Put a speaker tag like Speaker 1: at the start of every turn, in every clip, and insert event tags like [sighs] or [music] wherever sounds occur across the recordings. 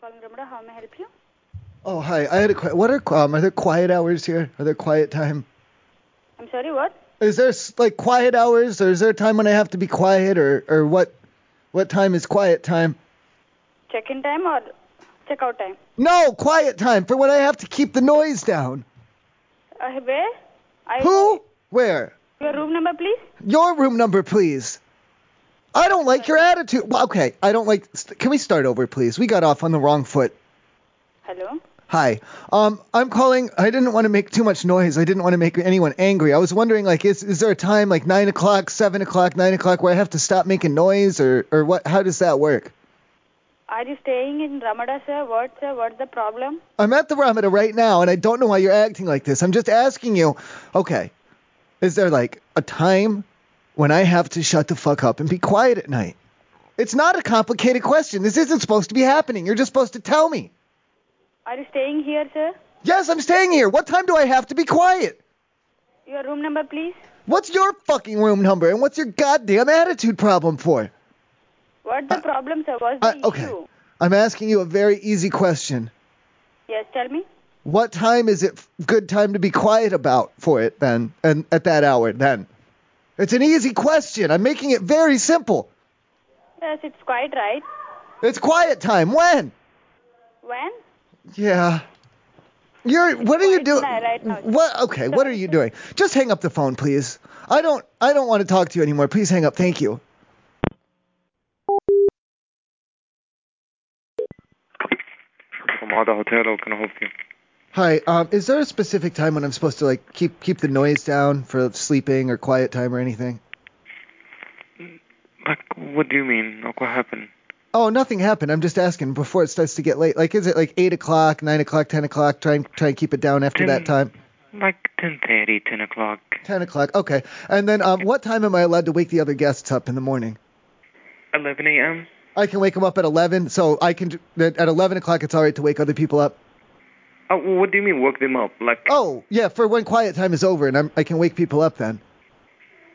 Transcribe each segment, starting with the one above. Speaker 1: calling Ramada. How may I help you?
Speaker 2: Oh, hi. I had a que- what are um, are there quiet hours here? Are there quiet time?
Speaker 1: I'm sorry, what?
Speaker 2: Is there s- like quiet hours, or is there a time when I have to be quiet, or or what? What time is quiet time?
Speaker 1: Check-in time or check-out time?
Speaker 2: No, quiet time for when I have to keep the noise down.
Speaker 1: Uh, where? I,
Speaker 2: Who? Where?
Speaker 1: Your room number, please.
Speaker 2: Your room number, please. I don't like your attitude. Well, okay, I don't like. St- can we start over, please? We got off on the wrong foot.
Speaker 1: Hello.
Speaker 2: Hi. Um, I'm calling. I didn't want to make too much noise. I didn't want to make anyone angry. I was wondering, like, is is there a time like nine o'clock, seven o'clock, nine o'clock, where I have to stop making noise, or or what? How does that work?
Speaker 1: Are you staying in Ramada, sir? What, sir? What's the problem?
Speaker 2: I'm at the Ramada right now, and I don't know why you're acting like this. I'm just asking you. Okay, is there like a time when I have to shut the fuck up and be quiet at night? It's not a complicated question. This isn't supposed to be happening. You're just supposed to tell me.
Speaker 1: Are you staying here, sir?
Speaker 2: Yes, I'm staying here. What time do I have to be quiet?
Speaker 1: Your room number, please.
Speaker 2: What's your fucking room number and what's your goddamn attitude problem for?
Speaker 1: What's the problem, sir? What's
Speaker 2: Uh,
Speaker 1: the
Speaker 2: okay.
Speaker 1: issue?
Speaker 2: I'm asking you a very easy question.
Speaker 1: Yes, tell me.
Speaker 2: What time is it f- good time to be quiet about for it then and at that hour then? It's an easy question. I'm making it very simple.
Speaker 1: Yes, it's quite right.
Speaker 2: It's quiet time. When?
Speaker 1: When?
Speaker 2: Yeah. You're what are you doing?
Speaker 1: now, right now.
Speaker 2: What okay, what are you doing? Just hang up the phone, please. I don't I don't want to talk to you anymore. Please hang up. Thank you.
Speaker 3: Ramada Hotel, how can I help you?
Speaker 2: Hi. Um, is there a specific time when I'm supposed to like keep keep the noise down for sleeping or quiet time or anything?
Speaker 3: Like, what do you mean? Like, what happened?
Speaker 2: Oh, nothing happened. I'm just asking before it starts to get late. Like, is it like eight o'clock, nine o'clock, ten o'clock? Try and try and keep it down after that time.
Speaker 3: Like 10.30, 10 o'clock.
Speaker 2: Ten o'clock. Okay. And then, um, what time am I allowed to wake the other guests up in the morning?
Speaker 3: 11 a.m.?
Speaker 2: I can wake them up at eleven, so I can at eleven o'clock. It's all right to wake other people up.
Speaker 3: Oh, what do you mean, wake them up? Like,
Speaker 2: Oh, yeah, for when quiet time is over, and I'm, I can wake people up then.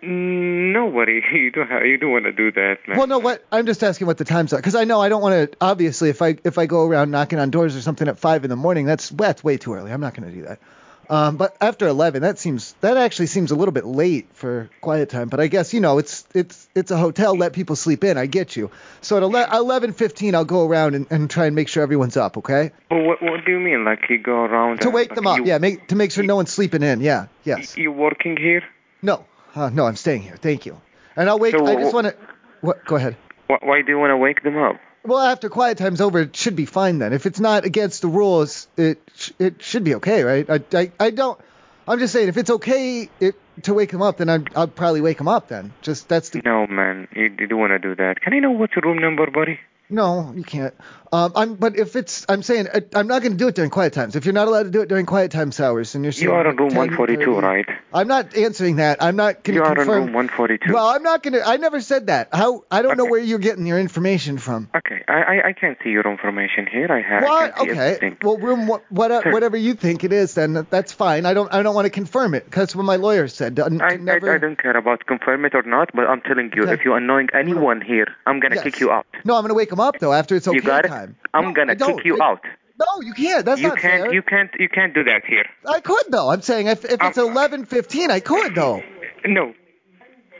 Speaker 3: mm, no worry. [laughs] You don't have, you don't want to do that, man.
Speaker 2: Well, no, what I'm just asking what the times are, because I know I don't want to. Obviously, if I if I go around knocking on doors or something at five in the morning, that's that's way too early. I'm not going to do that. Um, but after eleven, that seems that actually seems a little bit late for quiet time. But I guess you know it's it's it's a hotel, let people sleep in. I get you. So at eleven fifteen, I'll go around and, and try and make sure everyone's up. Okay?
Speaker 3: But what, what do you mean? Like, you go around
Speaker 2: To
Speaker 3: and,
Speaker 2: wake
Speaker 3: like,
Speaker 2: them up.
Speaker 3: you-
Speaker 2: Yeah, make to make sure no one's sleeping in. Yeah. Yes.
Speaker 3: You working here?
Speaker 2: No. Uh, no, I'm staying here. Thank you. And I'll wake.
Speaker 3: So
Speaker 2: I
Speaker 3: wh-
Speaker 2: just want to. What? Go ahead.
Speaker 3: Why, why do you want to wake them up?
Speaker 2: Well, after quiet time's over, it should be fine then. If it's not against the rules, it sh- it should be okay, right? I, I, I don't. I'm just saying, if it's okay it, to wake him up, then I'm, I'll probably wake him up then. Just that's the
Speaker 3: No, man. You, you don't want to do that. Can I know what's your room number, buddy?
Speaker 2: no, you can't. Um, I'm but if it's I'm saying I, I'm not going to do it during quiet times. If you're not allowed to do it during quiet times hours, and you're saying
Speaker 3: You are in
Speaker 2: like
Speaker 3: room
Speaker 2: 10,
Speaker 3: 142,
Speaker 2: 30.
Speaker 3: right?
Speaker 2: I'm not answering that. I'm not going
Speaker 3: You
Speaker 2: to
Speaker 3: are in
Speaker 2: confirm.
Speaker 3: room 142.
Speaker 2: Well, I'm not going to. I never said that. How? I don't know
Speaker 3: Okay.
Speaker 2: where you're getting your information from.
Speaker 3: Okay, I, I, I can't see your information here. I have I
Speaker 2: What?
Speaker 3: can see
Speaker 2: Okay.
Speaker 3: everything.
Speaker 2: Well, room what, what,
Speaker 3: Sure.
Speaker 2: whatever you think it is, then that's fine. I don't I don't want to confirm it because what my lawyer said. to n-
Speaker 3: I,
Speaker 2: to never.
Speaker 3: I, I don't care about confirm it or not, but I'm telling you,
Speaker 2: Okay.
Speaker 3: if you're annoying anyone here, I'm gonna
Speaker 2: Yes.
Speaker 3: kick you out.
Speaker 2: No, I'm gonna wake him up though after it's okay
Speaker 3: you got it?
Speaker 2: time.
Speaker 3: I'm
Speaker 2: No, I
Speaker 3: gonna
Speaker 2: don't.
Speaker 3: kick you
Speaker 2: I-
Speaker 3: out.
Speaker 2: No, you can't. That's
Speaker 3: you
Speaker 2: not
Speaker 3: can't,
Speaker 2: fair.
Speaker 3: you can't, you can't do that here.
Speaker 2: I could though. I'm saying if, if it's
Speaker 3: Um,
Speaker 2: 11:15, I could though.
Speaker 3: No,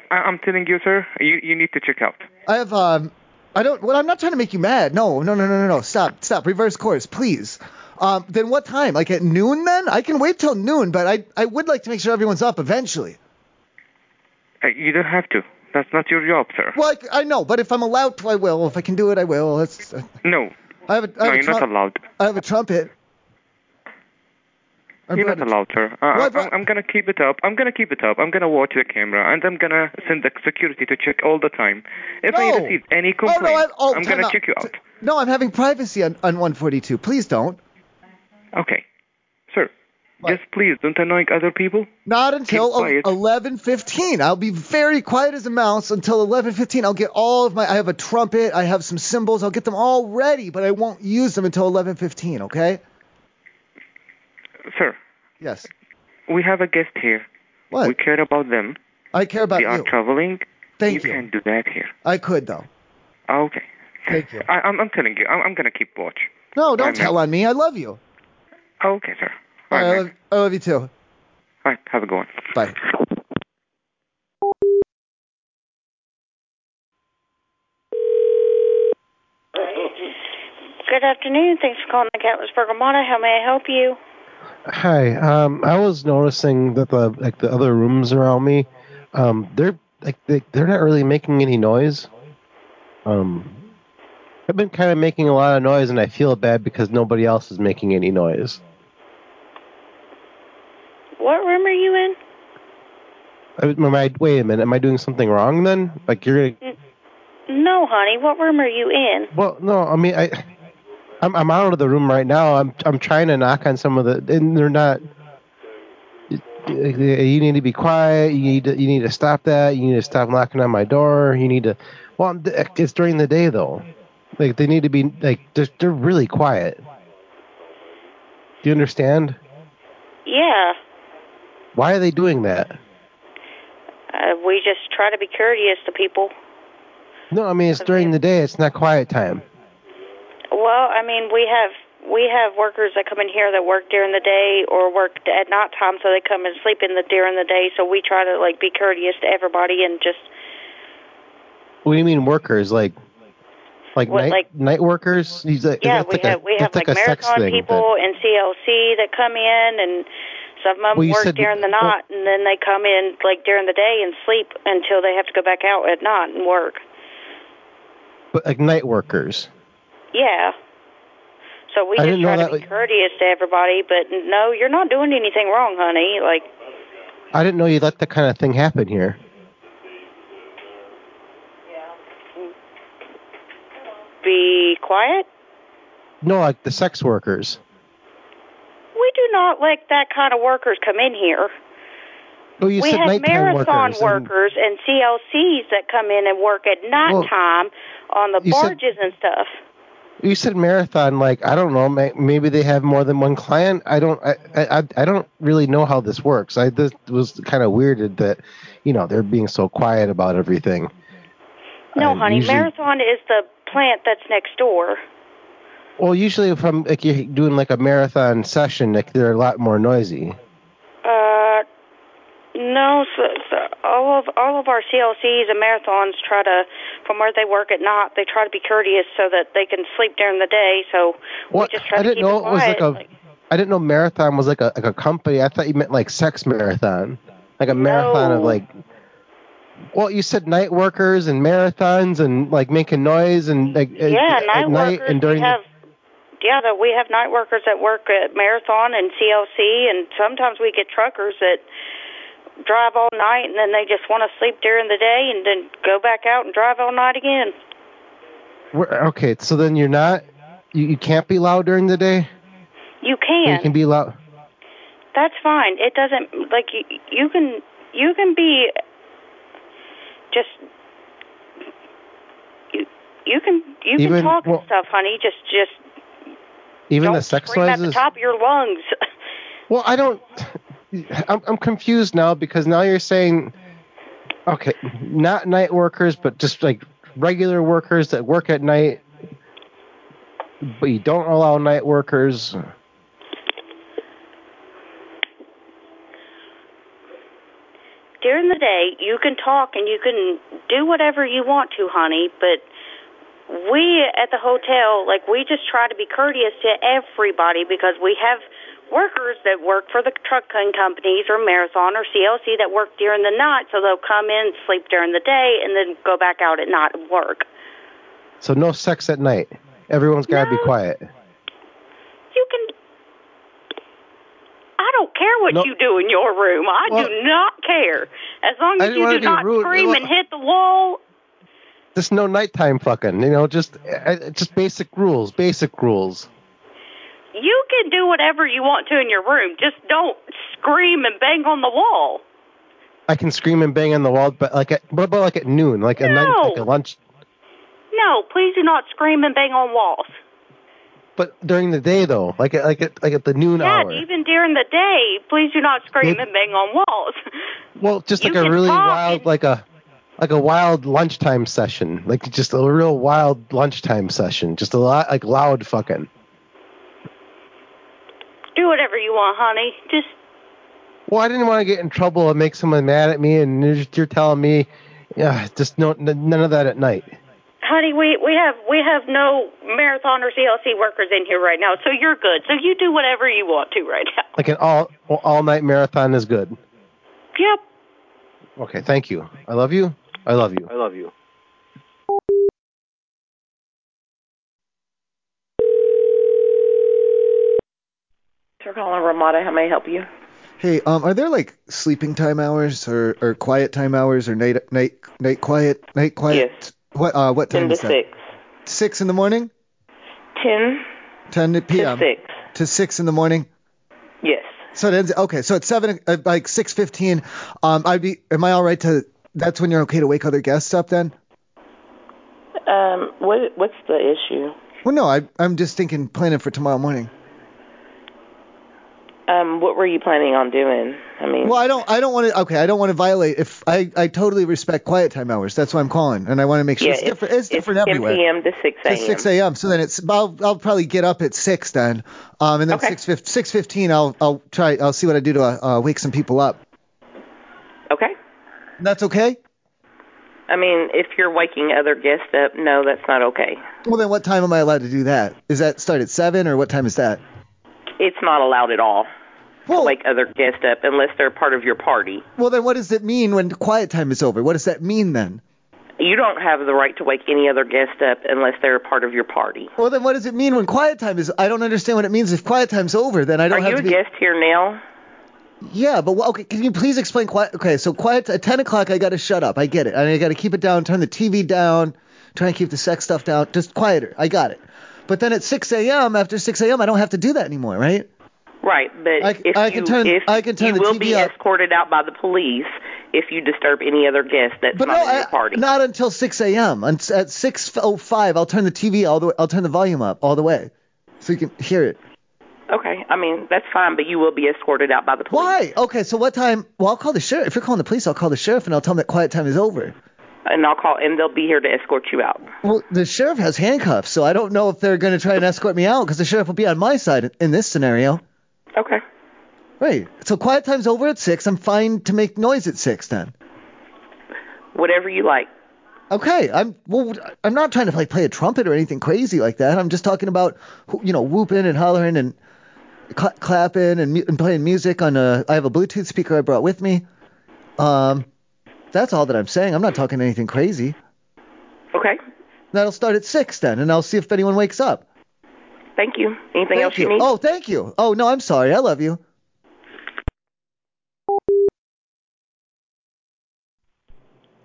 Speaker 3: I, I'm telling you, sir, you you need to check out.
Speaker 2: I have um, I don't. Well, I'm not trying to make you mad. No, no, no, no, no, no. Stop, stop. Reverse course, please. Um, then what time? Like at noon? Then I can wait till noon, but I I would like to make sure everyone's up eventually.
Speaker 3: Uh, you don't have to. That's not your job, sir.
Speaker 2: Well, I, I know, but if I'm allowed to, I will. If I can do it, I will. That's.
Speaker 3: No,
Speaker 2: I have a, I
Speaker 3: no,
Speaker 2: have a,
Speaker 3: you're not
Speaker 2: trum-
Speaker 3: allowed.
Speaker 2: I have a trumpet. I
Speaker 3: You're
Speaker 2: brought
Speaker 3: not
Speaker 2: a-
Speaker 3: allowed, sir. I,
Speaker 2: Well, I
Speaker 3: I,
Speaker 2: brought-
Speaker 3: I'm, I'm gonna keep it up. I'm gonna keep it up. I'm gonna watch the camera, and I'm gonna send the security to check all the time. If I
Speaker 2: No.
Speaker 3: receive any
Speaker 2: Oh,
Speaker 3: complaint,
Speaker 2: no, I, oh,
Speaker 3: am
Speaker 2: time
Speaker 3: gonna
Speaker 2: out.
Speaker 3: kick you out.
Speaker 2: T- No, I'm having privacy on, on 142. Please don't.
Speaker 3: Okay, sir.
Speaker 2: What?
Speaker 3: Just please don't annoy other people.
Speaker 2: Not until
Speaker 3: Keep quiet.
Speaker 2: 11:15. I'll be very quiet as a mouse until 11:15. I'll get all of my. I have a trumpet. I have some cymbals. I'll get them all ready, but I won't use them until 11:15. Okay?
Speaker 3: Sir,
Speaker 2: Yes.
Speaker 3: we have a guest here.
Speaker 2: What?
Speaker 3: We care about them.
Speaker 2: I care about
Speaker 3: they are
Speaker 2: you.
Speaker 3: traveling.
Speaker 2: Thank
Speaker 3: you,
Speaker 2: you.
Speaker 3: can't do that here. Ah,
Speaker 2: I could though.
Speaker 3: Okay.
Speaker 2: Thank you.
Speaker 3: I, I'm, I'm telling you, I'm, I'm gonna keep watch.
Speaker 2: No, don't
Speaker 3: Pardon me.
Speaker 2: tell on me. I love you.
Speaker 3: Okay, sir. All
Speaker 2: I
Speaker 3: right,
Speaker 2: love, I love you too.
Speaker 3: All right, have a good one.
Speaker 2: Bye.
Speaker 1: Good afternoon. Thanks for calling the Catless Bergamota. How may I help you?
Speaker 4: Hi. Um, I was noticing that the like the other rooms around me, um, they're like they, they're not really making any noise. Um, I've been kind of making a lot of noise, and I feel bad because nobody else is making any noise.
Speaker 1: What room are you in?
Speaker 4: I, am I, wait a minute. Am I doing something wrong then? Like you're gonna?
Speaker 1: No, honey. What room are you in?
Speaker 4: Well, no. I mean, I, I'm I'm out of the room right now. I'm I'm trying to knock on some of the, and they're not. You need to be quiet. You need to you need to stop that. You need to stop knocking on my door. You need to. Well, I'm- it's during the day though. Like they need to be like they're they're really quiet. Do you understand?
Speaker 1: Yeah.
Speaker 4: Why are they doing that?
Speaker 1: Uh, we just try to be courteous to people.
Speaker 4: No, I mean it's during the day. It's not quiet time.
Speaker 1: Well, I mean, we have we have workers that come in here that work during the day or work at night time, so they come and sleep in the during the day. So we try to like be courteous to everybody and just
Speaker 4: What do you mean workers? Like like
Speaker 1: What,
Speaker 4: night
Speaker 1: like-
Speaker 4: night workers? He's like,
Speaker 1: yeah,
Speaker 4: that's
Speaker 1: we
Speaker 4: like
Speaker 1: have
Speaker 4: a,
Speaker 1: we have
Speaker 4: that's
Speaker 1: like,
Speaker 4: like, a sex
Speaker 1: marathon
Speaker 4: thing.
Speaker 1: people and CLC that come in and some of them
Speaker 4: Well, you
Speaker 1: work
Speaker 4: said-
Speaker 1: during the
Speaker 4: well-
Speaker 1: night and then they come in like during the day and sleep until they have to go back out at night and work.
Speaker 4: that- but like night workers.
Speaker 1: Yeah. So we
Speaker 4: I
Speaker 1: just
Speaker 4: didn't know
Speaker 1: try to
Speaker 4: that
Speaker 1: be
Speaker 4: was-
Speaker 1: courteous to everybody, but no, you're not doing anything wrong, honey. Like
Speaker 4: I didn't know you let that kind of thing happen here.
Speaker 1: be quiet.
Speaker 4: No, like the sex workers.
Speaker 1: We do not let that kind of workers come in here.
Speaker 4: Oh, you
Speaker 1: we
Speaker 4: said
Speaker 1: have
Speaker 4: nighttime
Speaker 1: marathon
Speaker 4: workers. and-
Speaker 1: workers and, CLCs that come in and work at nighttime on the
Speaker 4: you said-
Speaker 1: barges and stuff.
Speaker 4: you said marathon. Like I don't know. may- Maybe they have more than one client. I don't. I I, I- I don't really know how this works. I this was kind of weirded that, you know, they're being so quiet about everything.
Speaker 1: No,
Speaker 4: I
Speaker 1: honey,
Speaker 4: usually-
Speaker 1: marathon is the plant that's next door.
Speaker 4: Well, usually if I'm like you're doing like a marathon session, like they're a lot more noisy.
Speaker 1: Uh, no, so, so all of all of our CLCs and marathons try to, from where they work at night, they try to be courteous so that they can sleep during the day. So
Speaker 4: What?
Speaker 1: we just try
Speaker 4: I
Speaker 1: to
Speaker 4: didn't
Speaker 1: keep
Speaker 4: know
Speaker 1: it
Speaker 4: it was like
Speaker 1: quiet.
Speaker 4: a. I didn't know marathon was like a like a company. I thought you meant like sex marathon, like a marathon of
Speaker 1: No.
Speaker 4: like. Well, you said night workers and marathons and like making noise and like at-
Speaker 1: yeah,
Speaker 4: at,
Speaker 1: night
Speaker 4: night
Speaker 1: workers.
Speaker 4: and during.
Speaker 1: we have yeah, that we have night workers that work at marathon and CLC, and sometimes we get truckers that drive all night and then they just want to sleep during the day and then go back out and drive all night again.
Speaker 4: Where- okay, so then you're not. You, you can't be loud during the day.
Speaker 1: You
Speaker 4: Or
Speaker 1: can.
Speaker 4: You can be loud.
Speaker 1: That's fine. It doesn't like you, you can you can be just you you can you
Speaker 4: Even-
Speaker 1: can talk
Speaker 4: well,
Speaker 1: and stuff, honey. Just just
Speaker 4: Even
Speaker 1: don't
Speaker 4: the sex
Speaker 1: scream at
Speaker 4: noises.
Speaker 1: the top of your lungs.
Speaker 4: Well, I don't. [sighs] I'm, I'm confused now because now you're saying, okay, not night workers, but just like regular workers that work at night, but you don't allow night workers.
Speaker 1: During the day, you can talk and you can do whatever you want to, honey. But we at the hotel, like we just try to be courteous to everybody because we have workers that work for the trucking companies or marathon or CLC that work during the night, so they'll come in, sleep during the day, and then go back out at night and work.
Speaker 4: So no sex at night. Everyone's got to be
Speaker 1: No.
Speaker 4: quiet.
Speaker 1: You can. I don't care what
Speaker 4: No.
Speaker 1: you do in your room. I
Speaker 4: Well-
Speaker 1: do not care. As long
Speaker 4: I
Speaker 1: as
Speaker 4: didn't
Speaker 1: you
Speaker 4: wanna
Speaker 1: do
Speaker 4: be
Speaker 1: not
Speaker 4: rude.
Speaker 1: scream
Speaker 4: Well-
Speaker 1: and hit the wall,
Speaker 4: Just no nighttime fucking. You know, just uh, just basic rules. Basic rules.
Speaker 1: You can do whatever you want to in your room. Just don't scream and bang on the wall.
Speaker 4: I can scream and bang on the wall, but like, at, what about like at noon, like a night, like a
Speaker 1: No.
Speaker 4: lunch?
Speaker 1: No, please do not scream and bang on walls.
Speaker 4: But during the day though, like at, like at, like at the noon
Speaker 1: yeah,
Speaker 4: hour.
Speaker 1: even during the day, please do not scream
Speaker 4: It-
Speaker 1: and bang on walls. [laughs]
Speaker 4: Well, just
Speaker 1: You
Speaker 4: like a
Speaker 1: can
Speaker 4: really
Speaker 1: talk
Speaker 4: wild,
Speaker 1: and-
Speaker 4: like a like a wild lunchtime session, like just a real wild lunchtime session, just a lot like loud fucking.
Speaker 1: Do whatever you want, honey. Just
Speaker 4: Well, I didn't want to get in trouble and make someone mad at me, and you're, just, you're telling me, yeah, just no, n- none of that at night.
Speaker 1: honey, we we have we have no marathon or CLC workers in here right now, so you're good. So you do whatever you want to right now.
Speaker 4: Like an all all night marathon is good.
Speaker 1: Yep.
Speaker 4: Okay, thank you. I love you. I love you.
Speaker 5: I love you.
Speaker 6: Sir Colin Ramada, how may I help you?
Speaker 2: Hey, um, are there like sleeping time hours or, or quiet time hours or night night night quiet night quiet? What uh what time
Speaker 6: Ten to
Speaker 2: is that?
Speaker 6: six.
Speaker 2: Six in the morning?
Speaker 6: Ten
Speaker 2: Ten p.m.
Speaker 6: to six.
Speaker 2: to six in the morning.
Speaker 6: Yes.
Speaker 2: So it ends. Okay, so at seven, uh, like six fifteen, um, I'd be. Am I all right to? That's when you're okay to wake other guests up then?
Speaker 6: Um, what what's the issue?
Speaker 2: Well, no, I, I'm just thinking, planning for tomorrow morning.
Speaker 6: Um, what were you planning on doing? I mean,
Speaker 2: Well, I don't, I don't want to. Okay, I don't want to violate. If I, I totally respect quiet time hours. That's why I'm calling, and I want to make sure
Speaker 6: yeah,
Speaker 2: it's different. It's, different everywhere.
Speaker 6: 10 p.m. to 6 a.m.
Speaker 2: It's 6 a.m. So then it's I'll, I'll probably get up at six then, um, and then
Speaker 6: Okay.
Speaker 2: six six fifteen I'll I'll try I'll see what I do to uh, uh, wake some people up.
Speaker 6: Okay.
Speaker 2: And that's okay.
Speaker 6: I mean, if you're waking other guests up, no, that's not okay.
Speaker 2: Well then, what time am I allowed to do that? Is that start at seven or what time is that?
Speaker 6: It's not allowed at all
Speaker 2: Well,
Speaker 6: to wake other guests up unless they're part of your party.
Speaker 2: well then, what does it mean when quiet time is over? What does that mean then?
Speaker 6: You don't have the right to wake any other guest up unless they're a part of your party.
Speaker 2: Well then, what does it mean when quiet time is? I don't understand what it means if quiet time's over. Then I
Speaker 6: Are
Speaker 2: don't have
Speaker 6: you
Speaker 2: to
Speaker 6: a
Speaker 2: be.
Speaker 6: guest here now?
Speaker 2: Yeah, but wha- okay. Can you please explain quiet? Okay, so quiet at 10 o'clock. I gotta shut up. I get it. And I gotta keep it down. Turn the TV down. Try and keep the sex stuff down. Just quieter. I got it. But then at 6 a.m. After 6 a.m. I don't have to do that anymore, right?
Speaker 6: Right, but
Speaker 2: I c-
Speaker 6: if
Speaker 2: I
Speaker 6: you
Speaker 2: can turn-
Speaker 6: if
Speaker 2: I can turn
Speaker 6: you
Speaker 2: the
Speaker 6: will
Speaker 2: TV
Speaker 6: be
Speaker 2: up.
Speaker 6: escorted out by the police if you disturb any other guest that's
Speaker 2: But
Speaker 6: not
Speaker 2: no,
Speaker 6: at your
Speaker 2: I-
Speaker 6: party.
Speaker 2: not until 6 a.m. Un- At 6:05 I'll turn the TV all the way. I'll turn the volume up all the way, so you can hear it.
Speaker 6: Okay, I mean that's fine, but you will be escorted out by the police.
Speaker 2: Why? Okay, so what time? Well, I'll call the sheriff. If you're calling the police, I'll call the sheriff and I'll tell him that quiet time is over.
Speaker 6: And I'll call, and they'll be here to escort you out.
Speaker 2: Well, the sheriff has handcuffs, so I don't know if they're going to try and escort me out because the sheriff will be on my side in this scenario.
Speaker 6: Okay.
Speaker 2: Right. So quiet time's over at six. I'm fine to make noise at six then.
Speaker 6: Whatever you like.
Speaker 2: Okay. I'm well. I'm not trying to like play a trumpet or anything crazy like that. I'm just talking about you know whooping and hollering and cla clapping and, mu- and playing music on a. I have a Bluetooth speaker I brought with me. Um, that's all that I'm saying. I'm not talking anything crazy.
Speaker 6: Okay.
Speaker 2: That'll start at six then, and I'll see if anyone wakes up.
Speaker 6: Thank you. Anything else
Speaker 2: Thank
Speaker 6: you
Speaker 2: you.
Speaker 6: need?
Speaker 2: Oh, thank you. Oh no, I'm sorry. I love you.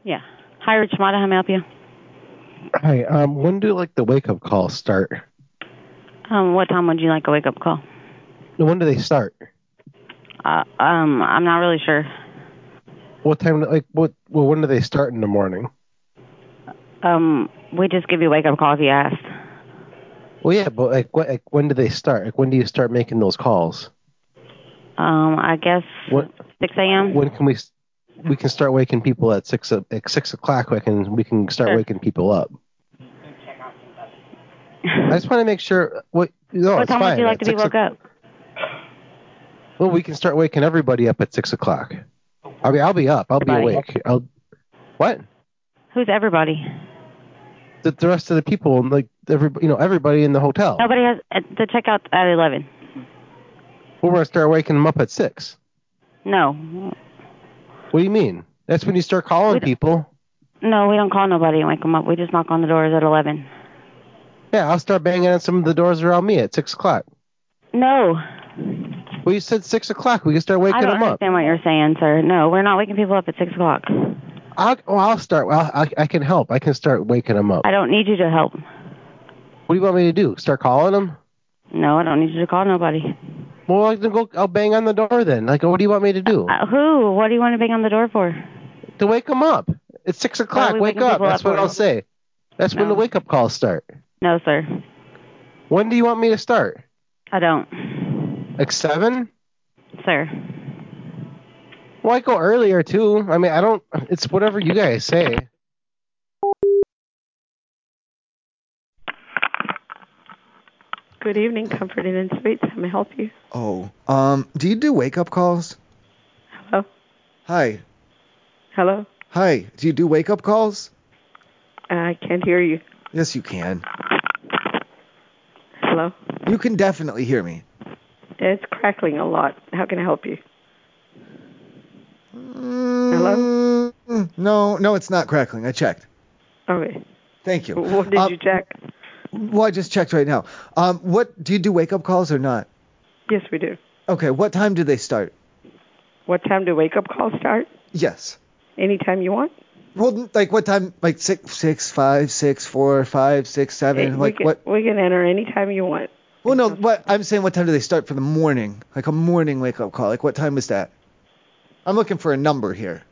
Speaker 1: Yeah. Hi, Rich Mata. How may I help you?
Speaker 4: Hi. Um, when do like the wake up calls start?
Speaker 1: Um, what time would you like a wake up call?
Speaker 4: No, When do they start?
Speaker 1: Uh, um, I'm not really sure.
Speaker 4: What time? Like what? Well, when do they start in the morning?
Speaker 1: Um, we just give you a wake up call if you asked.
Speaker 4: Well, yeah, but like, what, like when do they start? Like when do you start making those calls?
Speaker 1: Um, I guess
Speaker 4: What?
Speaker 1: 6 a.m.
Speaker 4: When can we? s- We can start waking people at six o- like six o'clock. We can we can start
Speaker 1: Sure.
Speaker 4: waking people up. I just want to make sure. What? No,
Speaker 1: what
Speaker 4: it's
Speaker 1: time
Speaker 4: fine.
Speaker 1: would you
Speaker 4: At
Speaker 1: like to be
Speaker 4: six o-
Speaker 1: woke up?
Speaker 4: Well, we can start waking everybody up at six o'clock. I mean, I'll be up. I'll be
Speaker 1: Everybody.
Speaker 4: awake. I'll. What?
Speaker 1: Who's everybody?
Speaker 4: The, the rest of the people, like every, you know, everybody in the hotel.
Speaker 1: Nobody has uh, the checkout at 11.
Speaker 4: We're gonna start waking them up at six.
Speaker 1: No,
Speaker 4: What do you mean? That's when you start calling
Speaker 1: We don't-
Speaker 4: people.
Speaker 1: no, we don't call nobody and wake them up. We just knock on the doors at 11.
Speaker 4: Yeah, I'll start banging on some of the doors around me at six o'clock.
Speaker 1: No,
Speaker 4: Well, you said six o'clock. We can start
Speaker 1: I
Speaker 4: waking
Speaker 1: don't
Speaker 4: them up.
Speaker 1: understand what you're saying, sir. No, we're not waking people up at six o'clock.
Speaker 4: I'll, well, I'll start. Well, I, I can help. I can start waking them up.
Speaker 1: I don't need you to help.
Speaker 4: What do you want me to do? Start calling them?
Speaker 1: No, I don't need you to call nobody.
Speaker 4: Well, I can go. I'll bang on the door then. Like, what do you want me to do?
Speaker 1: Uh, who? What do you want to bang on the door for?
Speaker 4: to wake them up. It's six o'clock.
Speaker 1: we
Speaker 4: Wake
Speaker 1: waking
Speaker 4: up.
Speaker 1: people
Speaker 4: That's
Speaker 1: up
Speaker 4: what
Speaker 1: for?
Speaker 4: I'll say. That's when
Speaker 1: No.
Speaker 4: the wake up calls start.
Speaker 1: No, sir.
Speaker 4: When do you want me to start?
Speaker 1: I don't.
Speaker 4: Like seven?
Speaker 1: Sir.
Speaker 4: Well, I go earlier too. I mean, I don't. It's whatever you guys say.
Speaker 6: Good
Speaker 5: Good evening, comforting and sweet. How may I help you?
Speaker 2: Oh, um, do you do wake up calls?
Speaker 5: Hello?
Speaker 2: Hi,
Speaker 5: Hello?
Speaker 2: hi. Do you do wake up calls?
Speaker 5: I can't hear you.
Speaker 2: Yes, you can.
Speaker 5: Hello?
Speaker 2: You can definitely hear me.
Speaker 5: It's crackling a lot. How can I help you?
Speaker 2: Hello? Mm, No, no, it's not crackling. I checked.
Speaker 5: Okay.
Speaker 2: Thank you.
Speaker 5: What did
Speaker 2: Um,
Speaker 5: you check?
Speaker 2: Well, I just checked right now. Um, what do you do wake up calls or not?
Speaker 5: Yes, we do.
Speaker 2: Okay, what time do they start?
Speaker 5: What time do wake up calls start?
Speaker 2: Yes.
Speaker 5: Anytime you want.
Speaker 2: Well, like what time? Like six, six, five, six, four, five, six, seven.
Speaker 5: Eh, we
Speaker 2: like
Speaker 5: can,
Speaker 2: what?
Speaker 5: We can enter anytime you want.
Speaker 2: Well, no. What I'm saying, what time do they start for the morning? Like a morning wake up call. Like what time is that? I'm looking for a number here.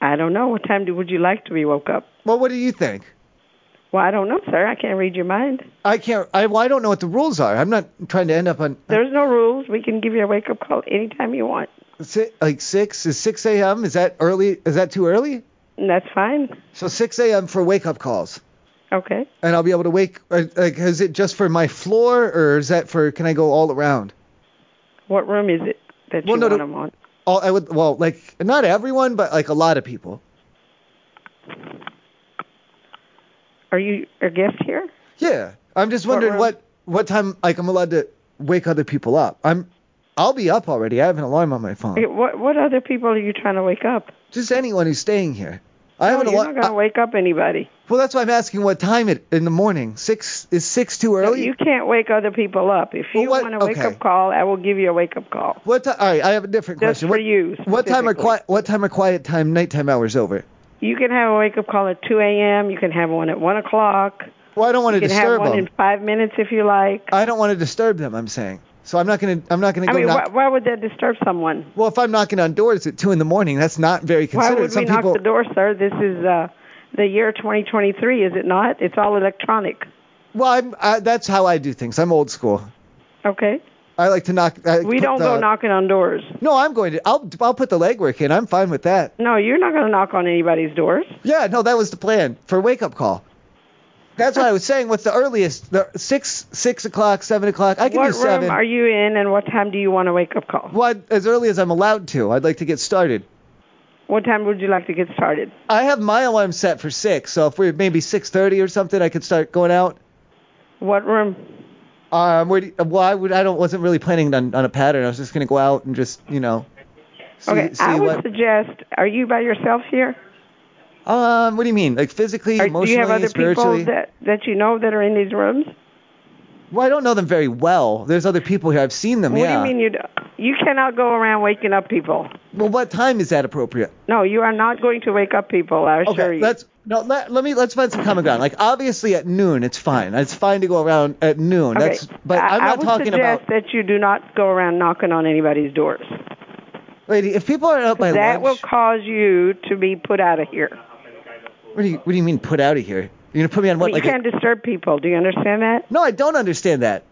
Speaker 5: I don't know. What time do, would you like to be woke up?
Speaker 2: Well, what do you think?
Speaker 5: Well, I don't know, sir. I can't read your mind.
Speaker 2: I can't. I well, I don't know what the rules are. I'm not trying to end up on
Speaker 5: There's no rules. We can give you a wake up call anytime you want.
Speaker 2: si like six. Is six a.m. Is that early? Is that too early?
Speaker 5: And that's fine.
Speaker 2: So six a.m. for wake up calls.
Speaker 5: Okay.
Speaker 2: and I'll be able to wake. or, Like, is it just for my floor, or is that for? Can I go all around?
Speaker 5: What room is it that
Speaker 2: Well,
Speaker 5: you
Speaker 2: no,
Speaker 5: want
Speaker 2: no-
Speaker 5: them on?
Speaker 2: All I would. Well, like not everyone, but like a lot of people.
Speaker 5: Are you a guest here?
Speaker 2: Yeah, I'm just wondering
Speaker 5: room?
Speaker 2: what what time like I'm allowed to wake other people up. I'm. I'll be up already. I have an alarm on my
Speaker 5: Eh,
Speaker 2: phone.
Speaker 5: What What other people are you trying to wake up?
Speaker 2: Just anyone who's staying here. I have
Speaker 5: no,
Speaker 2: an
Speaker 5: you're not
Speaker 2: alarm.
Speaker 5: going to wake up anybody.
Speaker 2: Well, that's why I'm asking what time it in the morning. Six is six too
Speaker 5: No,
Speaker 2: early?
Speaker 5: You can't wake other people up. If
Speaker 2: Well,
Speaker 5: you
Speaker 2: what-
Speaker 5: want a wake
Speaker 2: okay.
Speaker 5: up call, I will give you a wake up call.
Speaker 2: what time? All right, I have a different
Speaker 5: Just
Speaker 2: question.
Speaker 5: for
Speaker 2: What,
Speaker 5: you.
Speaker 2: what time are
Speaker 5: specifically.
Speaker 2: quiet? What time are quiet time nighttime hours over?
Speaker 5: You can have a wake up call at 2 a.m. You can have one at 1 o'clock.
Speaker 2: Well, I don't want
Speaker 5: You
Speaker 2: to
Speaker 5: can have
Speaker 2: disturb
Speaker 5: one
Speaker 2: them.
Speaker 5: in five minutes if you like.
Speaker 2: I don't want to disturb them. I'm saying. So I'm not gonna. I'm not gonna
Speaker 5: I
Speaker 2: go
Speaker 5: mean,
Speaker 2: knock.
Speaker 5: why, why would that disturb someone?
Speaker 2: Well, if I'm knocking on doors at two in the morning, that's not very
Speaker 5: Why
Speaker 2: considerate.
Speaker 5: would
Speaker 2: Some
Speaker 5: we knock
Speaker 2: people.
Speaker 5: the door, sir? This is uh, the year 2023, is it not? It's all electronic.
Speaker 2: Well, I'm, I, that's how I do things. I'm old school.
Speaker 5: Okay.
Speaker 2: I like to knock. I
Speaker 5: We
Speaker 2: put
Speaker 5: don't
Speaker 2: the,
Speaker 5: go knocking on doors.
Speaker 2: No, I'm going to. I'll I'll put the legwork in. I'm fine with that.
Speaker 5: No, you're not going to knock on anybody's doors.
Speaker 2: Yeah, no, that was the plan for wake up call. That's what I
Speaker 5: [laughs]
Speaker 2: was saying. What's the earliest? The six six o'clock, seven o'clock. I can
Speaker 5: what
Speaker 2: do
Speaker 5: room
Speaker 2: seven.
Speaker 5: are you in, and what time do you want a wake up call?
Speaker 2: Well, I'd- as early as I'm allowed to. I'd like to get started.
Speaker 5: What time would you like to get started?
Speaker 2: I have my alarm set for six, so if we're maybe six thirty or something, I could start going out.
Speaker 5: What room?
Speaker 2: Um, where do you, well, I would I don't wasn't really planning on, on a pattern. I was just gonna go out and just you know. See,
Speaker 5: okay,
Speaker 2: see
Speaker 5: I would
Speaker 2: what,
Speaker 5: suggest. Are you by yourself here?
Speaker 2: um, what do you mean? Like physically,
Speaker 5: Or do
Speaker 2: emotionally,
Speaker 5: you have other
Speaker 2: spiritually?
Speaker 5: people that that you know that are in these rooms?
Speaker 2: well, I don't know them very well. There's other people here. I've seen them. Um, yeah.
Speaker 5: What do you mean you don't- you cannot go around waking up people?
Speaker 2: Well, what time is that appropriate?
Speaker 5: No, you are not going to wake up people. I assure
Speaker 2: Okay,
Speaker 5: you.
Speaker 2: let's no. Let, let me let's find some common ground. Like obviously at noon, it's fine. It's fine to go around at noon.
Speaker 5: okay.
Speaker 2: That's but
Speaker 5: I,
Speaker 2: I'm
Speaker 5: I
Speaker 2: not
Speaker 5: would
Speaker 2: talking
Speaker 5: suggest
Speaker 2: about.
Speaker 5: that you do not go around knocking on anybody's doors.
Speaker 2: Lady, if people are out by
Speaker 5: that will
Speaker 2: lunch,
Speaker 5: cause you to be put out of here.
Speaker 2: what do you what do you mean put out of here? You're gonna put me on what?
Speaker 5: you
Speaker 2: like a-
Speaker 5: can't disturb people. Do you understand that?
Speaker 2: no, I don't understand that.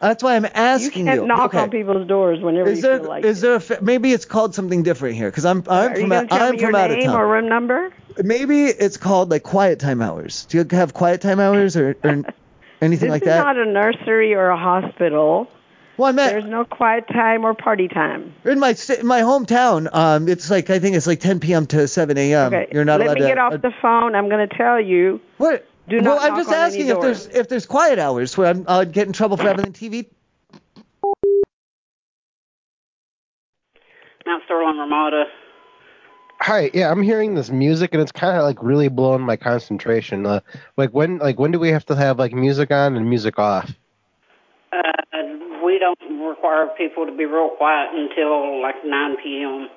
Speaker 2: That's why I'm
Speaker 5: you
Speaker 2: asking you.
Speaker 5: can't knock
Speaker 2: okay.
Speaker 5: on people's doors whenever
Speaker 2: Is
Speaker 5: you
Speaker 2: there
Speaker 5: feel like
Speaker 2: is
Speaker 5: it.
Speaker 2: there a fa- maybe it's called something different here because I'm I'm
Speaker 5: Are you
Speaker 2: from
Speaker 5: going
Speaker 2: out,
Speaker 5: to tell
Speaker 2: I'm
Speaker 5: me your
Speaker 2: from out of
Speaker 5: name
Speaker 2: town.
Speaker 5: or room number?
Speaker 2: Maybe it's called like quiet time hours. Do you have quiet time hours or, or
Speaker 5: [laughs]
Speaker 2: anything
Speaker 5: this
Speaker 2: like
Speaker 5: is
Speaker 2: that?
Speaker 5: not a nursery or a hospital.
Speaker 2: well, I'm
Speaker 5: There's
Speaker 2: at,
Speaker 5: no quiet time or party time.
Speaker 2: in my ci- in my hometown. Um, it's like I think it's like 10 p.m. to 7 a.m.
Speaker 5: Okay.
Speaker 2: Um, You're not
Speaker 5: Let
Speaker 2: allowed
Speaker 5: me
Speaker 2: to.
Speaker 5: get off
Speaker 2: uh,
Speaker 5: the phone. I'm going to tell you.
Speaker 2: what?
Speaker 5: do
Speaker 2: well,
Speaker 5: not
Speaker 2: I'm
Speaker 5: knock
Speaker 2: just
Speaker 5: on any
Speaker 2: asking if there's if there's quiet hours where I'm, I'd get in trouble for having a TV.
Speaker 7: Mount Sterling Ramada.
Speaker 4: Hi, yeah, I'm hearing this music and it's kind of like really blowing my concentration. Uh, like when, like when do we have to have like music on and music off?
Speaker 7: Uh, we don't require people to be real quiet until like 9 p.m.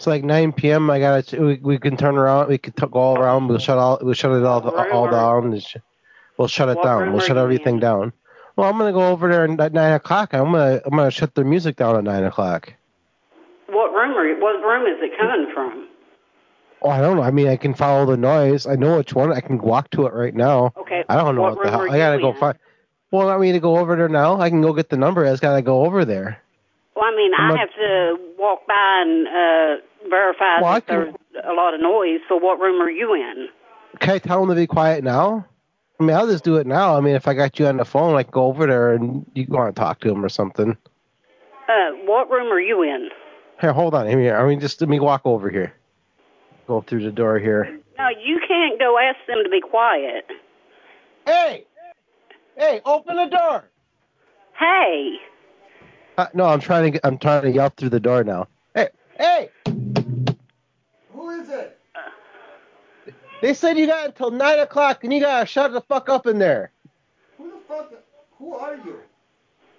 Speaker 4: So like 9 p.m. I got to. We, we can turn around. We can t- go all around. We'll shut all. We'll shut it all all down. and sh- We'll shut it
Speaker 7: What
Speaker 4: down.
Speaker 7: room
Speaker 4: We'll
Speaker 7: are
Speaker 4: shut
Speaker 7: you
Speaker 4: everything
Speaker 7: in?
Speaker 4: down. Well, I'm gonna go over there and- at nine o'clock. I'm gonna I'm gonna shut the music down at nine o'clock.
Speaker 7: What room are you? What room is it coming from?
Speaker 4: Oh, I don't know. I mean, I can follow the noise. I know which one. I can walk to it right now.
Speaker 7: Okay.
Speaker 4: I don't know what,
Speaker 7: what
Speaker 4: the
Speaker 7: room
Speaker 4: hell.
Speaker 7: are
Speaker 4: I gotta
Speaker 7: you
Speaker 4: go
Speaker 7: in?
Speaker 4: find. Well, want me to go over there now. I can go get the number. I just gotta go over there.
Speaker 7: Well, I mean,
Speaker 4: I'm
Speaker 7: I
Speaker 4: not-
Speaker 7: have to walk by and uh, verify
Speaker 4: Well, I
Speaker 7: that
Speaker 4: can-
Speaker 7: there's a lot of noise. So, what room are you in?
Speaker 4: Can I tell them to be quiet now? I mean, I'll just do it now. I mean, if I got you on the phone, I can go over there and you go on and talk to him or something.
Speaker 7: Uh, what room are you in?
Speaker 4: Here, hold on. Here, I mean, just let me walk over here. Go through the door here.
Speaker 7: No, you can't go ask them to be quiet.
Speaker 4: Hey! Hey, open the door!
Speaker 7: Hey!
Speaker 4: Uh, no, I'm trying to. get- I'm trying to yell through the door now. Hey, hey!
Speaker 2: Who is it?
Speaker 4: They said you got until nine o'clock, and you gotta shut the fuck up in there.
Speaker 2: Who the fuck? Who are you?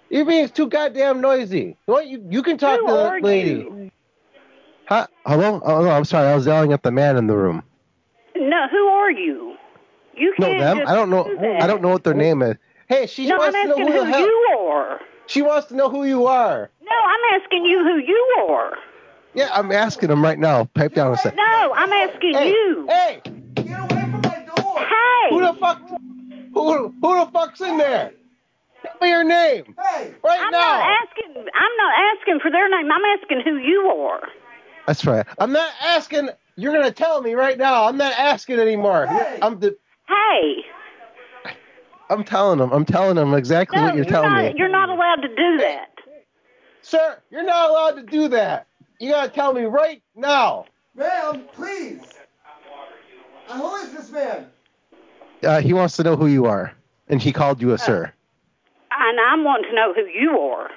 Speaker 4: You're being too goddamn noisy. What you you can talk
Speaker 7: Who
Speaker 4: to
Speaker 7: are
Speaker 4: the lady.
Speaker 7: you?
Speaker 4: Huh? Hello? Oh, no, I'm sorry. I was yelling at the man in the room.
Speaker 7: No, who are you? You
Speaker 4: No,
Speaker 7: can't
Speaker 4: them.
Speaker 7: just
Speaker 4: I don't know.
Speaker 7: do that.
Speaker 4: I don't know what their name is. Hey, she
Speaker 7: No, I'm
Speaker 4: wants to know
Speaker 7: asking
Speaker 4: who
Speaker 7: who
Speaker 4: the hell.
Speaker 7: you are.
Speaker 4: She wants to know who you are.
Speaker 7: No, I'm asking you who you are.
Speaker 4: Yeah, I'm asking him right now. Pipe down a sec.
Speaker 7: No, I'm asking
Speaker 4: Hey,
Speaker 7: you.
Speaker 4: hey,
Speaker 2: Get away from my door!
Speaker 7: Hey!
Speaker 4: who the fuck? Who who the fuck's in there? Tell me your name
Speaker 2: Hey!
Speaker 4: right
Speaker 7: I'm
Speaker 4: now.
Speaker 7: not asking. I'm not asking for their name. I'm asking who you are.
Speaker 4: That's right. I'm not asking. You're gonna tell me right now. I'm not asking anymore.
Speaker 2: Hey.
Speaker 4: I'm the.
Speaker 7: Hey,
Speaker 4: I'm telling him. I'm telling him exactly
Speaker 7: no,
Speaker 4: what you're,
Speaker 7: are
Speaker 4: telling
Speaker 7: not.
Speaker 4: me.
Speaker 7: You're not allowed to do that.
Speaker 4: Sir, you're not allowed to do that. You gotta tell me right now.
Speaker 2: Ma'am, please! Uh, who is this man?
Speaker 4: Uh, he wants to know who you are, and he called you a sir.
Speaker 7: And I'm wanting to know who you are.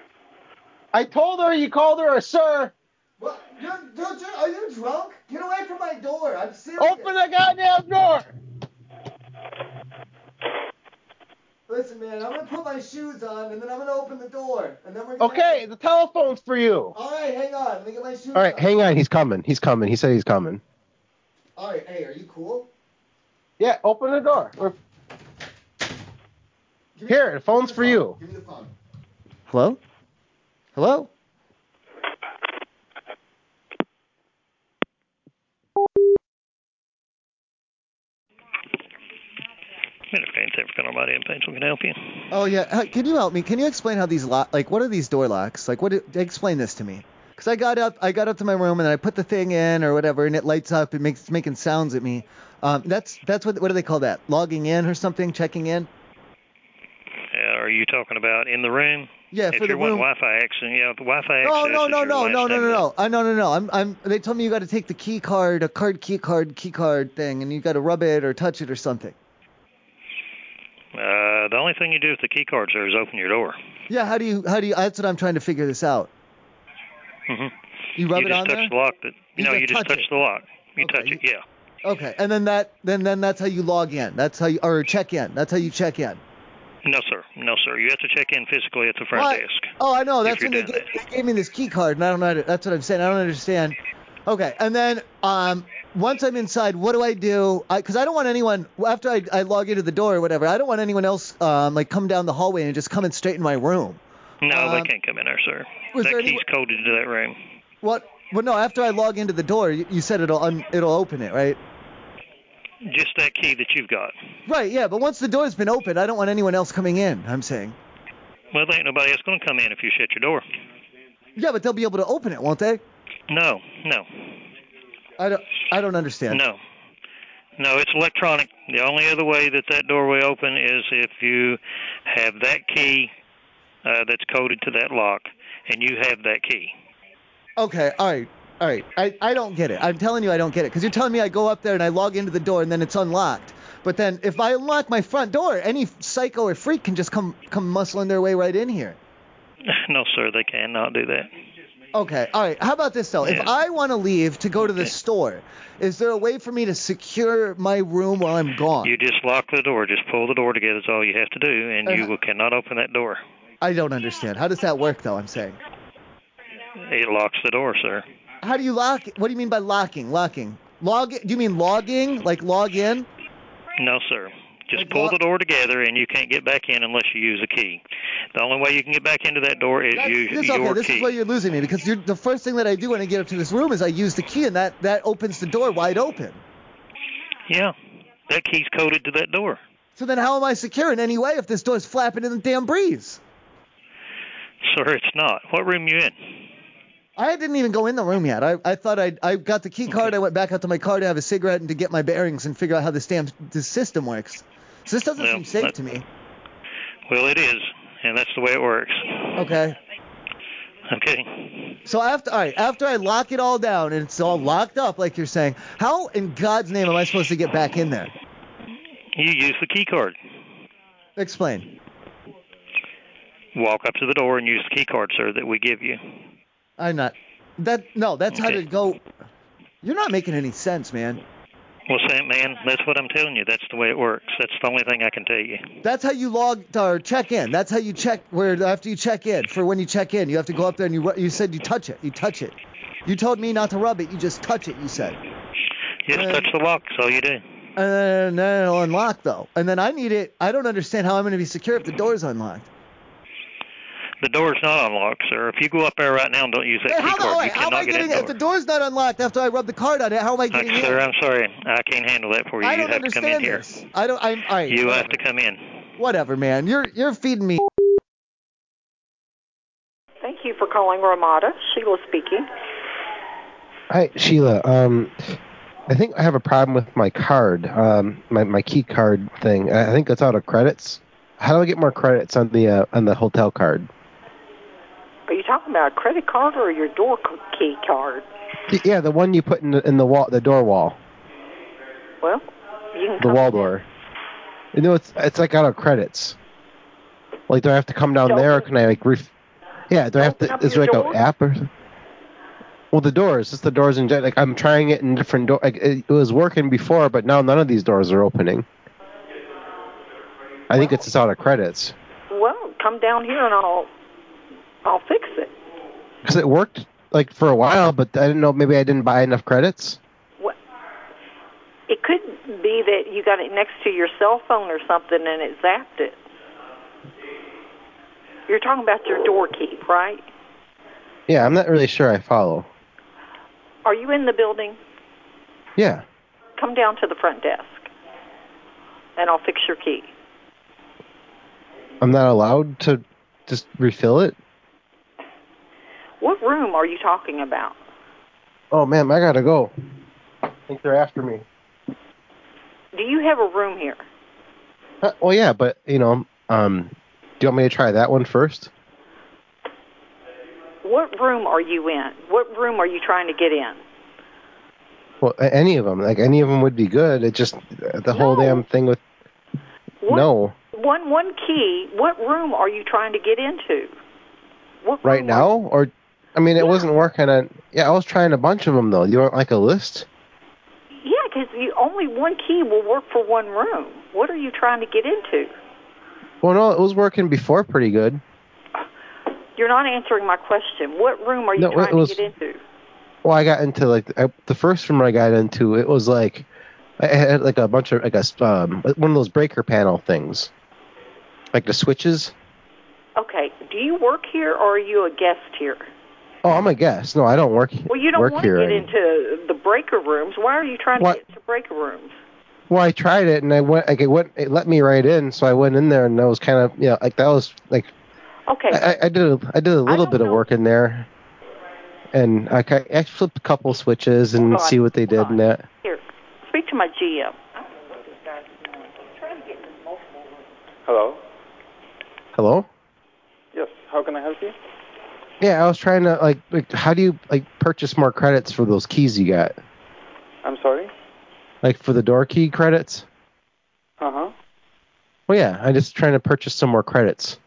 Speaker 4: I told her you called her a sir.
Speaker 2: What? You're, dude, you are you drunk? Get away from my door! I'm serious.
Speaker 4: Open the goddamn door.
Speaker 2: Listen, man, I'm gonna put my shoes on and then I'm gonna open the door and then we're gonna.
Speaker 4: Okay, the telephone's for you.
Speaker 2: All right, hang on. Let me get my shoes.
Speaker 4: All right,
Speaker 2: on.
Speaker 4: hang on. He's coming. He's coming. He said he's coming.
Speaker 2: All right, hey, are you cool?
Speaker 4: Yeah, open the door. We're-
Speaker 2: Give me-
Speaker 4: Here, the phone's
Speaker 2: give
Speaker 4: for
Speaker 2: me the
Speaker 4: you.
Speaker 2: phone. Give me the phone.
Speaker 4: Hello? Hello?
Speaker 8: Mid-Atlantic, African Armada and Paints, we can help you.
Speaker 2: Oh yeah, Uh, can you help me? Can you explain how these lock, like, what are these door locks? Like, what? do- Explain this to me. Cause I got up, I got up to my room and I put the thing in or whatever, and it lights up. It makes it's making sounds at me. Um, that's that's what what do they call that? Logging in or something? Checking in?
Speaker 8: Uh, are you talking about in the room?
Speaker 2: Yeah,
Speaker 8: if
Speaker 2: for the
Speaker 8: you're wanting
Speaker 2: room. Oh,
Speaker 8: Wi-Fi access, yeah, the Wi-Fi access
Speaker 2: No, no,
Speaker 8: is
Speaker 2: no,
Speaker 8: your
Speaker 2: no,
Speaker 8: last
Speaker 2: no, no, no,
Speaker 8: thing.
Speaker 2: no, I no, no, no. I'm, I'm. They told me you got to take the key card, a card, key card, key card thing, and you got to rub it or touch it or something.
Speaker 8: Uh, the only thing you do with the key card, sir, is open your door.
Speaker 2: Yeah, how do you, how do you? That's what I'm trying to figure this out.
Speaker 8: hmm
Speaker 2: You rub
Speaker 8: you
Speaker 2: it
Speaker 8: just
Speaker 2: on
Speaker 8: touch
Speaker 2: there.
Speaker 8: the lock. That,
Speaker 2: You
Speaker 8: no,
Speaker 2: just
Speaker 8: you just
Speaker 2: touch
Speaker 8: touch
Speaker 2: it.
Speaker 8: the lock. You
Speaker 2: Okay,
Speaker 8: touch
Speaker 2: you-
Speaker 8: it, yeah.
Speaker 2: Okay, and then that, then then that's how you log in. That's how you or check in. That's how you check in.
Speaker 8: No, sir. No, sir. You have to check in physically at the front
Speaker 2: What?
Speaker 8: desk.
Speaker 2: Oh, I know.
Speaker 8: If
Speaker 2: That's
Speaker 8: you're
Speaker 2: when they,
Speaker 8: down
Speaker 2: gave, they gave me this key card, and I don't know. How to, that's what I'm saying. I don't understand. Okay, and then um, once I'm inside, what do I do? Because I, don't want anyone after I, I log into the door or whatever. I don't want anyone else um, like come down the hallway and just coming straight in my room.
Speaker 8: No, they
Speaker 2: Um,
Speaker 8: can't come in there, sir.
Speaker 2: was
Speaker 8: That
Speaker 2: there
Speaker 8: key's
Speaker 2: any-
Speaker 8: coded to that room.
Speaker 2: What? Well, no. After I log into the door, you, you said it'll un, it'll open it, right?
Speaker 8: Just that key that you've got.
Speaker 2: Right. Yeah. But once the door's been opened, I don't want anyone else coming in. I'm saying.
Speaker 8: Well, there ain't nobody else going to come in if you shut your door.
Speaker 2: Yeah, but they'll be able to open it, won't they?
Speaker 8: No, no,
Speaker 2: I don't. I don't understand.
Speaker 8: no. No, it's electronic. The only other way that that door will open is if you have that key uh, that's coded to that lock, and you have that key. [laughs]
Speaker 2: Okay, all right, all right. I, I don't get it. I'm telling you, I don't get it. Because you're telling me I go up there and I log into the door and then it's unlocked. But then if I unlock my front door, any psycho or freak can just come come muscling their way right in here.
Speaker 8: No, sir, they cannot do that.
Speaker 2: Okay, all right. How about this though? If
Speaker 8: Yeah.
Speaker 2: I want to leave to go to the
Speaker 8: Okay.
Speaker 2: store, is there a way for me to secure my room while I'm gone?
Speaker 8: You just lock the door. Just pull the door together is all you have to do, and you
Speaker 2: Uh-huh.
Speaker 8: will, cannot open that door.
Speaker 2: I don't understand. How does that work though? I'm saying.
Speaker 8: It locks the door, sir.
Speaker 2: How do you lock? What do you mean by locking? Locking? Log? Do you mean logging? Like log in?
Speaker 8: No, sir. Just
Speaker 2: Like
Speaker 8: pull
Speaker 2: lock-
Speaker 8: the door together, and you can't get back in unless you use a key. The only way you can get back into that door is
Speaker 2: That's-
Speaker 8: use
Speaker 2: this,
Speaker 8: your
Speaker 2: okay, this
Speaker 8: key.
Speaker 2: is where you're losing me because you're, the first thing that I do when I get up to this room is I use the key, and that that opens the door wide open.
Speaker 8: Yeah, that key's coded to that door.
Speaker 2: So then, how am I secure in any way if this door's flapping in the damn breeze?
Speaker 8: Sir, it's not. What room you in?
Speaker 2: I didn't even go in the room yet. I, I thought I I got the key card. I went back out to my car to have a cigarette and to get my bearings and figure out how this damn this system works. So this doesn't
Speaker 8: Yeah,
Speaker 2: seem safe
Speaker 8: that-
Speaker 2: to me.
Speaker 8: Well, it is, and that's the way it works.
Speaker 2: Okay.
Speaker 8: Okay.
Speaker 2: So after all right, after I lock it all down and it's all locked up, like you're saying, how in God's name am I supposed to get back in there?
Speaker 8: You use the key card.
Speaker 2: Explain.
Speaker 8: Walk up to the door and use the key card, sir, that we give you.
Speaker 2: I'm not. That no, that's how
Speaker 8: Okay.
Speaker 2: to go. You're not making any sense, man.
Speaker 8: Well, Sam, man, that's what I'm telling you. That's the way it works. That's the only thing I can tell you.
Speaker 2: That's how you log or check in. That's how you check where after you check in for when you check in, you have to go up there and you you said you touch it. You touch it. You told me not to rub it. You just touch it. You said.
Speaker 8: You just
Speaker 2: Uh,
Speaker 8: touch the lock. That's all you do.
Speaker 2: And then it'll unlock though. And then I need it. I don't understand how I'm going to be secure if the door's unlocked.
Speaker 8: The door's not unlocked, sir. If you go up there right now and don't use that
Speaker 2: Hey,
Speaker 8: key
Speaker 2: how,
Speaker 8: card,
Speaker 2: all right,
Speaker 8: you
Speaker 2: how am I
Speaker 8: cannot get in
Speaker 2: getting
Speaker 8: the
Speaker 2: if the
Speaker 8: door.
Speaker 2: door's not unlocked after I rub the card on it? How am I getting
Speaker 8: Uh,
Speaker 2: in?
Speaker 8: sir, I'm sorry. I can't handle that for you.
Speaker 2: I
Speaker 8: you
Speaker 2: don't
Speaker 8: have to come in
Speaker 2: understand
Speaker 8: here.
Speaker 2: this. I don't. I'm. All right,
Speaker 8: You uh,
Speaker 2: whatever.
Speaker 8: have to come in.
Speaker 2: whatever, man. You're you're feeding me.
Speaker 9: Thank you for calling Ramada. Sheila speaking.
Speaker 4: Hi, Sheila. Um, I think I have a problem with my card, um, my, my key card thing. I I think it's out of credits. How do I get more credits on the uh, on the hotel card?
Speaker 9: Are you talking about a credit card or your door c- key card?
Speaker 4: Y- Yeah, the one you put in the, in the wall, the door wall,
Speaker 9: Well, you can
Speaker 4: the
Speaker 9: come
Speaker 4: wall door. You know, it's it's like out of credits. Like, do I have to come down
Speaker 9: Don't-
Speaker 4: there, or can I like ref? Yeah, do I have
Speaker 9: Open
Speaker 4: to?
Speaker 9: up
Speaker 4: Is
Speaker 9: your
Speaker 4: there like
Speaker 9: door?
Speaker 4: an app or? Well, the doors, just the doors in general. Like, I'm trying it in different door. Like, it, it was working before, but now none of these doors are opening. I think it's just out of credits.
Speaker 9: Well, come down here and I'll I'll fix it.
Speaker 4: because it worked like for a while, but I didn't know maybe I didn't buy enough credits.
Speaker 9: What? It could be that you got it next to your cell phone or something and it zapped it. You're talking about your door key, right?
Speaker 4: Yeah, I'm not really sure I follow.
Speaker 9: Are you in the building?
Speaker 4: Yeah,
Speaker 9: Come down to the front desk and I'll fix your key.
Speaker 4: I'm not allowed to just refill it.
Speaker 9: What room are you talking about?
Speaker 4: Oh, ma'am, I gotta go. I think they're after me.
Speaker 9: Do you have a room here?
Speaker 4: Uh, well, yeah, but you know, um, do you want me to try that one first?
Speaker 9: What room are you in? What room are you trying to get in?
Speaker 4: Well, a- any of them, like any of them would be good. It just the whole
Speaker 9: No.
Speaker 4: damn thing with
Speaker 9: What,
Speaker 4: no
Speaker 9: One one key. What room are you trying to get into? What
Speaker 4: right
Speaker 9: room
Speaker 4: now,
Speaker 9: are-
Speaker 4: or I mean, it
Speaker 9: Oh Yeah.
Speaker 4: wasn't working. On yeah, I was trying a bunch of them though. You want like a list?
Speaker 9: Yeah, because only one key will work for one room. What are you trying to get into?
Speaker 4: Well, no, it was working before pretty good.
Speaker 9: You're not answering my question. What room are you
Speaker 4: No, it
Speaker 9: trying to
Speaker 4: was-
Speaker 9: get into?
Speaker 4: Well, I got into like I, the first room I got into. It was like I had like a bunch of like a s- um, one of those breaker panel things, like the switches.
Speaker 9: Okay. Do you work here or are you a guest here?
Speaker 4: Oh, I'm a guest. No, I don't work.
Speaker 9: Well, you don't
Speaker 4: work
Speaker 9: want
Speaker 4: here.
Speaker 9: to get
Speaker 4: any-
Speaker 9: into the breaker rooms. Why are you trying
Speaker 4: What?
Speaker 9: to get into breaker rooms?
Speaker 4: Well, I tried it and I went. Like it went. It let me right in, so I went in there and I was kind of yeah. like that was like
Speaker 9: Okay.
Speaker 4: I, I- I did a, I did a little
Speaker 9: don't
Speaker 4: bit of
Speaker 9: know.
Speaker 4: work in there, and I, ca- I flipped a couple switches and
Speaker 9: Hold on,
Speaker 4: see what they did
Speaker 9: hold
Speaker 4: and that.
Speaker 9: Here, speak to my GM.
Speaker 10: Hello.
Speaker 4: Hello.
Speaker 10: Yes. How can I help you?
Speaker 4: Yeah, I was trying to like, like how do you like purchase more credits for those keys you got?
Speaker 10: I'm sorry.
Speaker 4: Like for the door key credits?
Speaker 10: Uh huh.
Speaker 4: Well, yeah, I'm just trying to purchase some more credits.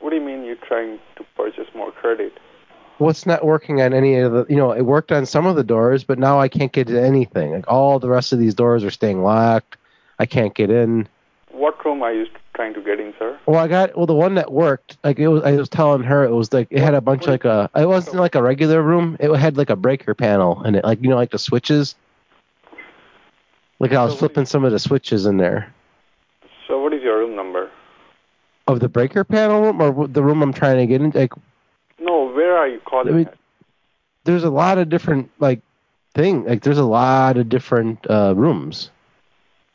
Speaker 10: What do you mean you're trying to purchase more credit?
Speaker 4: What's not working on any of the, you know, it worked on some of the doors, but now I can't get to anything. Like all the rest of these doors are staying locked. I can't get in.
Speaker 10: What room are you trying to get in, sir?
Speaker 4: Well, I got well the one that worked. Like it was, I was telling her it was like it had a bunch like a. It wasn't like a regular room. It had like a breaker panel in it, like you know, like the switches. Like I was flipping some of the switches in there
Speaker 10: So what is your room number?
Speaker 4: of the breaker panel room or the room I'm trying to get in. Like
Speaker 10: No, where are you calling?
Speaker 4: I mean, there's a lot of different like thing. Like there's a lot of different uh, rooms.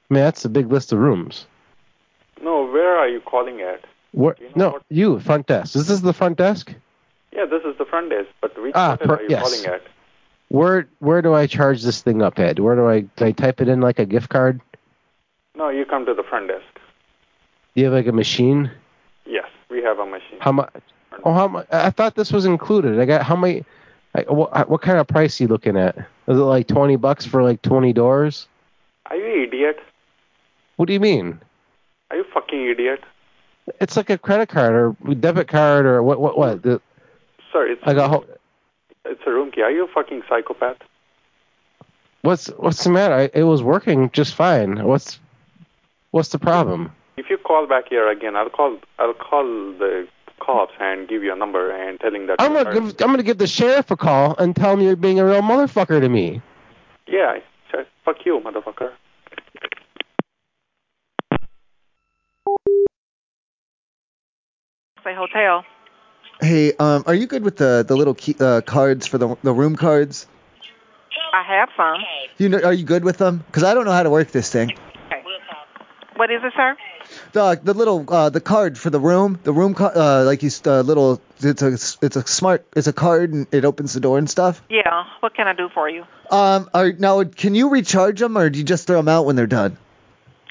Speaker 4: I mean, that's a big list of
Speaker 10: at?
Speaker 4: rooms.
Speaker 10: No, where are you calling at?
Speaker 4: Where,
Speaker 10: you know
Speaker 4: no,
Speaker 10: what-
Speaker 4: you front desk. Is this the front desk?
Speaker 10: Yeah, this is the front desk, but which
Speaker 4: Ah,
Speaker 10: hotel
Speaker 4: per-
Speaker 10: are you
Speaker 4: yes.
Speaker 10: calling at?
Speaker 4: Where where do I charge this thing up at? Where do I do I type it in like a gift card?
Speaker 11: No, you come to the front desk.
Speaker 4: Do you have like a machine?
Speaker 11: Yes, we have a machine.
Speaker 4: How much? Oh, how much? I thought this was included. I got how many? Like, what, what kind of price you looking at? Is it like twenty bucks for like twenty doors?
Speaker 11: Are you idiot?
Speaker 4: What do you mean?
Speaker 11: Are you fucking idiot?
Speaker 4: It's like a credit card or debit card or what? What? What? The,
Speaker 11: Sir, it's
Speaker 4: like a whole,
Speaker 11: it's a room key. Are you a fucking psychopath?
Speaker 4: what's what's the matter? I, it was working just fine. What's what's the problem?
Speaker 11: If you call back here again, I'll call I'll call the cops and give you a number and telling that.
Speaker 4: I'm gonna give, I'm gonna give the sheriff a call and tell him you're being a real motherfucker to me.
Speaker 11: Yeah, sir, fuck you, motherfucker.
Speaker 12: Say hotel.
Speaker 2: Hey, um, are you good with the the little key, uh, cards for the the room cards?
Speaker 12: I have some.
Speaker 2: You know, are you good with them? Because I don't know how to work this thing.
Speaker 12: Okay. What is it, sir?
Speaker 2: The the little uh, the card for the room, the room ca- uh, like you s- uh, little it's a it's a smart it's a card and it opens the door and stuff.
Speaker 12: Yeah. What can I do for you?
Speaker 2: Um, are now can you recharge them or do you just throw them out when they're done?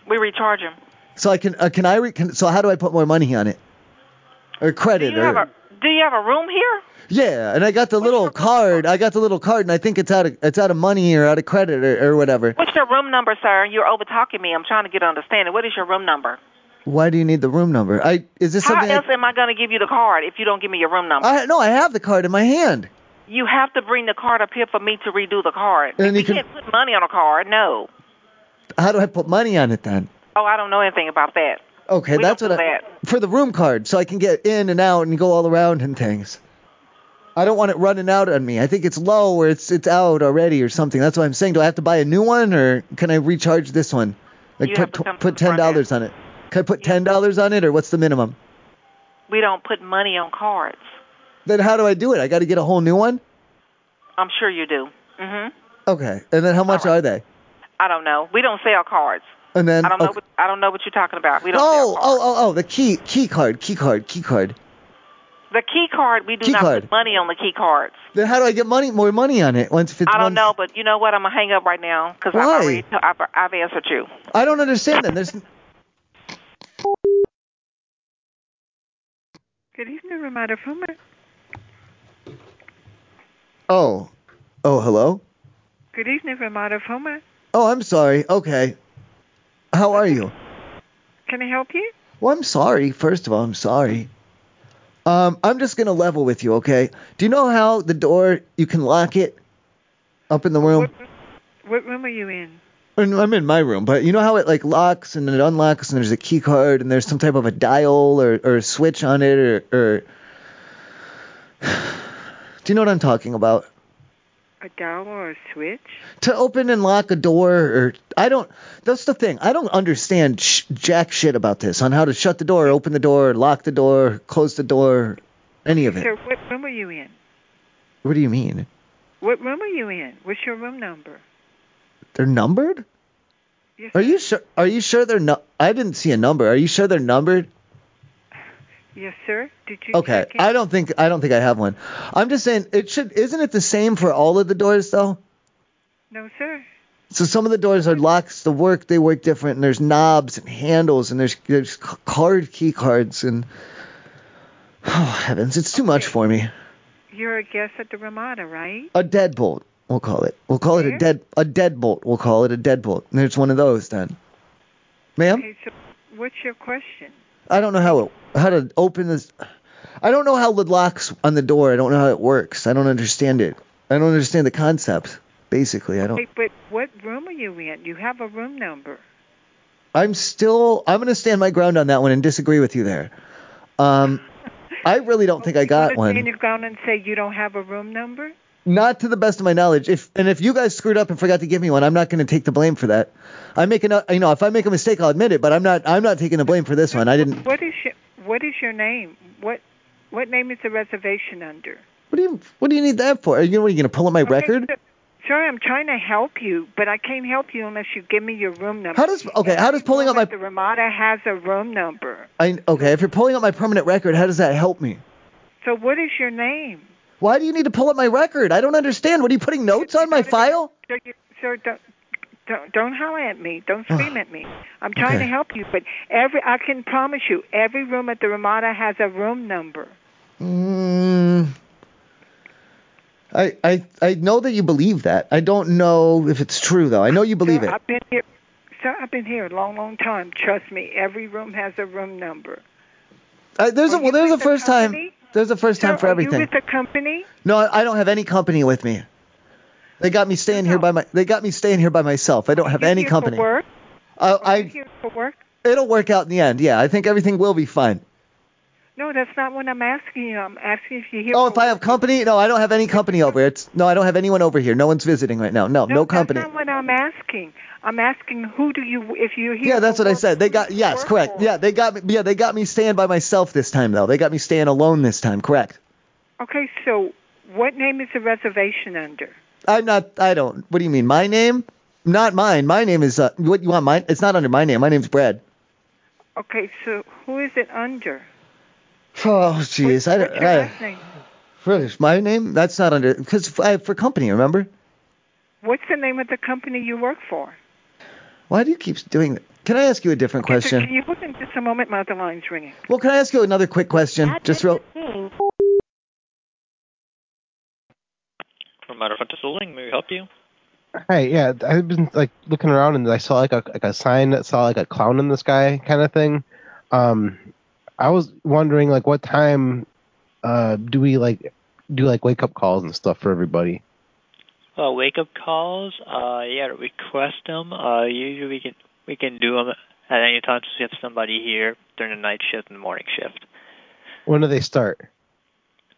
Speaker 12: We recharge them.
Speaker 2: So I can uh, can I re- can, so how do I put more money on it? Or credit
Speaker 12: Do you
Speaker 2: or
Speaker 12: have a Do you have a room here?
Speaker 2: yeah, and I got the little card. I got the little card, and I think it's out of it's out of money or out of credit or, or whatever.
Speaker 12: What's your room number, sir? You're over talking me. I'm trying to get an understanding. What is your room number?
Speaker 2: Why do you need the room number? I is this
Speaker 12: How
Speaker 2: something? I-
Speaker 12: else am I going to give you the card if you don't give me your room number?
Speaker 2: I no, I have the card in my hand.
Speaker 12: you have to bring the card up here for me to redo the card.
Speaker 2: And
Speaker 12: we
Speaker 2: you can-
Speaker 12: can't put money on a card. No.
Speaker 2: How do I put money on it then?
Speaker 12: Oh, I don't know anything about that.
Speaker 2: Okay,
Speaker 12: We
Speaker 2: that's
Speaker 12: don't
Speaker 2: what
Speaker 12: do
Speaker 2: I for the room card, so I can get in and out and go all around and things. I don't want it running out on me. I think it's low or it's it's out already or something. That's what I'm saying. Do I have to buy a new one or can I recharge this one? Like
Speaker 12: You have
Speaker 2: put
Speaker 12: to come to
Speaker 2: put
Speaker 12: the
Speaker 2: ten
Speaker 12: front
Speaker 2: dollars on it. Can I put ten dollars on it or what's the minimum?
Speaker 12: We don't put money on cards.
Speaker 2: Then how do I do it? I got to get a whole new one.
Speaker 12: I'm sure you do. Mhm.
Speaker 2: Okay, and then how much are they?
Speaker 12: I don't know. We don't sell cards.
Speaker 2: And then
Speaker 12: I don't know.
Speaker 2: okay.
Speaker 12: What, I don't know what you're talking about. We don't.
Speaker 2: oh oh oh oh the key key card key card key card.
Speaker 12: The key card. We do
Speaker 2: Key
Speaker 12: not
Speaker 2: card.
Speaker 12: put money on the key cards.
Speaker 2: Then how do I get money more money on it once if it's
Speaker 12: I
Speaker 2: one-
Speaker 12: don't know, but you know what? I'm gonna hang up right now because I've
Speaker 2: Why?
Speaker 12: already t- I've, I've answered you.
Speaker 2: I don't understand then. There's
Speaker 13: Good evening, Ramada Fuma.
Speaker 2: oh oh hello.
Speaker 13: Good evening, Ramada Fuma.
Speaker 2: Oh, I'm sorry. Okay. How are you?
Speaker 13: Can I help you?
Speaker 2: Well, I'm sorry. First of all, I'm sorry. Um, I'm just gonna level with you, okay? Do you know how the door you can lock it up in the room?
Speaker 13: What room are you in?
Speaker 2: And I'm in my room, but you know how it like locks and it unlocks, and there's a key card, and there's some type of a dial or, or a switch on it, or, or [sighs] do you know what I'm talking about?
Speaker 13: A dial or a switch?
Speaker 2: to open and lock a door or I don't that's the thing. I don't understand sh- jack shit about this on how to shut the door, open the door, lock the door, close the door, any of
Speaker 13: Sir,
Speaker 2: it.
Speaker 13: what room are you in?
Speaker 2: What do you mean?
Speaker 13: What room are you in? What's your room number?
Speaker 2: They're numbered?
Speaker 13: Yes,
Speaker 2: Are you sure are you sure they're no- I didn't see a number. Are you sure they're numbered?
Speaker 13: Yes, sir. Did you?
Speaker 2: Okay. I don't think I don't think I have one. I'm just saying it should isn't it the same for all of the doors though?
Speaker 13: No, sir.
Speaker 2: So some of the doors are locks. The work they work different, and there's knobs and handles, and there's there's c- card key cards, and [sighs] oh heavens, it's too much for me.
Speaker 13: You're a guest at the Ramada, right?
Speaker 2: A deadbolt, we'll call it. We'll call it a dead a deadbolt. We'll call it a deadbolt. And there's one of those then, ma'am.
Speaker 13: Okay, so what's your question?
Speaker 2: I don't know how it, how to open this. I don't know how the locks on the door. I don't know how it works. I don't understand it. I don't understand the concept. Basically, I don't.
Speaker 13: Hey, but what room are you in? You have a room number.
Speaker 2: I'm still I'm gonna stand my ground on that one and disagree with you there. Um, I really don't think I got
Speaker 13: Stand
Speaker 2: one.
Speaker 13: your ground and say you don't have a room number.
Speaker 2: Not to the best of my knowledge. If and if you guys screwed up and forgot to give me one, I'm not gonna take the blame for that. I make an you know if I make a mistake, I'll admit it, but I'm not I'm not taking the blame for this one. I didn't.
Speaker 13: What is your What is your name? What What name is the reservation under?
Speaker 2: What do you What do you need that for? Are you, what, are you gonna pull up my record?
Speaker 13: Sorry, I'm trying to help you, but I can't help you unless you give me your room number.
Speaker 2: How does okay? How does pulling up my
Speaker 13: The Ramada has a room number.
Speaker 2: I, okay? If you're pulling up my permanent record, how does that help me?
Speaker 13: So what is your name?
Speaker 2: Why do you need to pull up my record? I don't understand. What are you putting notes on my file?
Speaker 13: So you, sir, don't, Don't don't holler at me. Don't scream at me. I'm trying
Speaker 2: Okay.
Speaker 13: to help you, but every I can promise you, every room at the Ramada has a room number.
Speaker 2: Mm, I, I I know that you believe that. I don't know if it's true though. I know you believe it.
Speaker 13: I've been here. So I've been here a long, long time. Trust me, every room has a room number.
Speaker 2: I, there's a well, there's a first time. There's a first time for
Speaker 13: Are you
Speaker 2: everything.
Speaker 13: with the company?
Speaker 2: No, I I don't have any company with me. They got me staying here by my. They got me staying here by myself. I don't have any
Speaker 13: here
Speaker 2: company.
Speaker 13: For work?
Speaker 2: I,
Speaker 13: Are you
Speaker 2: I
Speaker 13: here for work?
Speaker 2: it'll work out in the end. Yeah, I think everything will be fine.
Speaker 13: No, that's not what I'm asking you. I'm asking if you're here.
Speaker 2: Oh,
Speaker 13: for
Speaker 2: if I have company, no, I don't have any company over here. It's no, I don't have anyone over here. No one's visiting right now. No, no, company.
Speaker 13: That's not what I'm asking. I'm asking who do you if you're here.
Speaker 2: Yeah, that's what I said. They got yes, correct. Yeah, they got me. Yeah, they got me staying by myself this time though. They got me staying alone this time. Correct.
Speaker 13: Okay, so what name is the reservation under?
Speaker 2: I'm not. I don't. What do you mean? My name? Not mine. My name is. Uh, what you want? Mine? It's not under my name. My name's Brad.
Speaker 13: Okay, so who is it under?
Speaker 2: Oh jeez. I don't.
Speaker 13: What's your
Speaker 2: I,
Speaker 13: last name?
Speaker 2: what is my name? That's not under. Because I for company. Remember?
Speaker 13: What's the name of the company you work for?
Speaker 2: Why do you keep doing that? Can I ask you a different
Speaker 13: Can
Speaker 2: question?
Speaker 13: you hold on just a moment? My other line's ringing.
Speaker 2: Well, can I ask you another quick question? Just real.
Speaker 14: Hmm.
Speaker 15: From Matter of Consulting, may we help you?
Speaker 4: Hey, yeah, I've been like looking around and I saw like a like a sign that saw like a clown in the sky kind of thing. Um, I was wondering like what time uh do we like do like wake up calls and stuff for everybody?
Speaker 15: Uh, wake up calls. Uh, yeah, request them. Uh, usually we can we can do them at any time since we have somebody here during the night shift and morning shift.
Speaker 4: When do they start?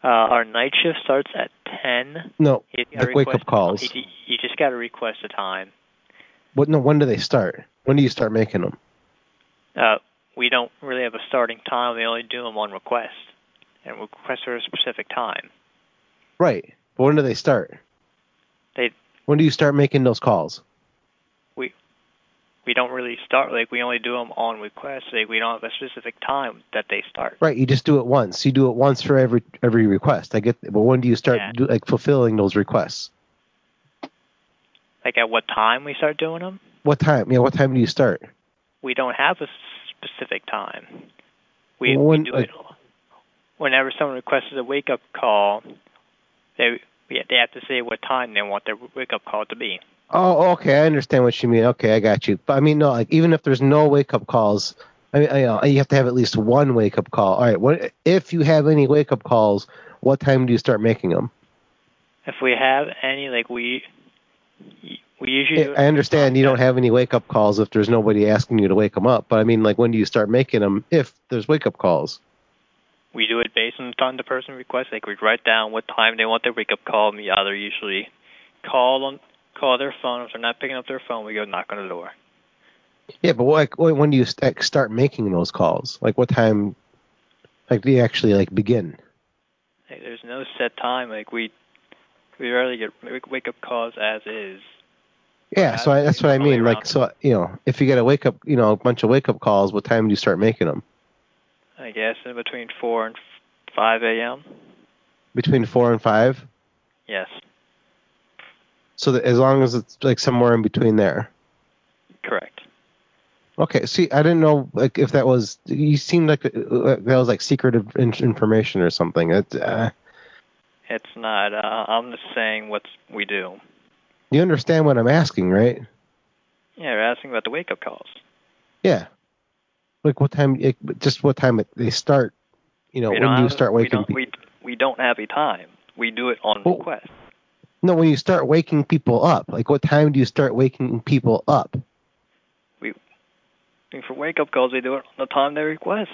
Speaker 15: Uh, our night shift starts at ten.
Speaker 4: No,
Speaker 15: You just gotta
Speaker 4: like wake up
Speaker 15: request-
Speaker 4: calls.
Speaker 15: You, you just got to request a time.
Speaker 4: What no? When do they start? When do you start making them?
Speaker 15: Uh, we don't really have a starting time. We only do them on request, and request for a specific time.
Speaker 4: Right. But when do they start?
Speaker 15: They
Speaker 4: When do you start making those calls?
Speaker 15: we we don't really start like we only do them on request. Like we don't have a specific time that they start.
Speaker 4: Right. You just do it once. You do it once for every every request. I get. But when do you start do, like fulfilling those requests?
Speaker 15: Like at what time we start doing them?
Speaker 4: What time? Yeah. What time do you start?
Speaker 15: We don't have a specific time. We,
Speaker 4: When-
Speaker 15: we do
Speaker 4: like-
Speaker 15: it whenever someone requests a wake up call. They yeah, they have to say what time they want their wake up call to be.
Speaker 4: Oh, okay. I understand what you mean. Okay, I got you. But I mean, no. Like even if there's no wake up calls, I mean, I, uh, you have to have at least one wake up call. All right. What if you have any wake up calls? What time do you start making them?
Speaker 15: If we have any, like we we usually do it
Speaker 4: I understand you don't have any wake up calls if there's nobody asking you to wake them up. But I mean, like when do you start making them if there's wake up calls?
Speaker 15: We do it based on the time the person requests. Like we write down what time they want their wake up call. And we either usually call on call their phone. If they're not picking up their phone, we go knock on the door.
Speaker 4: Yeah, but like when when do you st- start making those calls? Like what time? Like do you actually like begin?
Speaker 15: Like, there's no set time. Like we we rarely get wake- wake up calls as is.
Speaker 4: Yeah, so I, that's what I mean. Like so, you know, if you get a wake up, you know, a bunch of wake up calls, what time do you start making them?
Speaker 15: I guess in between four and f- five a.m.
Speaker 4: Between four and five.
Speaker 15: Yes,
Speaker 4: So that as long as it's like somewhere in between there.
Speaker 15: correct.
Speaker 4: Okay. See, I didn't know like if that was. You seemed like uh, uh, that was like secretive in- information or something. It, uh,
Speaker 15: It's not. Uh, I'm just saying what we do.
Speaker 4: you understand what I'm asking, right?
Speaker 15: Yeah, you're asking about the wake up calls.
Speaker 4: Yeah. Like what time? Like, just what time it, they start? You know,
Speaker 15: We
Speaker 4: when
Speaker 15: don't
Speaker 4: do you
Speaker 15: have-
Speaker 4: start
Speaker 15: we
Speaker 4: waking Oh.
Speaker 15: don't, we, we don't have a time. We do it on request.
Speaker 4: No, when you start waking people up, like what time do you start waking people up?
Speaker 15: And for wake up calls, we do it on the time they request.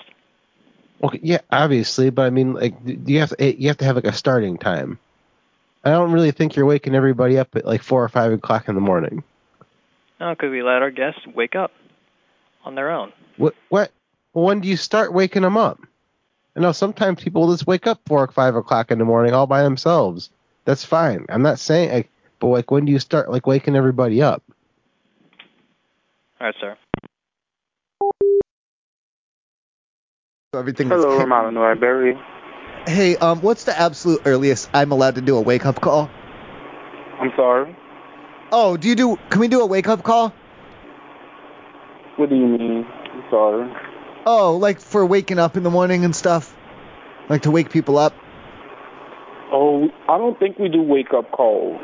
Speaker 4: Okay, yeah, obviously, but I mean, like, d- you have to eh, you have to have like a starting time. I don't really think you're waking everybody up at like four or five o'clock in the morning.
Speaker 15: No, because we let our guests wake up on their own.
Speaker 4: What what? When do you start waking them up? I know sometimes people just wake up four or five o'clock in the morning all by themselves. That's fine. I'm not saying, like, but like, when do you start like waking everybody up?
Speaker 15: All right, sir.
Speaker 2: So everything. is-
Speaker 10: Hello, Ramana Barry.
Speaker 2: Hey, um, what's the absolute earliest I'm allowed to do a wake up call?
Speaker 10: I'm sorry.
Speaker 2: Oh, do you do? Can we do a wake up call?
Speaker 11: What do you mean? Sorry.
Speaker 2: Oh, like for waking up in the morning and stuff, like to wake people up.
Speaker 11: Oh, I don't think we do wake up calls.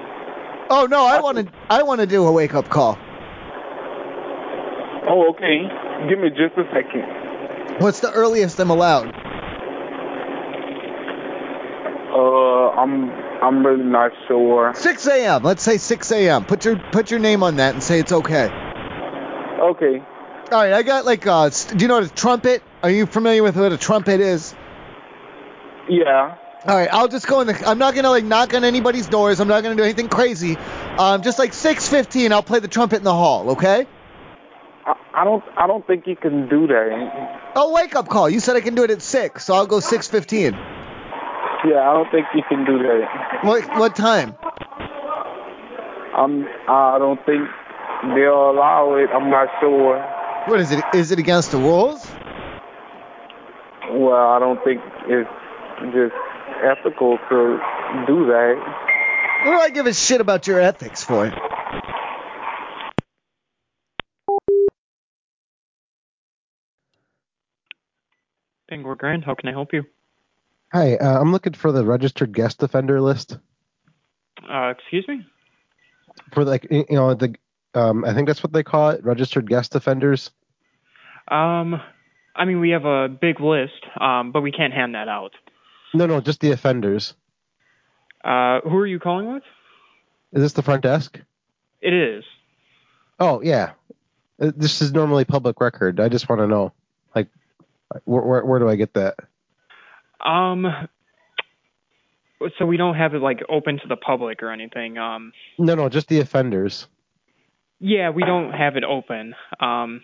Speaker 2: Oh no, I want to. I want to do a wake up call.
Speaker 11: Oh, okay. Give me just a second.
Speaker 2: What's the earliest I'm allowed?
Speaker 11: Uh, I'm I'm really not sure.
Speaker 2: 6 a.m. Let's say 6 a.m. Put your put your name on that and say it's okay.
Speaker 11: Okay.
Speaker 2: All right, I got like uh, st- do you know what a trumpet? Are you familiar with what a trumpet is?
Speaker 11: Yeah.
Speaker 2: All right, I'll just go in the. I'm not gonna like knock on anybody's doors. I'm not gonna do anything crazy. Um, just like 6:15, I'll play the trumpet in the hall. Okay?
Speaker 11: I, I don't I don't think you can do that.
Speaker 2: Oh, wake up call. You said I can do it at six, so I'll go 6:15.
Speaker 11: Yeah, I don't think you can do that.
Speaker 2: What what time?
Speaker 11: I'm Um, I don't think they'll allow it. I'm not sure.
Speaker 2: What is it? Is it against the rules?
Speaker 11: Well, I don't think it's just ethical to do that.
Speaker 2: What do I give a shit about your ethics for it?
Speaker 16: Bangor Grand, how can I help you?
Speaker 4: Hi, uh, I'm looking for the registered guest offender list
Speaker 16: Uh, excuse me?
Speaker 4: for like y- you know the um I think that's what they call it, registered guest offenders.
Speaker 16: Um, I mean, we have a big list, um, but we can't hand that out.
Speaker 4: No, no, just the offenders.
Speaker 16: Uh, who are you calling with?
Speaker 4: Is this the front desk?
Speaker 16: It is.
Speaker 4: Oh yeah, Uh, this is normally public record. I just want to know, like, where, where where do I get that?
Speaker 16: Um, so we don't have it like open to the public or anything. Um,
Speaker 4: No, no, just the offenders.
Speaker 16: yeah, we don't have it open. Um,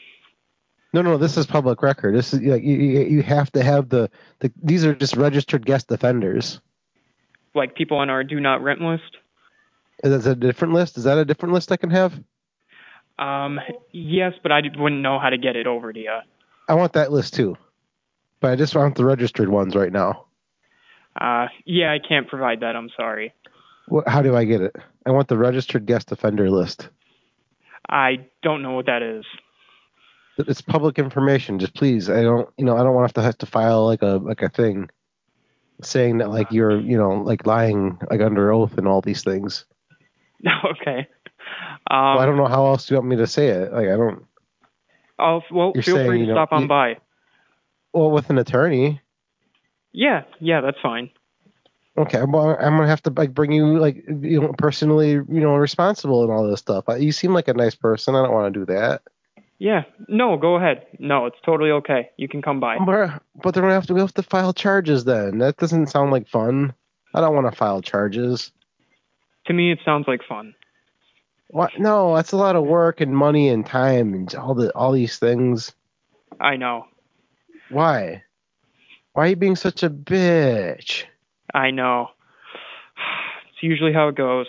Speaker 4: No, no, this is public record. This is like you, you you have to have the, the these are just registered guest offenders.
Speaker 16: like people on our do not rent list.
Speaker 4: Is that a different list? Is that a different list I can have?
Speaker 16: Um, yes, but I wouldn't know how to get it over to you.
Speaker 4: I want that list too, but I just want the registered ones right now.
Speaker 16: Uh, yeah, I can't provide that. I'm sorry.
Speaker 4: Wh- How do I get it? I want the registered guest offender list.
Speaker 16: I don't know what that is.
Speaker 4: It's public information. Just please, I don't, you know, I don't want to have to have to file like a like a thing saying that like you're, you know, like lying like under oath and all these things.
Speaker 2: [laughs]
Speaker 16: okay.
Speaker 4: well, I don't know how else you want me to say it. Like I don't.
Speaker 16: I'll, Oh, well,
Speaker 4: You're
Speaker 16: feel
Speaker 4: saying,
Speaker 16: free to
Speaker 4: you know,
Speaker 16: stop on
Speaker 4: you-
Speaker 16: by.
Speaker 4: Well, with an attorney.
Speaker 16: Yeah, yeah, that's fine.
Speaker 4: Okay, well, I'm gonna have to like bring you like you know personally, you know, responsible and all this stuff. You seem like a nice person. I don't want to do that.
Speaker 16: Yeah, no, go ahead. No, it's totally okay. You can come by.
Speaker 4: But, but they're gonna have to we have to file charges then. That doesn't sound like fun. I don't want to file charges.
Speaker 16: To me, it sounds like fun.
Speaker 4: What? No, that's a lot of work and money and time and all the all these things.
Speaker 16: I know,
Speaker 4: Why? Why are you being such a bitch?
Speaker 16: I know. [sighs] It's usually how it goes.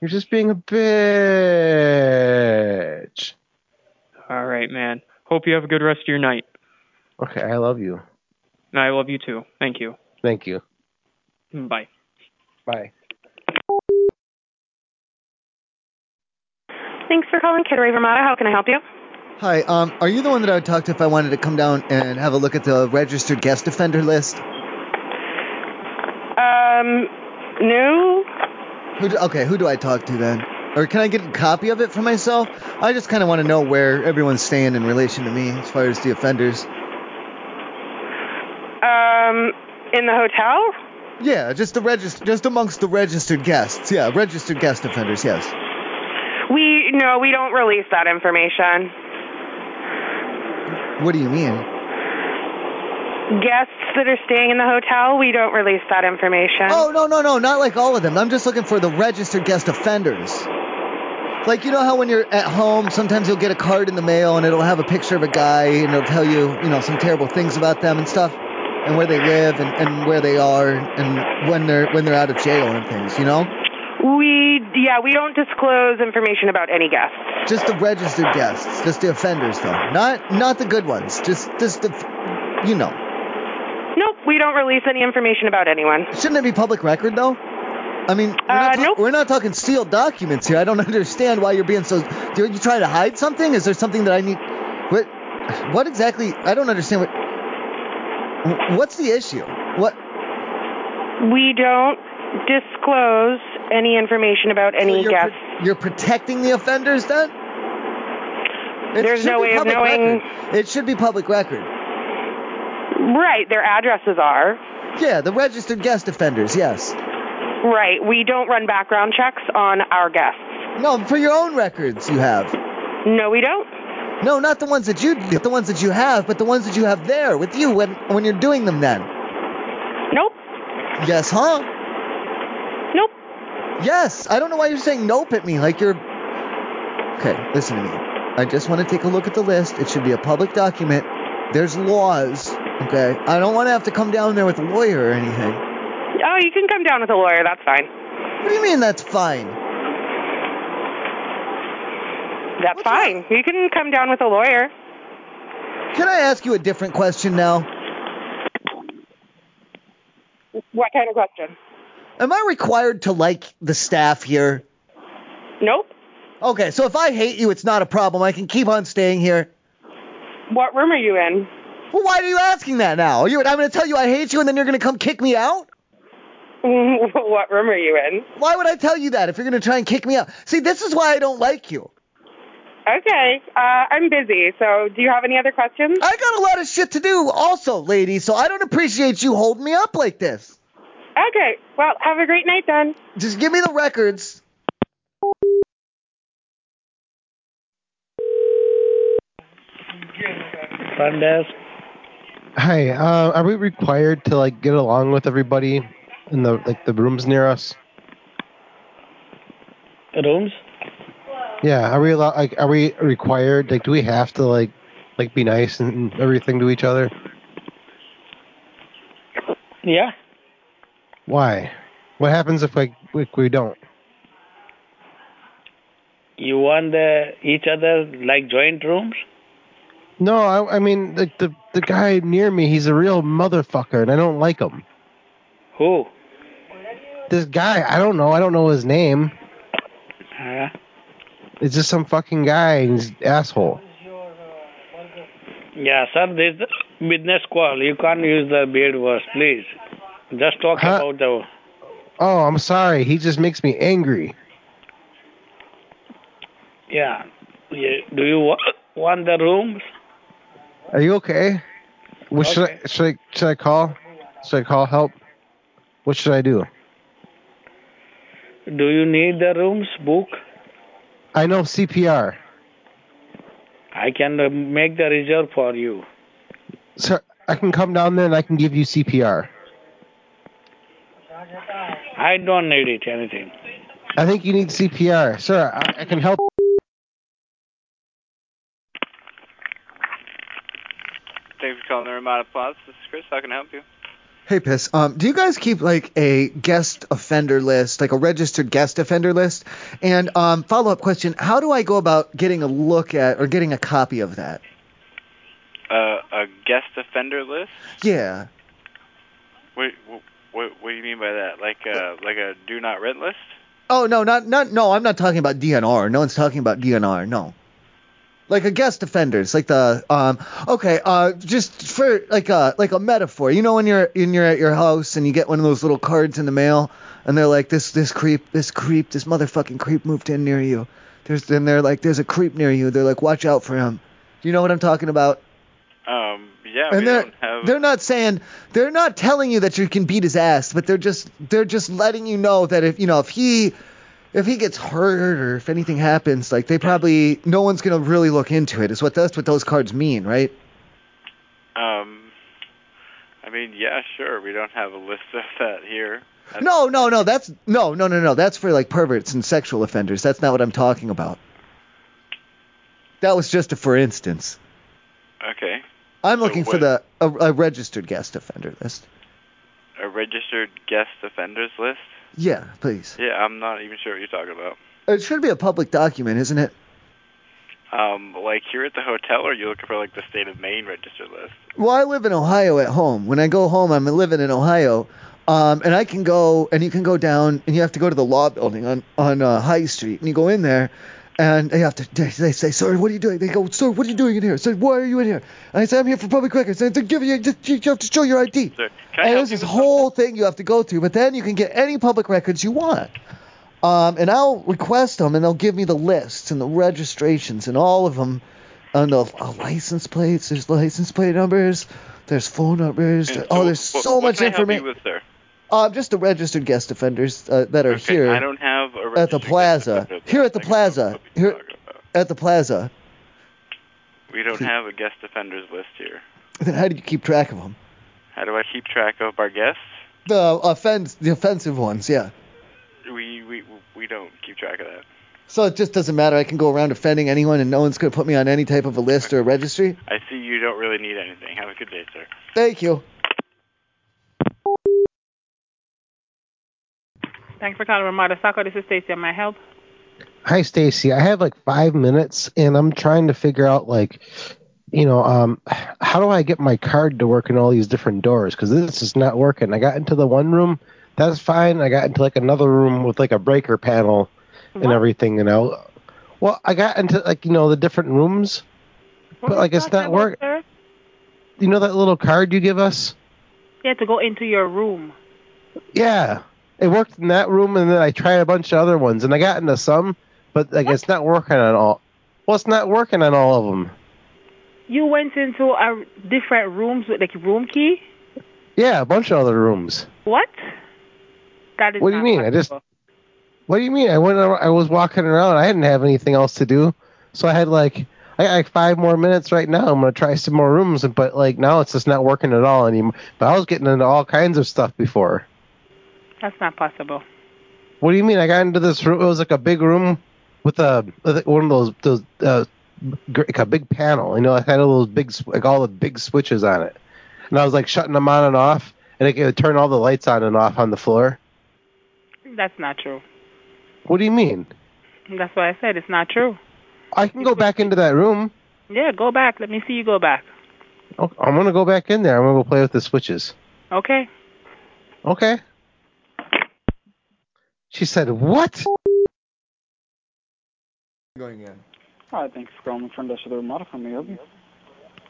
Speaker 4: You're just being a bitch.
Speaker 16: All right, man. Hope you have a good rest of your night.
Speaker 4: Okay, I love you.
Speaker 16: And I love you too. Thank you.
Speaker 4: Thank you.
Speaker 16: Bye.
Speaker 4: Bye.
Speaker 17: Thanks for calling Kid Ray Vermata. How can I help you?
Speaker 2: Hi, um, are you the one that I would talk to if I wanted to come down and have a look at the registered guest offender list?
Speaker 17: Um, no.
Speaker 2: Who do, okay, who do I talk to then? Or can I get a copy of it for myself? I just kind of want to know where everyone's staying in relation to me as far as the offenders.
Speaker 17: Um, in the hotel?
Speaker 2: Yeah, just the regist- just amongst the registered guests. Yeah, registered guest offenders. Yes.
Speaker 17: We no, we don't release that information.
Speaker 2: What do you mean?
Speaker 17: Guests that are staying in the hotel, we don't release that information.
Speaker 2: Oh no no no, not like all of them. I'm just looking for the registered guest offenders. Like you know how when you're at home, sometimes you'll get a card in the mail and it'll have a picture of a guy and it'll tell you you know some terrible things about them and stuff, and where they live and, and where they are and when they're when they're out of jail and things. You know,
Speaker 17: We yeah, we don't disclose information about any guests.
Speaker 2: just the registered guests, just the offenders though, not not the good ones, just just the you know.
Speaker 17: Nope, we don't release any information about anyone.
Speaker 2: Shouldn't it be public record though? I mean, we're,
Speaker 17: Uh,
Speaker 2: not ta- we're not talking sealed documents here. I don't [laughs] understand why you're being so. Do you try to hide something? Is there something that I need? What? What exactly? I don't understand what. What's the issue? What?
Speaker 17: We don't disclose any information about any
Speaker 2: you're
Speaker 17: guests.
Speaker 2: pro- you're protecting the offenders then? It
Speaker 17: There's
Speaker 2: should
Speaker 17: no
Speaker 2: be
Speaker 17: way of
Speaker 2: public
Speaker 17: knowing-
Speaker 2: record. It should be public record.
Speaker 17: right, their addresses are.
Speaker 2: Yeah, the registered guest offenders. Yes.
Speaker 17: Right, we don't run background checks on our guests.
Speaker 2: No, for your own records you have.
Speaker 17: No, we don't.
Speaker 2: No, not the ones that you get, the ones that you have, but the ones that you have there with you when when you're doing them then.
Speaker 17: Nope.
Speaker 2: Yes, huh?
Speaker 17: Nope.
Speaker 2: Yes. I don't know why you're saying nope at me like you're Okay, listen to me. I just want to take a look at the list. It should be a public document. There's laws, okay? I don't want to have to come down there with a lawyer or anything.
Speaker 17: Oh, you can come down with a lawyer. That's fine.
Speaker 2: What do you mean that's fine?
Speaker 17: That's fine. You can come down with a lawyer.
Speaker 2: Can I ask you a different question now?
Speaker 17: What kind of question?
Speaker 2: Am I required to like the staff here?
Speaker 17: Nope.
Speaker 2: Okay, so if I hate you, it's not a problem. I can keep on staying here.
Speaker 17: What room are you in?
Speaker 2: Well, why are you asking that now? Are you, I'm going to tell you I hate you, and then you're going to come kick me out?
Speaker 17: [laughs] what room are you in?
Speaker 2: Why would I tell you that if you're going to try and kick me out? See, this is why I don't like you.
Speaker 17: Okay. Uh, I'm busy. So, do you have any other questions?
Speaker 2: I got a lot of shit to do, also, ladies. So I don't appreciate you holding me up like this.
Speaker 17: Okay. Well, have a great night then.
Speaker 2: Just give me the records.
Speaker 18: Front desk.
Speaker 4: Hi. Uh, are we required to like get along with everybody in the like the rooms near us?
Speaker 18: Rooms?
Speaker 4: Yeah. Are we allowed? Like, are we required? Like, do we have to like like be nice and everything to each other?
Speaker 18: Yeah.
Speaker 4: Why? What happens if like we, we don't?
Speaker 18: You want the, each other like joint rooms?
Speaker 4: No, I, I mean like the the guy near me, he's a real motherfucker, and I don't like him.
Speaker 18: Who?
Speaker 4: This guy, I don't know. I don't know his name.
Speaker 18: Uh,
Speaker 4: It's just some fucking guy, and he's an asshole.
Speaker 18: yeah, sir, this is business call. You can't use the beard words, please. Just talk
Speaker 4: Huh?
Speaker 18: about the.
Speaker 4: Oh, I'm sorry. He just makes me angry.
Speaker 18: Yeah. yeah. Do you wa- want the rooms?
Speaker 4: Are you okay? What should I should I should I call? Should I call help? What should I do?
Speaker 18: Do you need the rooms book?
Speaker 4: I know CPR.
Speaker 18: I can uh, make the reserve for you.
Speaker 4: So I can come down there and I can give you CPR.
Speaker 18: I don't need it, anything.
Speaker 4: I think you need CPR, sir. I, I can help.
Speaker 19: Thanks for calling the room out of applause. This is Chris. How can I help you?
Speaker 2: Hey, piss. Um, do you guys keep like a guest offender list, like a registered guest offender list? And um, follow up question: How do I go about getting a look at or getting a copy of that?
Speaker 19: Uh, a guest offender list?
Speaker 2: Yeah.
Speaker 19: What, what, what do you mean by that? Like a, like a do not rent list?
Speaker 2: Oh no, not not no. I'm not talking about DNR. No one's talking about DNR. No. Like a guest offenders, like the um. Okay, uh, just for like a like a metaphor. You know when you're in you're at your house and you get one of those little cards in the mail and they're like this this creep this creep this motherfucking creep moved in near you. There's then they're like there's a creep near you. They're like watch out for him. Do you know what I'm talking about?
Speaker 19: Um, yeah, we
Speaker 2: and they're
Speaker 19: don't have.
Speaker 2: they're not saying they're not telling you that you can beat his ass, but they're just they're just letting you know that if you know if he if he gets hurt or if anything happens, like they probably no one's gonna really look into it. Is what that's what those cards mean, right?
Speaker 19: Um, I mean, yeah, sure. We don't have a list of that here.
Speaker 2: No, no, no. That's no, no, no, no. That's for like perverts and sexual offenders. That's not what I'm talking about. That was just a for instance.
Speaker 19: Okay.
Speaker 2: I'm looking for
Speaker 19: what-
Speaker 2: the a, a registered guest offender list.
Speaker 19: A registered guest offenders list?
Speaker 2: Yeah, please.
Speaker 19: Yeah, I'm not even sure what you're talking about.
Speaker 2: It should be a public document, isn't it?
Speaker 19: Um, like here at the hotel, or are you looking for like the state of Maine registered list?
Speaker 2: Well, I live in Ohio at home. When I go home, I'm living in Ohio. Um, and I can go, and you can go down, and you have to go to the law building on on uh, High Street, and you go in there, and they have to they, they say, sir, what are you doing? They go, sir, what are you doing in here? I said, why are you in here? And I said, I'm here for public records. And they give you, you have to show your ID. and there's this whole thing you have to go through, but then you can get any public records you want. Um, and I'll request them, and they'll give me the lists and the registrations and all of them. And the uh, license plates, there's license plate numbers, there's phone numbers.
Speaker 19: And
Speaker 2: oh, there's
Speaker 19: what-
Speaker 2: so
Speaker 19: what
Speaker 2: much
Speaker 19: can I help you
Speaker 2: information.
Speaker 19: with, sir?
Speaker 2: Um, just the registered guest offenders uh, that are
Speaker 19: Okay,
Speaker 2: here
Speaker 19: I don't have a
Speaker 2: at the
Speaker 19: registered
Speaker 2: plaza. Here at the plaza. Here at the plaza.
Speaker 19: We don't have a guest offenders list here.
Speaker 2: Then how do you keep track of them?
Speaker 19: How do I keep track of our guests?
Speaker 2: The offense, the offensive ones, yeah.
Speaker 19: We we we don't keep track of that.
Speaker 2: So it just doesn't matter. I can go around offending anyone, and no one's going to put me on any type of a list or a registry.
Speaker 19: I see you don't really need anything. Have a good day, sir.
Speaker 2: Thank you.
Speaker 14: Thanks for calling Ramada Soccer. This is Stacy. May I help?
Speaker 4: Hi, Stacy. I have like five minutes, and I'm trying to figure out like, you know, um, how do I get my card to work in all these different doors? Because this is not working. I got into the one room, that's fine. I got into like another room with like a breaker panel and everything, you know. Well, I got into like you know the different rooms, but like it's not work.
Speaker 14: Sir?
Speaker 4: You know that little card you give us?
Speaker 14: Yeah, to go into your room.
Speaker 4: Yeah, it worked in that room, and then I tried a bunch of other ones, and I got into some, but like it's not working on all. Well, it's not working on all of them.
Speaker 14: You went into a different rooms with like room key.
Speaker 4: Yeah, a bunch of other rooms.
Speaker 14: What? That is.
Speaker 4: What do you mean? I just. What do you mean? I went. ar- I was walking around. I didn't have anything else to do, so I had like I got like five more minutes right now. I'm gonna try some more rooms, and but like now it's just not working at all anymore. But I was getting into all kinds of stuff before.
Speaker 14: That's not possible.
Speaker 4: What do you mean? I got into this room. It was like a big room with a with one of those those uh, gr- like a big panel. You know, it had all those big sw- like all the big switches on it, and I was like shutting them on and off, and it would turn all the lights on and off on the floor.
Speaker 14: That's not true.
Speaker 4: What do you mean?
Speaker 14: That's why I said it's not true.
Speaker 4: I can go back into that room.
Speaker 14: Yeah, go back. Let me see you go back.
Speaker 4: Oh, I'm gonna go back in there. I'm gonna go play with the switches.
Speaker 14: Okay.
Speaker 4: Okay. She said, "What?"
Speaker 2: Going in.
Speaker 20: Hi, thanks for calling from Industrial Model Company. Help you?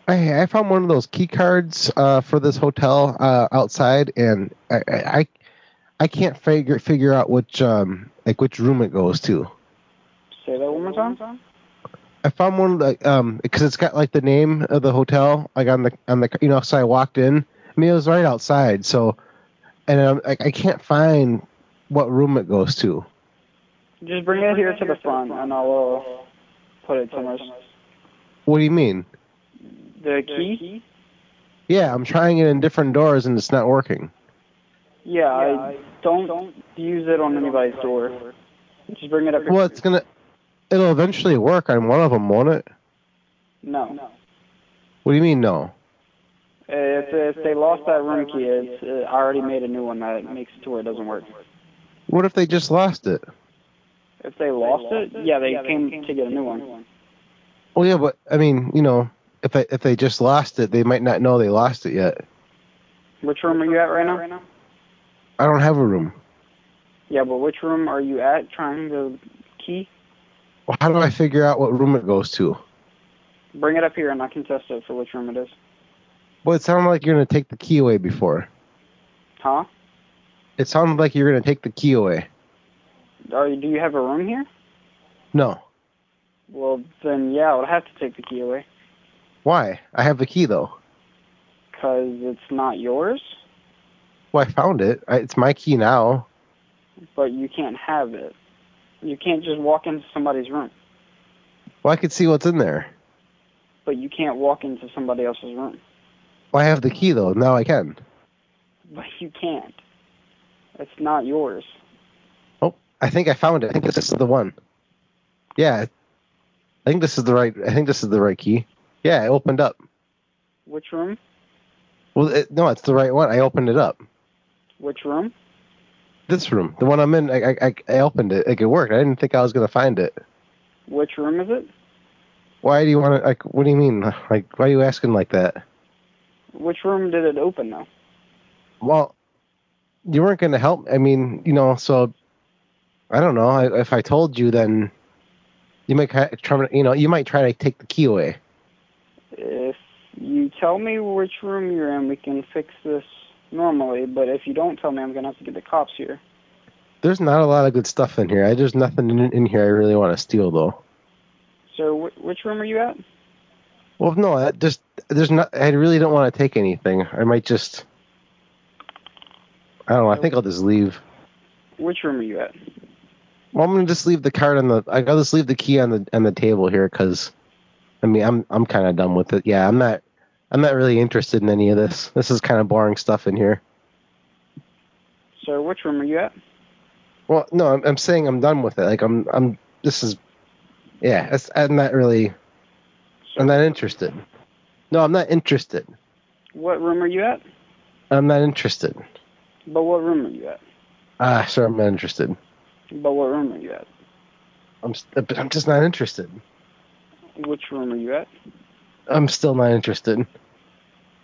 Speaker 4: I, I found one of those key cards uh, for this hotel uh, outside, and I, I I- I can't figure figure out which um like which room it goes to.
Speaker 20: Say that one more time.
Speaker 4: I found one like um because it's got like the name of the hotel like on the on the you know so I walked in. I mean it was right outside, so and I'm, I I can't find what room it goes to.
Speaker 20: Just bring it here to the front, and I'll uh, put it somewhere.
Speaker 4: What do you mean?
Speaker 20: The key?
Speaker 4: Yeah, I'm trying it in different doors and it's not working.
Speaker 20: Yeah, I don't use it on anybody's door. Just bring it up. here.
Speaker 4: Well, it's gonna, it'll eventually work on one of them, won't it?
Speaker 20: No.
Speaker 4: What do you mean no?
Speaker 20: Uh, If, if they lost that room key, it's, uh, I already made a new one that makes it to where it doesn't work.
Speaker 4: What if they just lost it?
Speaker 20: If they lost it, yeah, they came to get a new one.
Speaker 4: Well, yeah, but I mean, you know, if they if they just lost it, they might not know they lost it yet.
Speaker 20: Which room are you at right now?
Speaker 4: I don't have a room.
Speaker 20: Yeah, but which room are you at trying the key?
Speaker 4: Well, how do I figure out what room it goes to?
Speaker 20: Bring it up here, and I can test it for which room it is.
Speaker 4: Well, it sounded like you're gonna take the key away before.
Speaker 20: Huh?
Speaker 4: It sounded like you're gonna take the key away.
Speaker 20: Are you, do you have a room here?
Speaker 4: No.
Speaker 20: Well, then yeah, I would have to take the key away
Speaker 4: Why? I have the key though.
Speaker 20: because it's not yours,
Speaker 4: Well, I found it. I, it's my key now.
Speaker 20: but you can't have it. You can't just walk into somebody's room,
Speaker 4: Well, I could see what's in there.
Speaker 20: but you can't walk into somebody else's room. [laughs]
Speaker 4: Well, I have the key though. Now I can.
Speaker 20: But you can't. It's not yours.
Speaker 4: I think I found it. I think this is the one. Yeah. I think this is the right I think this is the right key. Yeah, I opened up.
Speaker 20: Which room?
Speaker 4: Well, it, no, it's the right one. I opened it up.
Speaker 20: Which room?
Speaker 4: This room, the one I'm in, I I, I- I opened it. Like it worked. I didn't think I was gonna find it.
Speaker 20: Which room is it?
Speaker 4: Why do you want to? Like, what do you mean? Like, why are you asking like that?
Speaker 20: Which room did it open though?
Speaker 4: Well, you weren't going to help. I mean, you know, so I don't know. I, if I told you, then you might ki- try, you know, you might try to take the key away.
Speaker 20: If you tell me which room you're in, we can fix this normally. But if you don't tell me, I'm gonna have to get the cops here.
Speaker 4: There's not a lot of good stuff in here. I, there's nothing in, in here I really want to steal, though.
Speaker 20: Sir, wh- which room are you at?
Speaker 4: Well, no, I just there's not. I really don't want to take anything. I might just. I don't know. I think I'll just leave.
Speaker 20: Which room are you at?
Speaker 4: Well, I'm gonna just leave the card on the. I'll just leave the key on the on the table here, cause, I mean, I'm I'm kind of done with it. Yeah, I'm not. I'm not really interested in any of this. This is kind of boring stuff in here.
Speaker 20: Sir, which room are you at?
Speaker 4: Well, no, I'm, I'm saying I'm done with it. Like I'm I'm. This is. Yeah, it's, I'm not really. I'm not interested. No, I'm not interested.
Speaker 20: What room are you at?
Speaker 4: I'm not interested.
Speaker 20: But what room are you at?
Speaker 4: Ah, sir, I'm not interested.
Speaker 20: But what room are you at?
Speaker 4: I'm st- I'm just not interested.
Speaker 20: Which room are you at?
Speaker 4: I'm still not interested.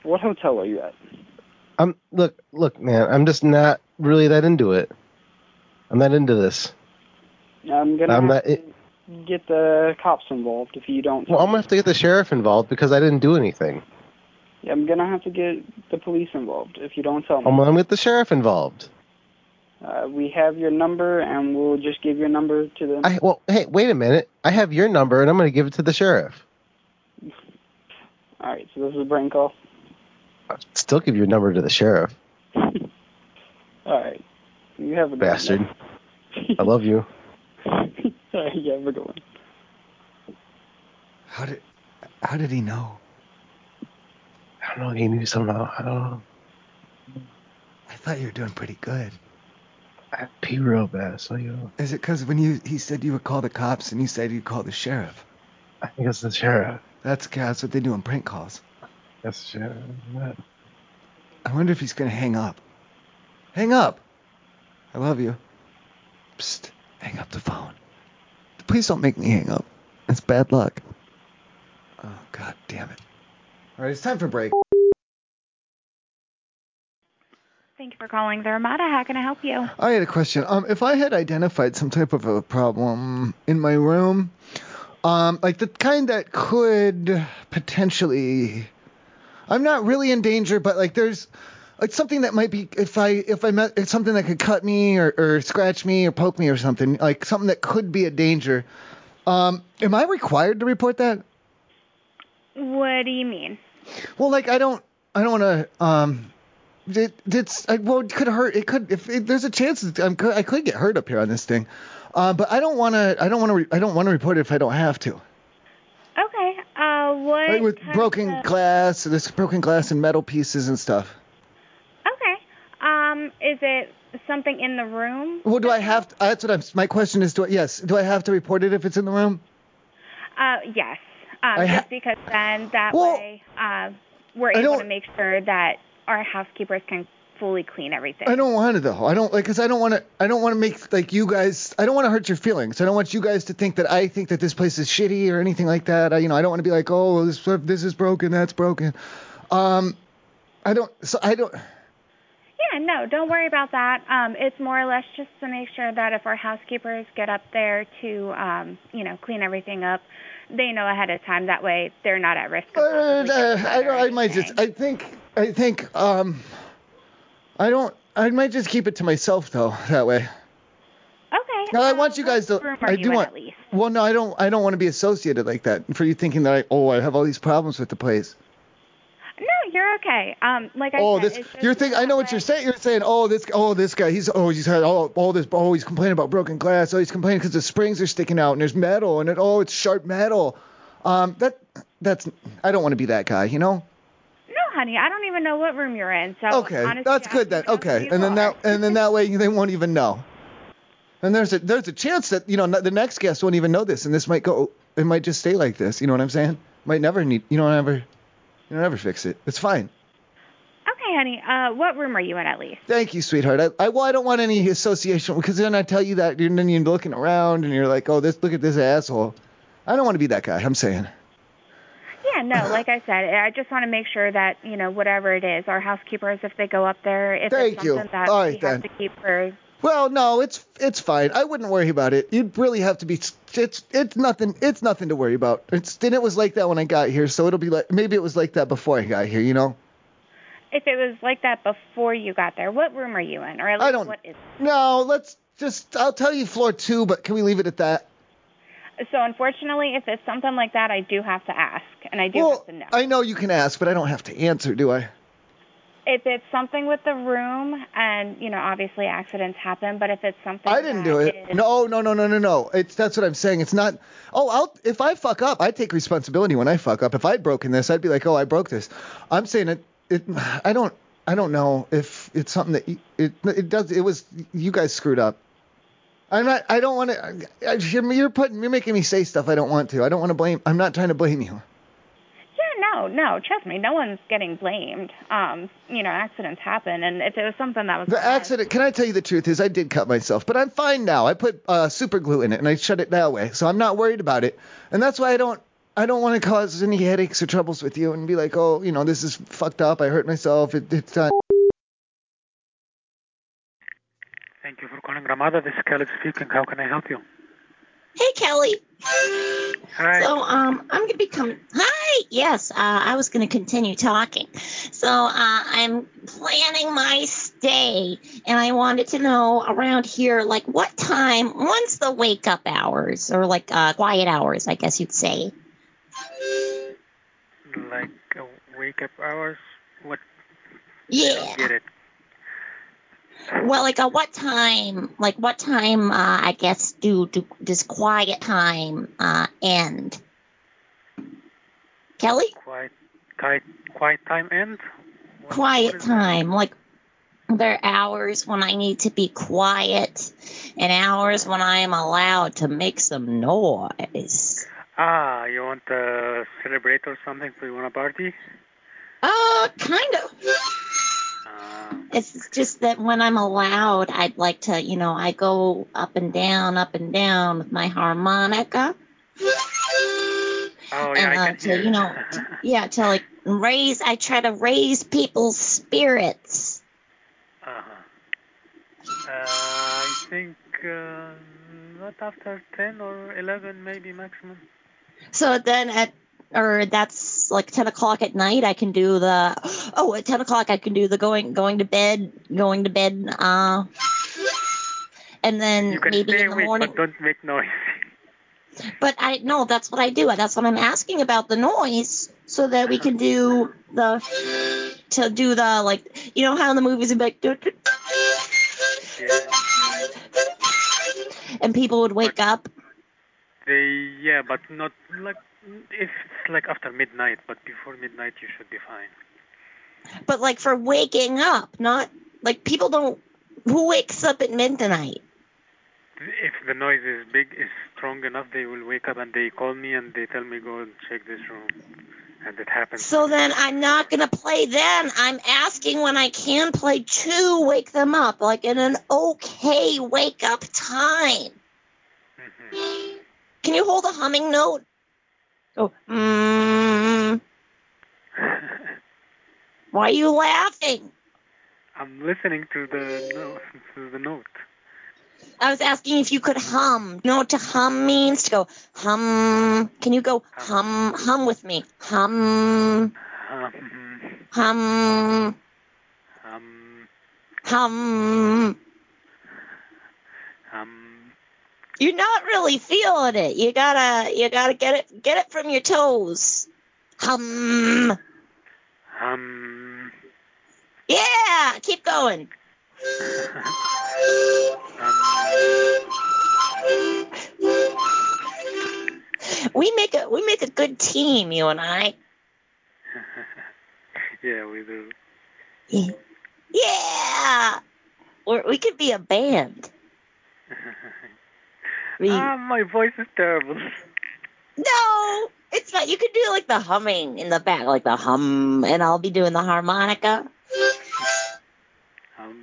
Speaker 20: What hotel are you at?
Speaker 4: I'm look look man. I'm just not really that into it. I'm not into this.
Speaker 20: I'm gonna
Speaker 4: I'm not.
Speaker 20: get the cops involved if you don't.
Speaker 4: well, I'm gonna have to get the sheriff involved because I didn't do anything.
Speaker 20: I'm gonna have to get the police involved if you don't tell
Speaker 2: Oh.
Speaker 4: I'm
Speaker 20: me.
Speaker 4: gonna get the sheriff involved.
Speaker 20: Uh, we have your number, and we'll just give your number to them.
Speaker 4: I well, hey, wait a minute. I have your number and I'm gonna give it to the sheriff.
Speaker 20: All right, so this is a brain call.
Speaker 4: Still give your number to the sheriff,
Speaker 20: All right, you have a good
Speaker 4: bastard. I love you.
Speaker 20: One. [laughs] All right, you have a good one.
Speaker 2: [laughs] How did how did he know?
Speaker 4: I don't know. He knew somehow. I don't know.
Speaker 2: I thought you were doing pretty good.
Speaker 4: I pee real bad, so you.
Speaker 2: Is it because when you he said you would call the cops and you said you'd call the sheriff?
Speaker 4: I think it's the sheriff.
Speaker 2: That's that's what they do on prank calls.
Speaker 4: That's the sheriff.
Speaker 2: I wonder if he's gonna hang up. Hang up. I love you. Psst. Hang up the phone. Please don't make me hang up. It's bad luck. Oh god damn it. All right, it's time for break.
Speaker 21: Thank you for calling the Ramada. How can I help you?
Speaker 2: I had a question. Um, if I had identified some type of a problem in my room, um, like the kind that could potentially, I'm not really in danger, but like there's like something that might be if I if I met it's something that could cut me or, or scratch me or poke me or something like something that could be a danger. Um, am I required to report that?
Speaker 21: What do you mean?
Speaker 2: Well, like I don't, I don't want to. Um, it, it's I, well, it could hurt. It could if it, there's a chance that I'm, could- I could get hurt up here on this thing. Uh, but I don't want to. I don't want to. Re, I don't want to report it if I don't have to.
Speaker 21: Okay. Uh, what?
Speaker 2: Like with
Speaker 21: kind
Speaker 2: broken
Speaker 21: of-
Speaker 2: glass, this broken glass and metal pieces and stuff.
Speaker 21: Okay. Um, is it something in the room?
Speaker 2: Well, do I have? To, that's what I'm. My question is, do I, yes, do I have to report it if it's in the room?
Speaker 21: Uh, yes. Um,
Speaker 2: I ha-
Speaker 21: just because then that
Speaker 2: Well-
Speaker 21: way uh, we're
Speaker 2: I
Speaker 21: able
Speaker 2: don't-
Speaker 21: to make sure that our housekeepers can fully clean everything.
Speaker 2: I don't want to though. I don't like because I don't want to. I don't want to make like you guys. I don't want to hurt your feelings. I don't want you guys to think that I think that this place is shitty or anything like that. I, you know, I don't want to be like, oh, this this is broken, that's broken. Um, I don't. So I don't.
Speaker 21: Yeah, no, don't worry about that. Um, it's more or less just to make sure that if our housekeepers get up there to, um, you know, clean everything up, they know ahead of time. That way, they're not at risk. Of
Speaker 2: Uh, I, don't- I might just. I think. I think. Um. I don't. I might just keep it to myself though. That way.
Speaker 21: Okay.
Speaker 2: No, I want you guys to.
Speaker 21: room are
Speaker 2: I
Speaker 21: you
Speaker 2: do
Speaker 21: in
Speaker 2: want.
Speaker 21: at least?
Speaker 2: Well, no, I don't. I don't want to be associated like that. For you thinking that I. Oh, I have all these problems with the place.
Speaker 21: no, you're okay. Um, like I
Speaker 2: oh,
Speaker 21: said,
Speaker 2: this.
Speaker 21: it's just
Speaker 2: You're thinking. I know what you're saying. You're saying. Oh, this. Oh, this guy. He's. Oh, he's had all, all this. Oh, he's complaining about broken glass. Oh, he's complaining because the springs are sticking out and there's metal and it. Oh, it's sharp metal. Um, that. That's. I don't want to be that guy. You know.
Speaker 21: no, honey. I don't even know what room you're in. So
Speaker 2: Okay,
Speaker 21: honestly,
Speaker 2: that's good then. Okay, and then that and then that way they won't even know. And there's a there's a chance that you know the next guest won't even know this, and this might go. It might just stay like this. You know what I'm saying? Might never need. You don't ever. You don't ever fix it. It's fine.
Speaker 21: Okay, honey. Uh, what room are you in at least?
Speaker 2: Thank you, sweetheart. I, I well, I don't want any association because then I tell you that, and then you're looking around and you're like, oh, this look at this asshole. I don't want to be that guy. I'm saying.
Speaker 21: Yeah, Yeah, [laughs] no, like I said, I just want to make sure that, you know, whatever it is, our housekeepers, if they go up there, if
Speaker 2: Thank
Speaker 21: it's
Speaker 2: you.
Speaker 21: something that
Speaker 2: All
Speaker 21: we
Speaker 2: right, then.
Speaker 21: have to keep for
Speaker 2: Well, no, it's it's fine. I wouldn't worry about it. You'd really have to be. It's it's nothing. It's nothing to worry about. It's and it was like that when I got here, so it'll be like maybe it was like that before I got here. You know.
Speaker 21: if it was like that before you got there, what room are you in? Or at least
Speaker 2: I don't.
Speaker 21: what is
Speaker 2: No, let's just. I'll tell you floor two, but can we leave it at that?
Speaker 21: so unfortunately if it's something like that I do have to ask and I do
Speaker 2: well,
Speaker 21: have to know.
Speaker 2: I know you can ask, but I don't have to answer, do I?
Speaker 21: If it's something with the room and you know, obviously accidents happen, but if it's something
Speaker 2: I didn't do it. No, no, no, no, no, no. It's that's what I'm saying. It's not. Oh, I'll, if I fuck up, I take responsibility when I fuck up. If I'd broken this, I'd be like, oh, I broke this. I'm saying it. it I don't. I don't know if it's something that y- it it does. It was you guys screwed up. I'm not. I don't want to. You're you're putting. You're making me say stuff I don't want to. I don't want to blame. I'm not trying to blame you.
Speaker 21: Yeah, no, no, trust me, no one's getting blamed. Um, you know, accidents happen and if it was something that was
Speaker 2: The accident. Can I tell you the truth? Is I did cut myself, but I'm fine now. I put uh, super glue in it and I shut it that way, so I'm not worried about it. And that's why I don't. I don't want to cause any headaches or troubles with you and be like, oh, you know, this is fucked up. I hurt myself. It, it's done.
Speaker 22: Thank you for calling Ramada. This is Caleb speaking. How can I help you?
Speaker 23: Hey, Kelly. Hi. So, um, I'm gonna become. Hi. Yes. Uh, I was gonna continue talking. So, uh, I'm planning my stay, and I wanted to know around here, like, what time? When's the wake up hours, or like uh, quiet hours? I guess you'd say.
Speaker 22: Like uh, wake up hours? What? I
Speaker 23: Yeah.
Speaker 22: don't get it.
Speaker 23: Well, like, uh, what time? Like, what time? Uh, I guess do do does quiet time uh, end? Kelly.
Speaker 22: Quiet, quiet, quiet time end?
Speaker 23: quiet time like there are hours when i need to be quiet and hours when i am allowed to make some noise
Speaker 22: Ah, you want to celebrate or something? So you want a party? Uh-huh.
Speaker 23: uh kind of it's just that when i'm allowed i'd like to you know i go up and down up and down with my harmonica
Speaker 22: Oh, yeah,
Speaker 23: and
Speaker 22: I
Speaker 23: uh,
Speaker 22: can
Speaker 23: to
Speaker 22: hear.
Speaker 23: you know yeah to like raise i try to raise people's spirits
Speaker 22: Uh-huh. Uh, I think uh, not after 10 or 11 maybe maximum.
Speaker 23: So then at or that's like ten o'clock at night I can do the oh at ten o'clock I can do the going going to bed going to bed uh and then
Speaker 22: You can
Speaker 23: Mm, maybe
Speaker 22: stay
Speaker 23: in the
Speaker 22: awake,
Speaker 23: morning
Speaker 22: but don't make noise. [laughs]
Speaker 23: but I no that's what I do that's what I'm asking about the noise so that we can do the to do the like you know how in the movies it'd be like "Doo, doo, doo." [laughs] and people would wake up
Speaker 22: They, yeah, but not like if it's like after midnight, but before midnight you should be fine.
Speaker 23: but like for waking up not like people don't who wakes up at midnight
Speaker 22: If the noise is big, is strong enough, they will wake up and they call me and they tell me go and check this room, and it happens.
Speaker 23: So then I'm not going to play then. I'm asking when I can play to wake them up, like in an okay wake up time. Can you hold a humming note? Oh, mm. Why are you laughing?
Speaker 22: I'm listening to the no, to the note.
Speaker 23: I was asking if you could hum. You know what to hum means? To go hum. Can you go hum hum with me? Hum
Speaker 22: Um,
Speaker 23: hum
Speaker 22: um,
Speaker 23: hum.
Speaker 22: um,
Speaker 23: you're not really feeling it. You gotta you gotta get it get it from your toes. Hum.
Speaker 22: um,
Speaker 23: Yeah, keep going. We make a we make a good team, you and I.
Speaker 22: Um, [laughs] yeah, we do.
Speaker 23: Yeah, We're, we could be a band. We-
Speaker 22: ah, my voice is terrible.
Speaker 23: No, it's not. You could do like the humming in the back, like the hum, and I'll be doing the harmonica.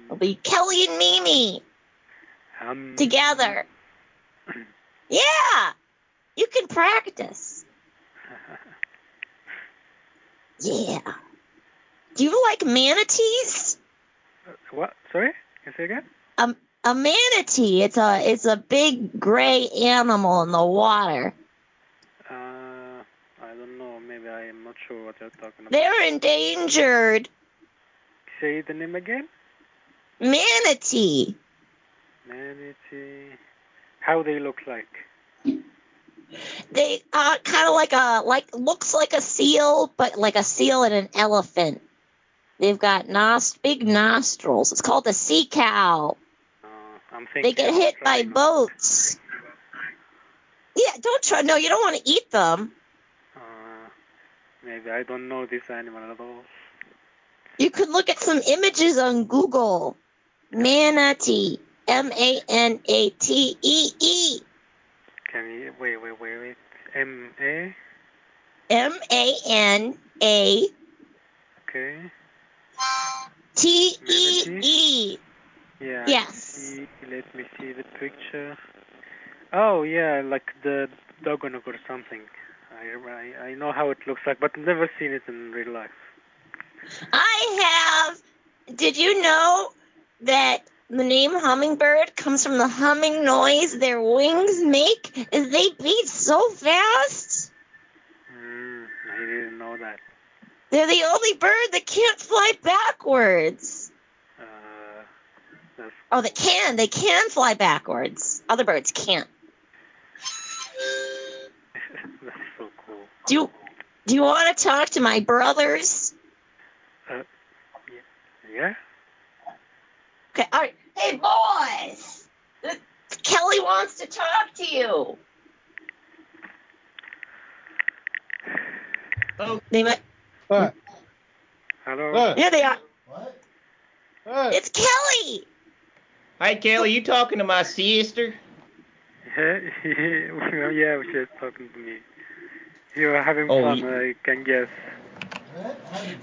Speaker 23: It'll be Kelly and Mimi
Speaker 22: Um,
Speaker 23: together.
Speaker 22: [laughs]
Speaker 23: Yeah, you can practice. Yeah. Do you like manatees?
Speaker 22: What? Sorry? Can you say again?
Speaker 23: A, a manatee. It's a it's a big gray animal in the water.
Speaker 22: Uh, I don't know. Maybe I am not sure what you're talking about.
Speaker 23: They're endangered.
Speaker 22: Say the name again.
Speaker 23: Manatee.
Speaker 22: Manatee. How they look like?
Speaker 23: They uh kind of like a like looks like a seal, but like a seal and an elephant. They've got nos- big nostrils. It's called a sea cow.
Speaker 22: Uh, I'm
Speaker 23: They
Speaker 22: thinking.
Speaker 23: get hit by boats. Yeah, don't try. No, you don't want to eat them.
Speaker 22: Uh, maybe I don't know this animal at all.
Speaker 23: You could look at some images on Google. Manatee. M A N A T E E.
Speaker 22: Can you wait? Wait. Wait. Wait. M A.
Speaker 23: M A N A
Speaker 22: Okay.
Speaker 23: T E E.
Speaker 22: Yeah. I
Speaker 23: Yes.
Speaker 22: see. Let me see the picture. Oh yeah, like the Dogonok or something. I, I I know how it looks like, but never seen it in real life.
Speaker 23: I have. Did you know that the name hummingbird comes from the humming noise their wings make as they beat so fast?
Speaker 22: Mm, I didn't know that.
Speaker 23: They're the only bird that can't fly backwards.
Speaker 22: Uh, [laughs]
Speaker 23: Oh, they can. They can fly backwards. Other birds can't.
Speaker 22: that's so cool.
Speaker 23: Do you, do you want to talk to my brothers?
Speaker 22: Uh, yeah.
Speaker 23: Okay, all right. Hey, boys! Kelly wants to talk to you. Oh, they might.
Speaker 4: What?
Speaker 22: Hello.
Speaker 23: Yeah, they are. It's
Speaker 22: [laughs]
Speaker 23: Kelly.
Speaker 1: Hi, Kelly. You talking to my sister?
Speaker 22: yeah, yeah, she's talking to me. You are having
Speaker 1: Oh,
Speaker 22: fun,
Speaker 1: you-
Speaker 22: I can guess.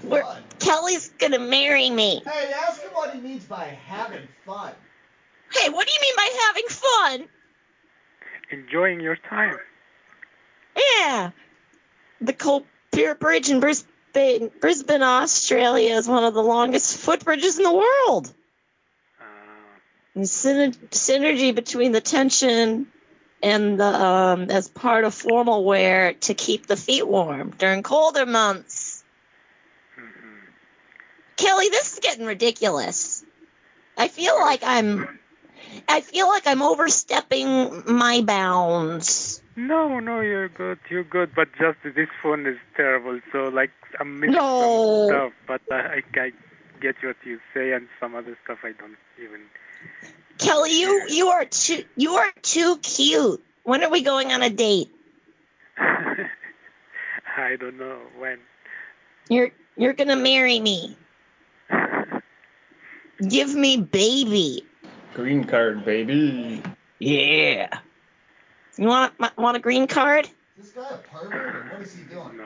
Speaker 23: We're, Kelly's gonna marry me.
Speaker 3: Hey, ask him what he means by having fun.
Speaker 23: Hey, what do you mean by having fun?
Speaker 22: Enjoying your time.
Speaker 23: Yeah. The Colpier Bridge in Brisbane, Brisbane, Australia is one of the longest footbridges in the world. And syner- synergy between the tension and the um, as part of formal wear to keep the feet warm during colder months. Kelly, this is getting ridiculous. I feel like I'm I feel like I'm overstepping my bounds.
Speaker 22: No, no, you're good, you're good, but just this phone is terrible, so like I'm missing
Speaker 23: No.
Speaker 22: some stuff, but I, I, I get what you say and some other stuff I don't even.
Speaker 23: Kelly, you you are too you are too cute. When are we going on a date?
Speaker 22: I don't know when.
Speaker 23: You're you're gonna marry me. Give me baby.
Speaker 1: Green card, baby.
Speaker 23: Yeah. You want want a green card?
Speaker 3: Is this guy a pervert or what is he doing?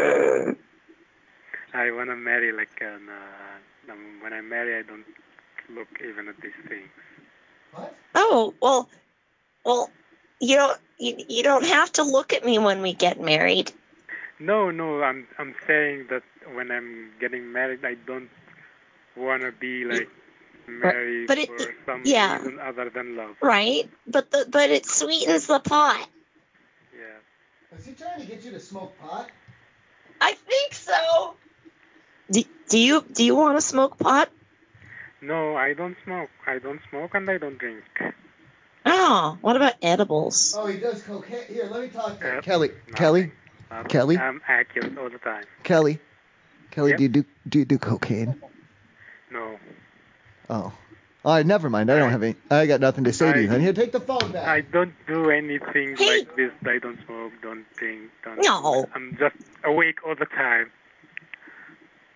Speaker 22: No.
Speaker 23: I
Speaker 22: wanna marry like an, uh, um, when I marry, I don't look even at these things.
Speaker 23: Oh well, well, you don't you, you don't have to look at me when we get married.
Speaker 22: No, no, I'm I'm saying that when I'm getting married, I don't wanna be like married
Speaker 23: but it-
Speaker 22: for some
Speaker 23: yeah.
Speaker 22: reason other than love.
Speaker 23: Right? But the but it sweetens the pot.
Speaker 22: Yeah.
Speaker 3: Is he trying to get you to smoke pot?
Speaker 23: I think so. Do, do you do you want to smoke pot?
Speaker 22: No, I don't smoke. I don't smoke and I don't drink.
Speaker 23: Oh, what about edibles?
Speaker 3: Oh, he does cocaine. Here, let me talk to you.
Speaker 2: Kelly, Kelly,
Speaker 22: Um,
Speaker 2: Kelly?
Speaker 22: Uh, I'm accurate all the time.
Speaker 2: Kelly, Kelly,
Speaker 22: Yep.
Speaker 2: do you do do you do cocaine?
Speaker 22: No.
Speaker 2: Oh, all right, never mind. I don't have any. I got nothing to say to you. Then here, take the phone back.
Speaker 22: I don't do anything like this. I don't smoke, don't drink, don't.
Speaker 23: No.
Speaker 22: I'm just awake all the time.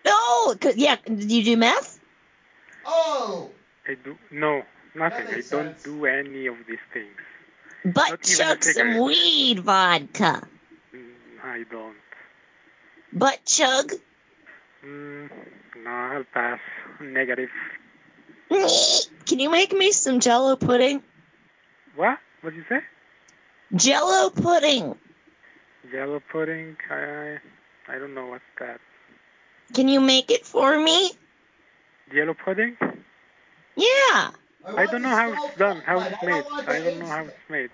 Speaker 23: No, 'cause- yeah, do you do meth?
Speaker 3: Oh!
Speaker 22: I do no nothing. I
Speaker 3: makes
Speaker 22: don't do any of these things.
Speaker 23: Butt
Speaker 22: Not even a
Speaker 23: chug some
Speaker 22: cigarette.
Speaker 23: weed vodka.
Speaker 22: Mm, I don't.
Speaker 23: Butt chug.
Speaker 22: Mm, no, I'll pass. Negative.
Speaker 23: [laughs] Can you make me some Jello pudding?
Speaker 22: What? What did you say?
Speaker 23: Jello pudding.
Speaker 22: Jello pudding? I I don't know what's that.
Speaker 23: Can you make it for me?
Speaker 22: Jello pudding?
Speaker 23: Yeah.
Speaker 22: I don't know how it's done, how it's made. I don't know how it's made.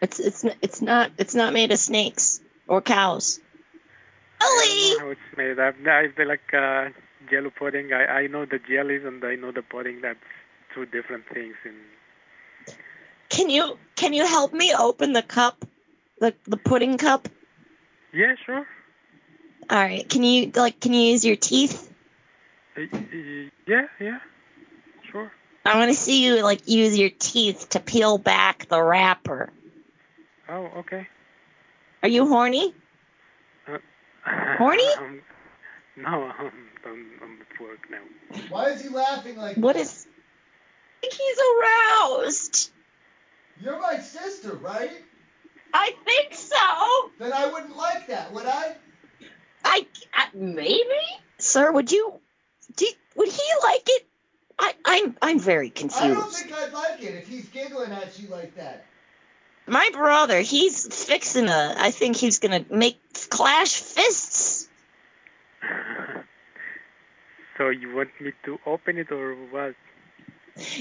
Speaker 23: It's it's it's not it's not made of snakes or cows.
Speaker 22: I don't know how it's made. I've, I've been like uh, jello pudding. I, I know the jellies and I know the pudding. That's two different things. In
Speaker 23: Can you can you help me open the cup, the the pudding cup?
Speaker 22: yeah, sure.
Speaker 23: All right. Can you like can you use your teeth?
Speaker 22: Uh, y- Yeah, yeah, sure.
Speaker 23: I want to see you like use your teeth to peel back the wrapper.
Speaker 22: Oh, okay. [laughs]
Speaker 23: Are you horny? Horny?
Speaker 22: Um, no, [laughs] I'm, I'm, I'm at work now.
Speaker 3: Why is he laughing like
Speaker 23: What
Speaker 3: that?
Speaker 23: is? I think he's aroused.
Speaker 3: You're my sister, right?
Speaker 23: I think so.
Speaker 3: Then I wouldn't like that, would I?
Speaker 23: I, I maybe. Sir, would you? Do, would he like it? I, I'm I'm very
Speaker 3: I don't
Speaker 23: confused.
Speaker 3: think I'd like it if he's giggling at you like that.
Speaker 23: My brother, he's fixing a. I think he's gonna make clash fists.
Speaker 22: [laughs] So you want me to open it or what?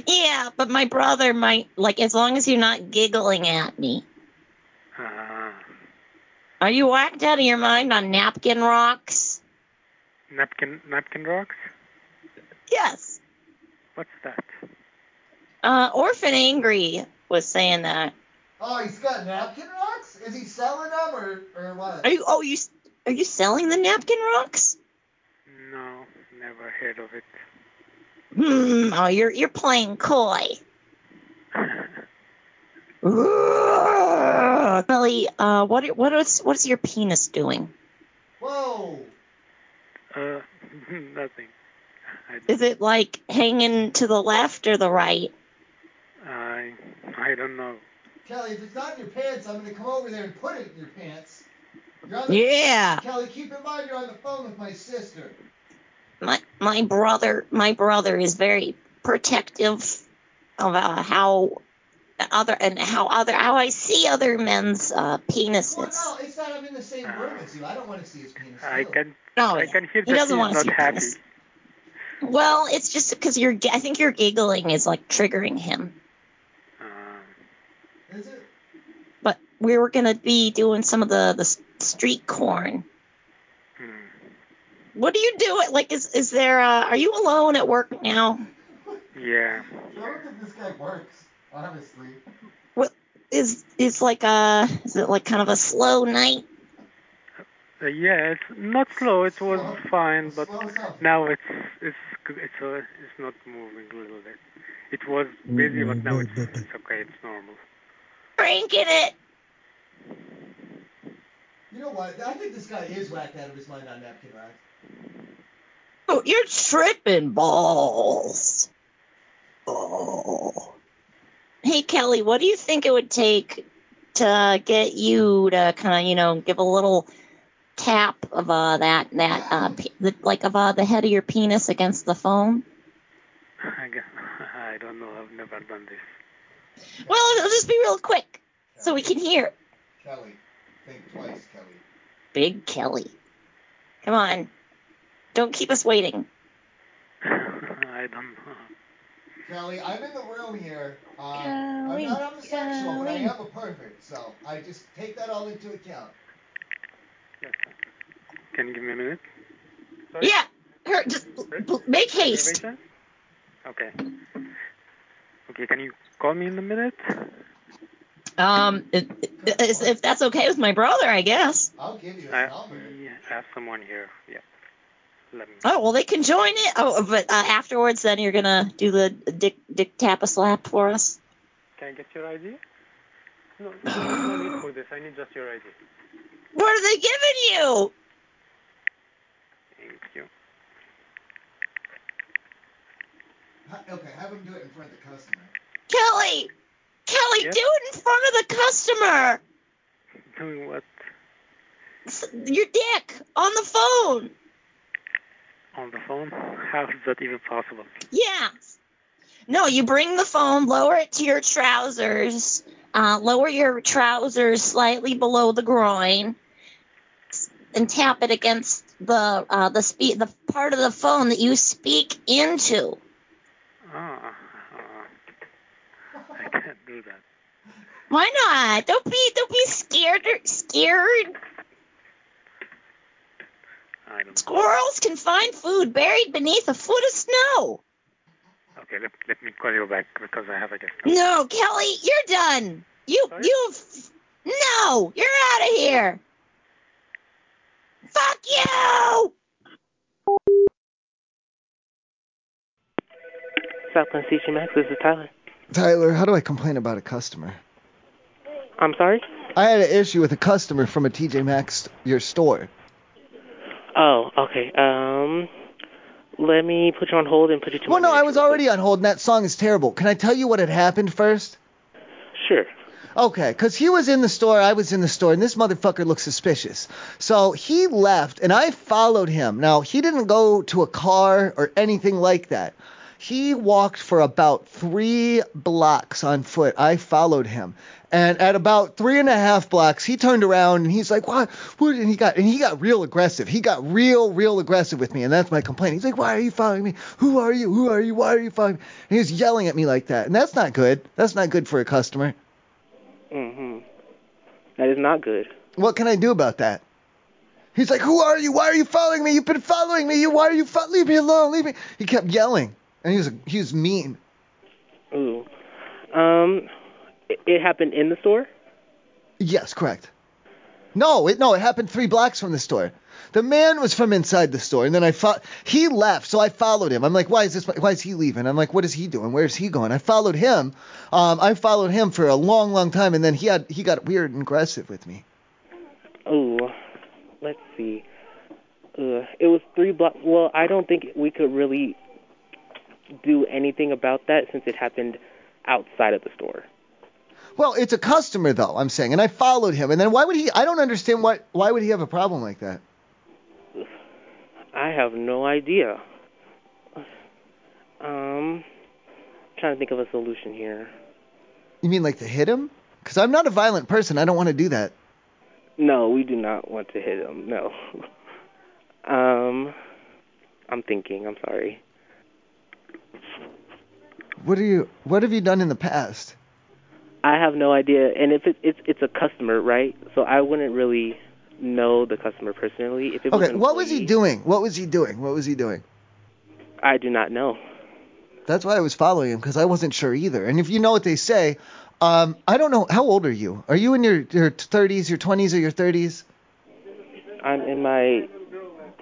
Speaker 23: Yeah, but my brother might like as long as you're not giggling at me.
Speaker 22: Uh,
Speaker 23: Are you whacked out of your mind on napkin rocks?
Speaker 22: napkin napkin rocks?
Speaker 23: Yes.
Speaker 22: What's that?
Speaker 23: Uh, Orphan Angry was saying that.
Speaker 3: Oh, he's got napkin rocks? Is he selling them or, or what?
Speaker 23: Are you? Oh, you. s- Are you selling the napkin rocks?
Speaker 22: No, never heard of it.
Speaker 23: Hmm. Oh, you're you're playing coy. [sighs] Ugh. Millie, uh, what what is what is your penis doing?
Speaker 3: Whoa!
Speaker 22: Uh, [laughs] nothing. I,
Speaker 23: Is it like hanging to the left or the right?
Speaker 22: I I don't know.
Speaker 3: Kelly, if it's not in your pants, I'm gonna come over there and put it in your pants. You're on the,
Speaker 23: Yeah.
Speaker 3: Kelly, keep in mind you're on the phone with my sister.
Speaker 23: My my brother my brother is very protective of uh, how other and how other how I see other men's uh,
Speaker 3: Well,
Speaker 23: penises.
Speaker 3: no, it's not. I'm in the same room as you. I don't want to see his penis.
Speaker 22: I
Speaker 3: too.
Speaker 22: can
Speaker 23: No,
Speaker 22: I can hear
Speaker 23: he
Speaker 22: that
Speaker 23: doesn't
Speaker 22: he's
Speaker 23: wanna
Speaker 22: not
Speaker 23: see
Speaker 22: happy.
Speaker 23: penis. Well, it's just because you're gi- I think your giggling is like triggering him.
Speaker 3: Is it?
Speaker 23: But we were gonna be doing some of the the s- street corn.
Speaker 3: Hmm.
Speaker 23: What do you do? At, like, is is there? Uh, are you alone at work now?
Speaker 22: Yeah.
Speaker 3: I don't think this guy works, honestly.
Speaker 23: Is is like a is it like kind of a slow night?
Speaker 22: Uh, yeah, it's not slow. It was fine, but now it's it's it's uh, it's not moving a little bit. It was busy, but now it's it's okay. It's normal. [laughs]
Speaker 23: Cranking it.
Speaker 3: You know what? I think this guy is whacked out of his mind on napkin rocks.
Speaker 23: Oh, you're tripping balls. Oh. Hey Kelly, what do you think it would take to get you to kind of you know give a little tap of uh that that uh pe- the, like of uh the head of your penis against the phone?
Speaker 22: I gu- [laughs] I don't know. I've never done this.
Speaker 23: Well, it'll just be real quick so we can hear. it.
Speaker 3: Kelly, think twice, Kelly.
Speaker 23: Big Kelly. Come on. Don't keep us waiting.
Speaker 22: [laughs] I don't know.
Speaker 3: Kelly, I'm in the room here. Um,
Speaker 23: Kelly,
Speaker 3: I'm not homosexual, but I
Speaker 23: Kelly.
Speaker 3: am a pervert, so I just take that all into account.
Speaker 22: Can you give me a minute?
Speaker 23: Yeah. Her, just make haste.
Speaker 22: Reservation? Okay. Okay. Can you call me in a minute?
Speaker 23: Um, i- i- if, if that's okay with my brother, I guess.
Speaker 3: I'll give you
Speaker 22: I,
Speaker 3: a number.
Speaker 22: yeah, I have someone here. Yeah. Let me.
Speaker 23: Oh well, they can join it. Oh, but uh, afterwards, then you're gonna do the dick dick tap a slap for us.
Speaker 22: Can I get your ID? No, no need for this. I need just your ID.
Speaker 23: What are they giving you?
Speaker 22: Thank you.
Speaker 3: Ha- Okay, have him do it in front of the customer.
Speaker 23: Kelly, Kelly,
Speaker 22: Yes?
Speaker 23: do it in front of the customer.
Speaker 22: [laughs] Doing what
Speaker 23: S- Your dick on the phone.
Speaker 22: on the phone? How is that even possible?
Speaker 23: Yeah. No, you bring the phone, lower it to your trousers, uh, lower your trousers slightly below the groin, and tap it against the uh, the spe- the part of the phone that you speak into.
Speaker 22: Ah, [laughs] I can't do that.
Speaker 23: Why not? Don't be don't be scared or scared.
Speaker 22: I don't.
Speaker 23: Squirrels can find food buried beneath a foot of snow.
Speaker 22: Okay, let, let me call you back because I have a guest.
Speaker 23: No, Kelly, you're done. You you've no, you're out of here. Fuck you.
Speaker 14: Southland CC Max, this is Tyler.
Speaker 2: Tyler, how do I complain about a customer?
Speaker 14: I'm sorry?
Speaker 2: I had an issue with a customer from a TJ Maxx your store.
Speaker 14: Oh, okay. Um, let me put you on hold and put you to
Speaker 2: Well, no, I was already on hold, and that song is terrible. Can I tell you what had happened first?
Speaker 14: Sure.
Speaker 2: Okay, 'cause he was in the store, I was in the store, and this motherfucker looked suspicious. So he left, and I followed him. Now, he didn't go to a car or anything like that. He walked for about three blocks on foot. I followed him. And at about three and a half blocks, he turned around and he's like, "Why?" What? And he got and he got real aggressive. He got real, real aggressive with me, and that's my complaint. He's like, "Why are you following me? Who are you? Who are you? Why are you following me?" And he was yelling at me like that, and that's not good. That's not good for a customer.
Speaker 14: Mm-hmm. That is not good.
Speaker 2: What can I do about that? He's like, Who are you? Why are you following me? You've been following me. You, why are you fo- Leave me alone. Leave me. He kept yelling, and he was he was mean.
Speaker 14: Ooh. Um, it, it happened in the store?
Speaker 2: Yes, correct. No, it no, it happened three blocks from the store. The man was from inside the store, and then I fo- he left, so I followed him. I'm like, why is this? Why is he leaving? I'm like, what is he doing? Where is he going? I followed him. Um, I followed him for a long, long time, and then he had he got weird and aggressive with me.
Speaker 14: Ooh. Let's see. Uh, it was three blocks. Well, I don't think we could really do anything about that since it happened outside of the store.
Speaker 2: Well, it's a customer though. I'm saying, and I followed him, and then why would he? I don't understand why why would he have a problem like that?
Speaker 14: I have no idea. Um, trying to think of a solution here.
Speaker 2: You mean like to hit him? Because I'm not a violent person. I don't want to do that.
Speaker 14: No, we do not want to hit him. No. [laughs] Um, I'm thinking. I'm sorry.
Speaker 2: What are you? What have you done in the past?
Speaker 14: I have no idea. And if it, it's it's a customer, right? So I wouldn't really know the customer personally. If it was
Speaker 2: Okay,
Speaker 14: an
Speaker 2: what was he
Speaker 14: employee,
Speaker 2: doing? What was he doing? What was he doing?
Speaker 14: I do not know.
Speaker 2: That's why I was following him because I wasn't sure either. And if you know what they say, um, I don't know. How old are you? Are you in your your 30s, your 20s, or your 30s?
Speaker 14: I'm in my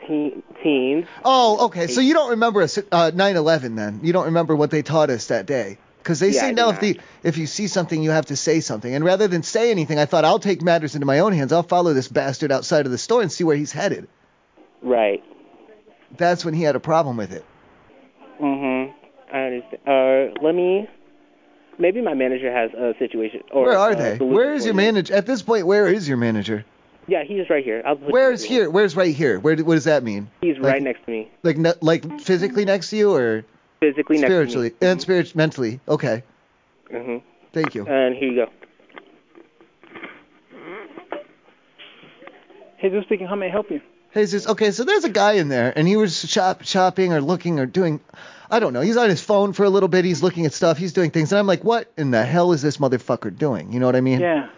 Speaker 14: teen, teens.
Speaker 2: Oh, okay. So you don't remember a s- uh, 9/11 then? You don't remember what they taught us that day? Because they
Speaker 14: Yeah, I
Speaker 2: say
Speaker 14: do
Speaker 2: now if
Speaker 14: not.
Speaker 2: the if you see something, you have to say something. And rather than say anything, I thought I'll take matters into my own hands. I'll follow this bastard outside of the store and see where he's headed.
Speaker 14: Right.
Speaker 2: That's when he had a problem with it.
Speaker 14: Mhm. I understand. Uh, let me. Maybe my manager has a situation. Or uh,
Speaker 2: where are
Speaker 14: a
Speaker 2: they?
Speaker 14: solution
Speaker 2: Where is
Speaker 14: for
Speaker 2: your
Speaker 14: me.
Speaker 2: manager? At this point, where is your manager?
Speaker 14: Yeah, he's right here. I'll put
Speaker 2: Where's here? Where's right here? Where? do- What does that mean?
Speaker 14: He's
Speaker 2: Like-
Speaker 14: right next to me.
Speaker 2: Like ne- like physically next to you or
Speaker 14: Physically next to me.
Speaker 2: spiritually and spirit mentally. Okay,
Speaker 14: Mhm.
Speaker 2: thank you.
Speaker 14: And here you go.
Speaker 3: Hey, this speaking. How may I help you?
Speaker 2: Hey, is this okay? So there's a guy in there and he was shop shopping or looking or doing, I don't know. He's on his phone for a little bit. He's looking at stuff. He's doing things, and I'm like, what in the hell is this motherfucker doing? You know what I mean?
Speaker 3: Yeah.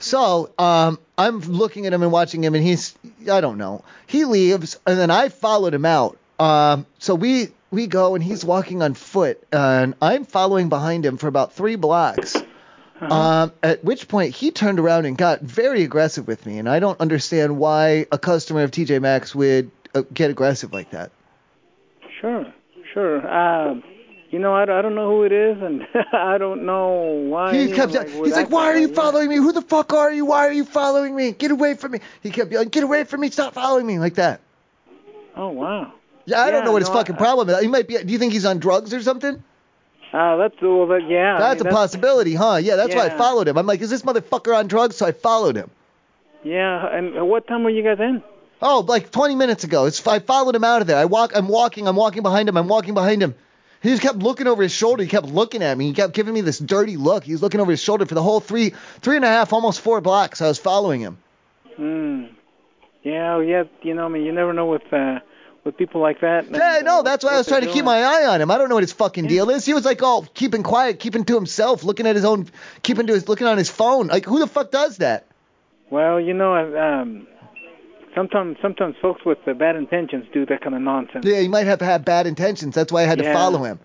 Speaker 2: So um, I'm looking at him and watching him, and he's I don't know. He leaves, and then I followed him out. Um, so we we go, and he's walking on foot, and I'm following behind him for about three blocks.
Speaker 3: Uh-huh.
Speaker 2: Um, at which point he turned around and got very aggressive with me, and I don't understand why a customer of TJ Maxx would uh, get aggressive like that.
Speaker 3: [laughs] Sure, sure. Um, you know, I, I don't know who it is, and [laughs] I don't know why.
Speaker 2: He
Speaker 3: anyone,
Speaker 2: kept
Speaker 3: like,
Speaker 2: yelling,
Speaker 3: would
Speaker 2: he's like,
Speaker 3: act
Speaker 2: why are you
Speaker 3: that.
Speaker 2: following me? Who the fuck are you? Why are you following me? Get away from me. He kept yelling, get away from me. Stop following me like that.
Speaker 3: Oh wow.
Speaker 2: Yeah, I don't
Speaker 3: Yeah,
Speaker 2: know what his
Speaker 3: no,
Speaker 2: fucking
Speaker 3: I-
Speaker 2: problem is. He might be. Do you think he's on drugs or something?
Speaker 3: Uh, that's well, that, yeah. I
Speaker 2: that's
Speaker 3: mean,
Speaker 2: a possibility, huh? Yeah, that's why I
Speaker 3: Yeah.
Speaker 2: followed him. I'm like, is this motherfucker on drugs? So I followed him.
Speaker 3: Yeah, and what time were you guys in?
Speaker 2: Oh, like 20 minutes ago. It's I followed him out of there. I walk. I'm walking. I'm walking behind him. I'm walking behind him. He just kept looking over his shoulder. He kept looking at me. He kept giving me this dirty look. He was looking over his shoulder for the whole three, three and a half, almost four blocks. I was following him.
Speaker 3: Hmm. Yeah, oh, yeah. You know, I mean, you never know with uh, with people like that. and,
Speaker 2: Yeah, no,
Speaker 3: uh,
Speaker 2: that's why I
Speaker 3: what
Speaker 2: was
Speaker 3: they're
Speaker 2: trying to keep
Speaker 3: doing.
Speaker 2: my eye on him. I don't know what his fucking deal is. He was like all keeping quiet, keeping to himself, looking at his own, keeping to his, looking on his phone. Like who the fuck does that?
Speaker 3: Well, you know, I- um, sometimes sometimes folks with uh, bad intentions do that kind of nonsense.
Speaker 2: Yeah, he might have had bad intentions. That's why I had to
Speaker 3: Yeah.
Speaker 2: follow him.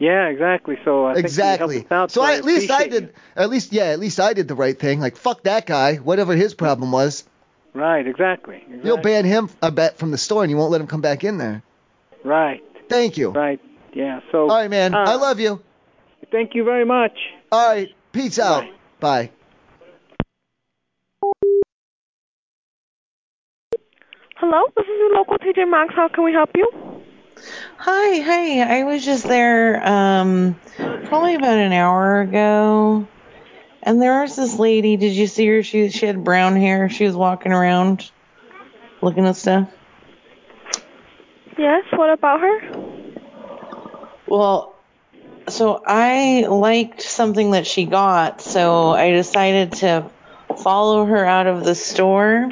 Speaker 3: Yeah, exactly. So I think you helped
Speaker 2: exactly.
Speaker 3: us out,
Speaker 2: So I, at least I
Speaker 3: appreciate
Speaker 2: did. At least yeah, at least I did the right thing. Like fuck that guy, whatever his problem was.
Speaker 3: you. Right, exactly.
Speaker 2: You'll ban him, I bet, from the store, and you won't let him come back in there.
Speaker 3: Right.
Speaker 2: Thank you.
Speaker 3: Right. Yeah. So. All
Speaker 2: right, man.
Speaker 3: uh,
Speaker 2: I love you.
Speaker 3: Thank you very much.
Speaker 2: All right. Peace out. Bye.
Speaker 14: Hello, this is your local TJ Maxx. How can we help you?
Speaker 7: Hi, hi. I was just there um probably about an hour ago. And there was this lady, did you see her? She she had brown hair. She was walking around looking at stuff.
Speaker 14: Yes, what about her?
Speaker 7: Well, so I liked something that she got, so I decided to follow her out of the store.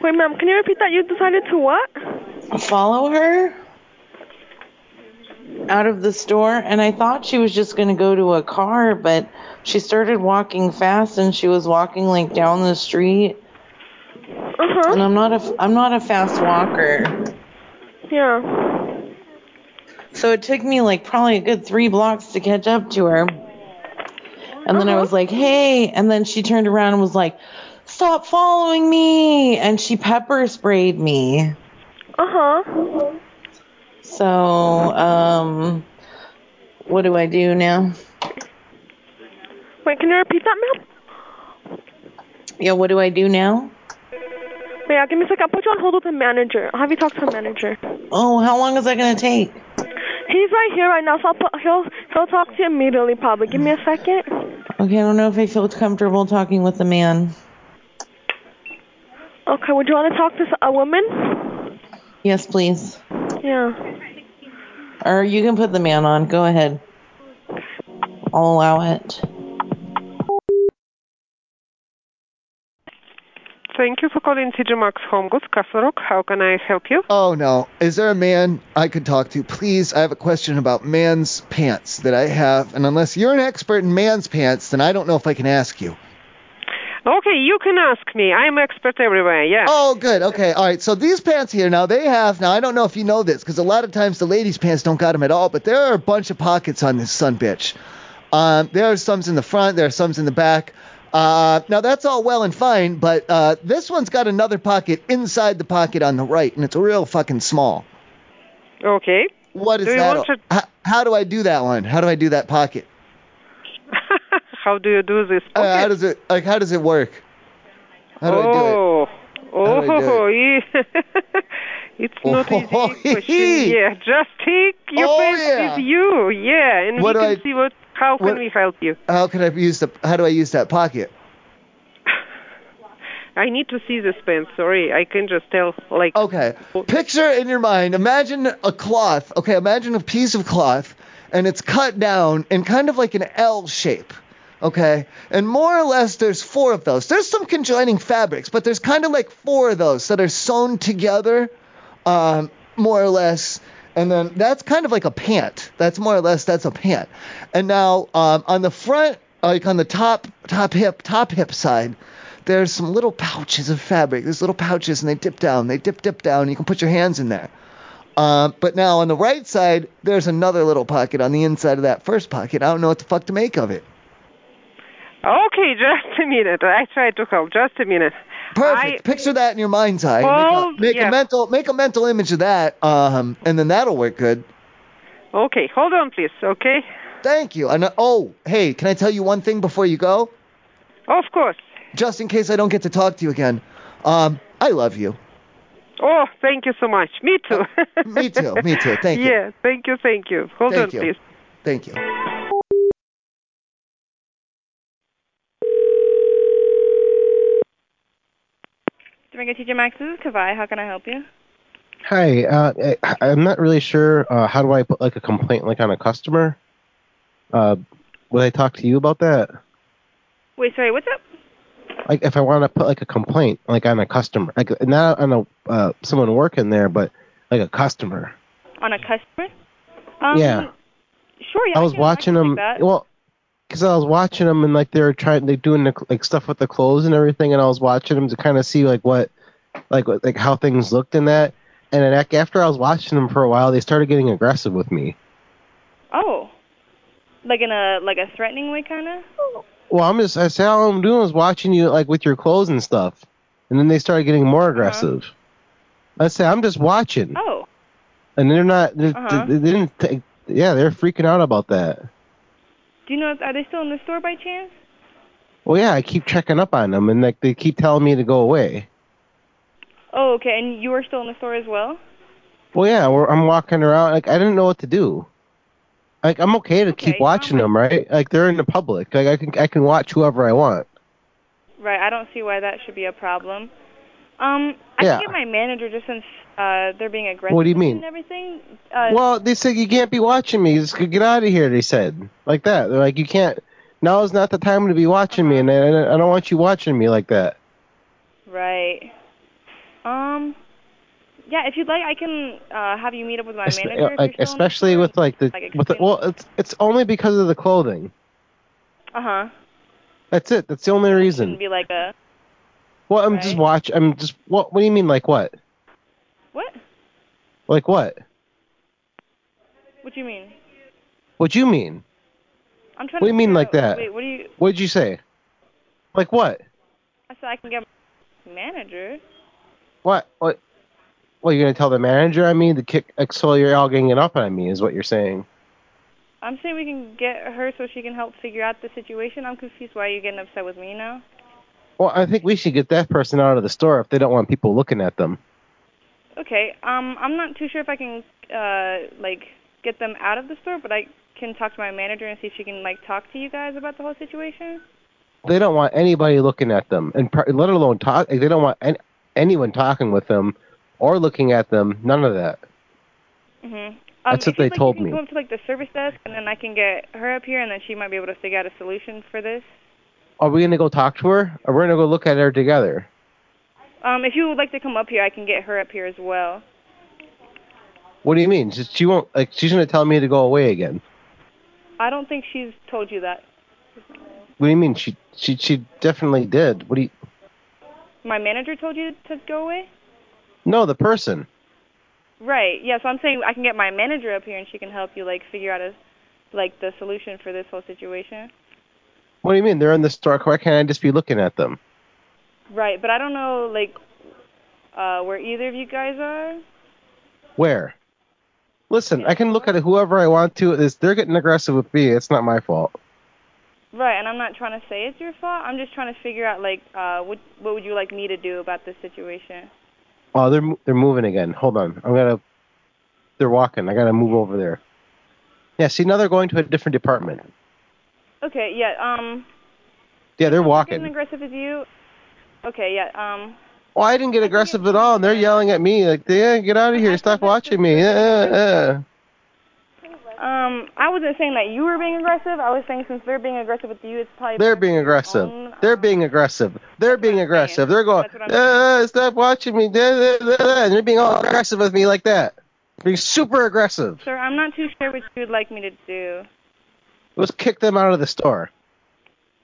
Speaker 14: Wait, ma'am, can you repeat that? You decided to what?
Speaker 7: follow her out of the store and I thought she was just going to go to a car but she started walking fast and she was walking like down the street. Uh-huh. And I'm not a I'm not a fast walker.
Speaker 14: Yeah.
Speaker 7: So it took me like probably a good 3 blocks to catch up to her. And then I
Speaker 14: Uh-huh.
Speaker 7: was like, "Hey." And then she turned around and was like, "Stop following me." And she pepper sprayed me.
Speaker 14: Uh-huh.
Speaker 7: So, um, what do I do now?
Speaker 14: Wait, can you repeat that, ma'am?
Speaker 7: Yeah, what do I do now?
Speaker 14: Wait, yeah, give me a second. I'll put you on hold with the manager. I'll have you talk to the manager.
Speaker 7: Oh, how long is that gonna take?
Speaker 14: He's right here right now, so I'll put, he'll he'll talk to you immediately probably. Give me a second.
Speaker 7: Okay, I don't know if I feel comfortable talking with a man.
Speaker 14: Okay, would you want to talk to s- a woman?
Speaker 7: Yes, please.
Speaker 14: Yeah.
Speaker 7: Or you can put the man on. Go ahead. I'll allow it.
Speaker 24: Thank you for calling TJ Maxx Home Goods, Castle Rock. How can I help you?
Speaker 2: Oh no. Is there a man I could talk to? Please, I have a question about man's pants that I have, and unless you're an expert in man's pants, then I don't know if I can ask you.
Speaker 24: Okay, you can ask me. I'm expert everywhere. Yeah.
Speaker 2: Oh, good. Okay. All right. So these pants here now, they have now. I don't know if you know this because a lot of times the ladies' pants don't got them at all, but there are a bunch of pockets on this son bitch. Um, there are some's in the front, there are some's in the back. Uh, now that's all well and fine, but uh, this one's got another pocket inside the pocket on the right, and it's real fucking small.
Speaker 24: Okay.
Speaker 2: What is
Speaker 24: do you
Speaker 2: that?
Speaker 24: Want to,
Speaker 2: how, how do I do that one? How do I do that pocket?
Speaker 24: [laughs] how do you do this?
Speaker 2: Uh, how does it like? How does it work? How do I do it?
Speaker 24: oh.
Speaker 2: How do I do
Speaker 3: [laughs]
Speaker 24: Oh, yeah. it's not
Speaker 2: [laughs]
Speaker 24: easy question. Yeah, just take your
Speaker 2: Oh,
Speaker 24: pants
Speaker 2: yeah.
Speaker 24: with you. Yeah, and
Speaker 2: What
Speaker 24: we
Speaker 2: do
Speaker 24: can
Speaker 2: I-
Speaker 24: see what. How
Speaker 2: what-
Speaker 24: can we help you?
Speaker 2: How can I use the? How do I use that pocket?
Speaker 24: I need to see this pants. Sorry, I can just tell. Like.
Speaker 2: Okay. Picture in your mind, imagine a cloth. Okay, imagine a piece of cloth and it's cut down in kind of like an L shape. Okay. And more or less there's four of those. There's some conjoining fabrics, but there's kind of like four of those that are sewn together um, more or less. And then that's kind of like a pant. That's more or less that's a pant. And now um, on the front, like on the top top hip top hip side, there's some little pouches of fabric. There's little pouches, and they dip down. They dip dip down. You can put your hands in there. Um, but now on the right side, there's another little pocket on the inside of that first pocket. I don't know what the fuck to make of it.
Speaker 24: Okay, [laughs] just a minute. I try to help. Just a minute.
Speaker 2: Perfect. Picture that in your mind's eye.
Speaker 24: Oh,
Speaker 2: make a, make
Speaker 24: yeah.
Speaker 2: a mental make a mental image of that, um, and then that'll work good.
Speaker 24: Okay, hold on, please. Okay.
Speaker 2: Thank you. And uh, oh, hey, can I tell you one thing before you go?
Speaker 24: Of course.
Speaker 2: Just in case I don't get to talk to you again, um, I love you.
Speaker 24: Oh, thank you so much. Me too.
Speaker 2: Oh, me too. Me too. Thank you.
Speaker 24: [laughs] Yeah, thank you, thank you. Hold
Speaker 2: Thank
Speaker 24: on,
Speaker 2: you.
Speaker 24: please.
Speaker 2: Thank you.
Speaker 25: Domingo TJ Maxx, this is Kavai. How can I help you?
Speaker 4: Hi, uh, I, I'm not really sure. Uh, how do I put like a complaint like on a customer? Uh, would I talk to you about that?
Speaker 25: Wait, sorry, what's up?
Speaker 4: Like if I want to put like a complaint like on a customer, like not on a uh, someone working there, but like a customer.
Speaker 25: On a customer? Um,
Speaker 4: yeah.
Speaker 25: Sure. Yeah.
Speaker 4: I was
Speaker 25: can-
Speaker 4: watching
Speaker 25: can
Speaker 4: them.
Speaker 25: take that.
Speaker 4: Well, because I was watching them and like they were trying, they doing the, like stuff with the clothes and everything, and I was watching them to kind of see like what, like what, like how things looked in that. And then ac- after I was watching them for a while, they started getting aggressive with me.
Speaker 25: Oh. Like in a like a threatening way, kind of.
Speaker 4: Well, I'm just I said all I'm doing is watching you like with your clothes and stuff, and then they started getting more aggressive. I say I'm just watching,
Speaker 25: Uh-huh. Oh.
Speaker 4: and they're not. They're,
Speaker 25: Uh-huh.
Speaker 4: They didn't. Take, yeah, they're freaking out about that.
Speaker 25: Do you know? if- Are they still in the store by chance?
Speaker 4: Well, yeah, I keep checking up on them, and like they keep telling me to go away.
Speaker 25: Oh, okay. And you are still in the store as well.
Speaker 4: Well, yeah, we're, I'm walking around. Like I didn't know what to do. Like I'm okay to keep watching them, right? Like they're in the public. Like I can I can watch whoever I want.
Speaker 25: Right. I don't see why that should be a problem. Um, I
Speaker 4: Yeah.
Speaker 25: can get my manager just since uh they're being aggressive.
Speaker 4: What do you mean?
Speaker 25: And everything. Uh,
Speaker 4: well, they said you can't be watching me. You Just get out of here. They said like that. They're like you can't. Now is not the time to be watching me, and I, I don't want you watching me like that.
Speaker 25: Right. Um. Yeah, if you'd like, I can uh, have you meet up with my
Speaker 4: Espe- uh,
Speaker 25: manager. if
Speaker 4: like
Speaker 25: you're still in-
Speaker 4: especially with like the
Speaker 25: like,
Speaker 4: with the, well, it's it's only because of the clothing.
Speaker 25: uh-huh.
Speaker 4: That's it. That's the only
Speaker 25: Shouldn't
Speaker 4: reason.
Speaker 25: be like a
Speaker 4: Well, I'm just watch. I'm just what? What do you mean? Like what?
Speaker 25: what?
Speaker 4: Like what?
Speaker 25: What do you mean?
Speaker 4: What you mean?
Speaker 25: I'm trying.
Speaker 4: What do you
Speaker 25: to
Speaker 4: mean
Speaker 25: figure
Speaker 4: like
Speaker 25: out-
Speaker 4: that?
Speaker 25: Wait, what do you?
Speaker 4: What did you say? Like what?
Speaker 25: I said I can get my manager.
Speaker 4: What? What? What you're gonna tell the manager? I mean, to kick like, so you're all ganging up on me is what you're saying.
Speaker 25: I'm saying we can get her so she can help figure out the situation. I'm confused why you're getting upset with me now.
Speaker 4: Well, I think we should get that person out of the store if they don't want people looking at them.
Speaker 25: Okay. Um, I'm not too sure if I can uh like get them out of the store, but I can talk to my manager and see if she can like talk to you guys about the whole situation.
Speaker 4: They don't want anybody looking at them, and pr- let alone talk. Like, they don't want an- anyone talking with them or looking at them. None of that.
Speaker 25: Mhm. Um,
Speaker 4: That's
Speaker 25: if
Speaker 4: what they
Speaker 25: you'd like,
Speaker 4: told
Speaker 25: you can
Speaker 4: me.
Speaker 25: Go up to like the service desk, and then I can get her up here, and then she might be able to figure out a solution for this.
Speaker 4: Are we gonna go talk to her? Or we're gonna go look at her together?
Speaker 25: Um, if you would like to come up here, I can get her up here as well.
Speaker 4: What do you mean? She, she won't. Like she's gonna tell me to go away again.
Speaker 25: I don't think she's told you that.
Speaker 4: What do you mean? She she she definitely did. What do you?
Speaker 25: My manager told you to go away.
Speaker 4: No, the person.
Speaker 25: Right. Yeah. So I'm saying I can get my manager up here, and she can help you like figure out a like the solution for this whole situation.
Speaker 4: What do you mean? They're in the store. Why can't I just be looking at them?
Speaker 25: Right. But I don't know like uh where either of you guys are.
Speaker 4: Where? Listen, I can look at whoever I want to. It's, they're getting aggressive with me. It's not my fault.
Speaker 25: Right. And I'm not trying to say it's your fault. I'm just trying to figure out like uh what what would you like me to do about this situation.
Speaker 4: Oh, they're mo- they're moving again. Hold on. I'm gonna. They're walking. I gotta move over there. Yeah. See, now they're going to a different department.
Speaker 25: Okay. Yeah. Um.
Speaker 4: Yeah, they're
Speaker 25: Getting
Speaker 4: walking.
Speaker 25: aggressive with you. Okay. Yeah. Um.
Speaker 4: Well, I didn't get aggressive at all, and they're yelling at me like, "Yeah, get out of here! Stop watching me!" Uh, uh, uh.
Speaker 25: Um. I wasn't saying that you were being aggressive. I was saying since they're being aggressive with you, it's probably
Speaker 4: They're being aggressive. They're being aggressive. They're being aggressive. They're going, uh, stop watching me. da, da, da, da," And they're being all aggressive with me like that. Being super aggressive.
Speaker 25: Sir, I'm not too sure what you would like me to do.
Speaker 4: Let's kick them out of the store.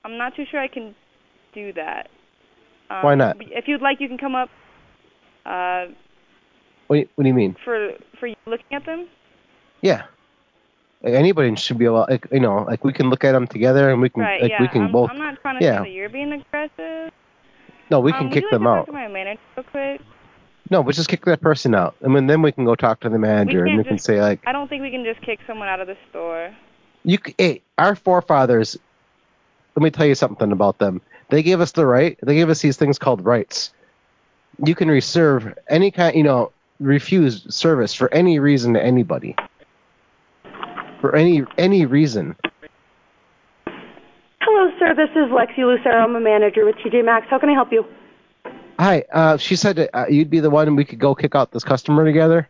Speaker 25: I'm not too sure I can do that. Um,
Speaker 4: Why not?
Speaker 25: If you'd like, you can come up uh,
Speaker 4: What do you, what do you mean?
Speaker 25: for for you looking at them.
Speaker 4: Yeah. Like anybody should be allowed, like, you know, like we can look at them together and we can,
Speaker 25: right?
Speaker 4: like,
Speaker 25: yeah.
Speaker 4: we can
Speaker 25: I'm,
Speaker 4: both.
Speaker 25: I'm not trying to
Speaker 4: yeah.
Speaker 25: say that you're being aggressive.
Speaker 4: No, we
Speaker 25: Um,
Speaker 4: can
Speaker 25: would
Speaker 4: kick
Speaker 25: you like
Speaker 4: them
Speaker 25: to Talk
Speaker 4: out.
Speaker 25: to my manager real quick.
Speaker 4: No, but just kick that person out. And then, then we can go talk to the manager and
Speaker 25: we can't
Speaker 4: we can
Speaker 25: just-
Speaker 4: say, like,
Speaker 25: I don't think we can just kick someone out of the store.
Speaker 4: You, c- hey, our forefathers. Let me tell you something about them. They gave us the right. They gave us these things called rights. You can reserve any kind, you know, refuse service for any reason to anybody. For any any reason.
Speaker 9: Hello, sir. This is Lexi Lucero. I'm a manager with TJ Maxx. How can I help you?
Speaker 4: Hi. Uh, she said that, uh, you'd be the one we could go kick out this customer together.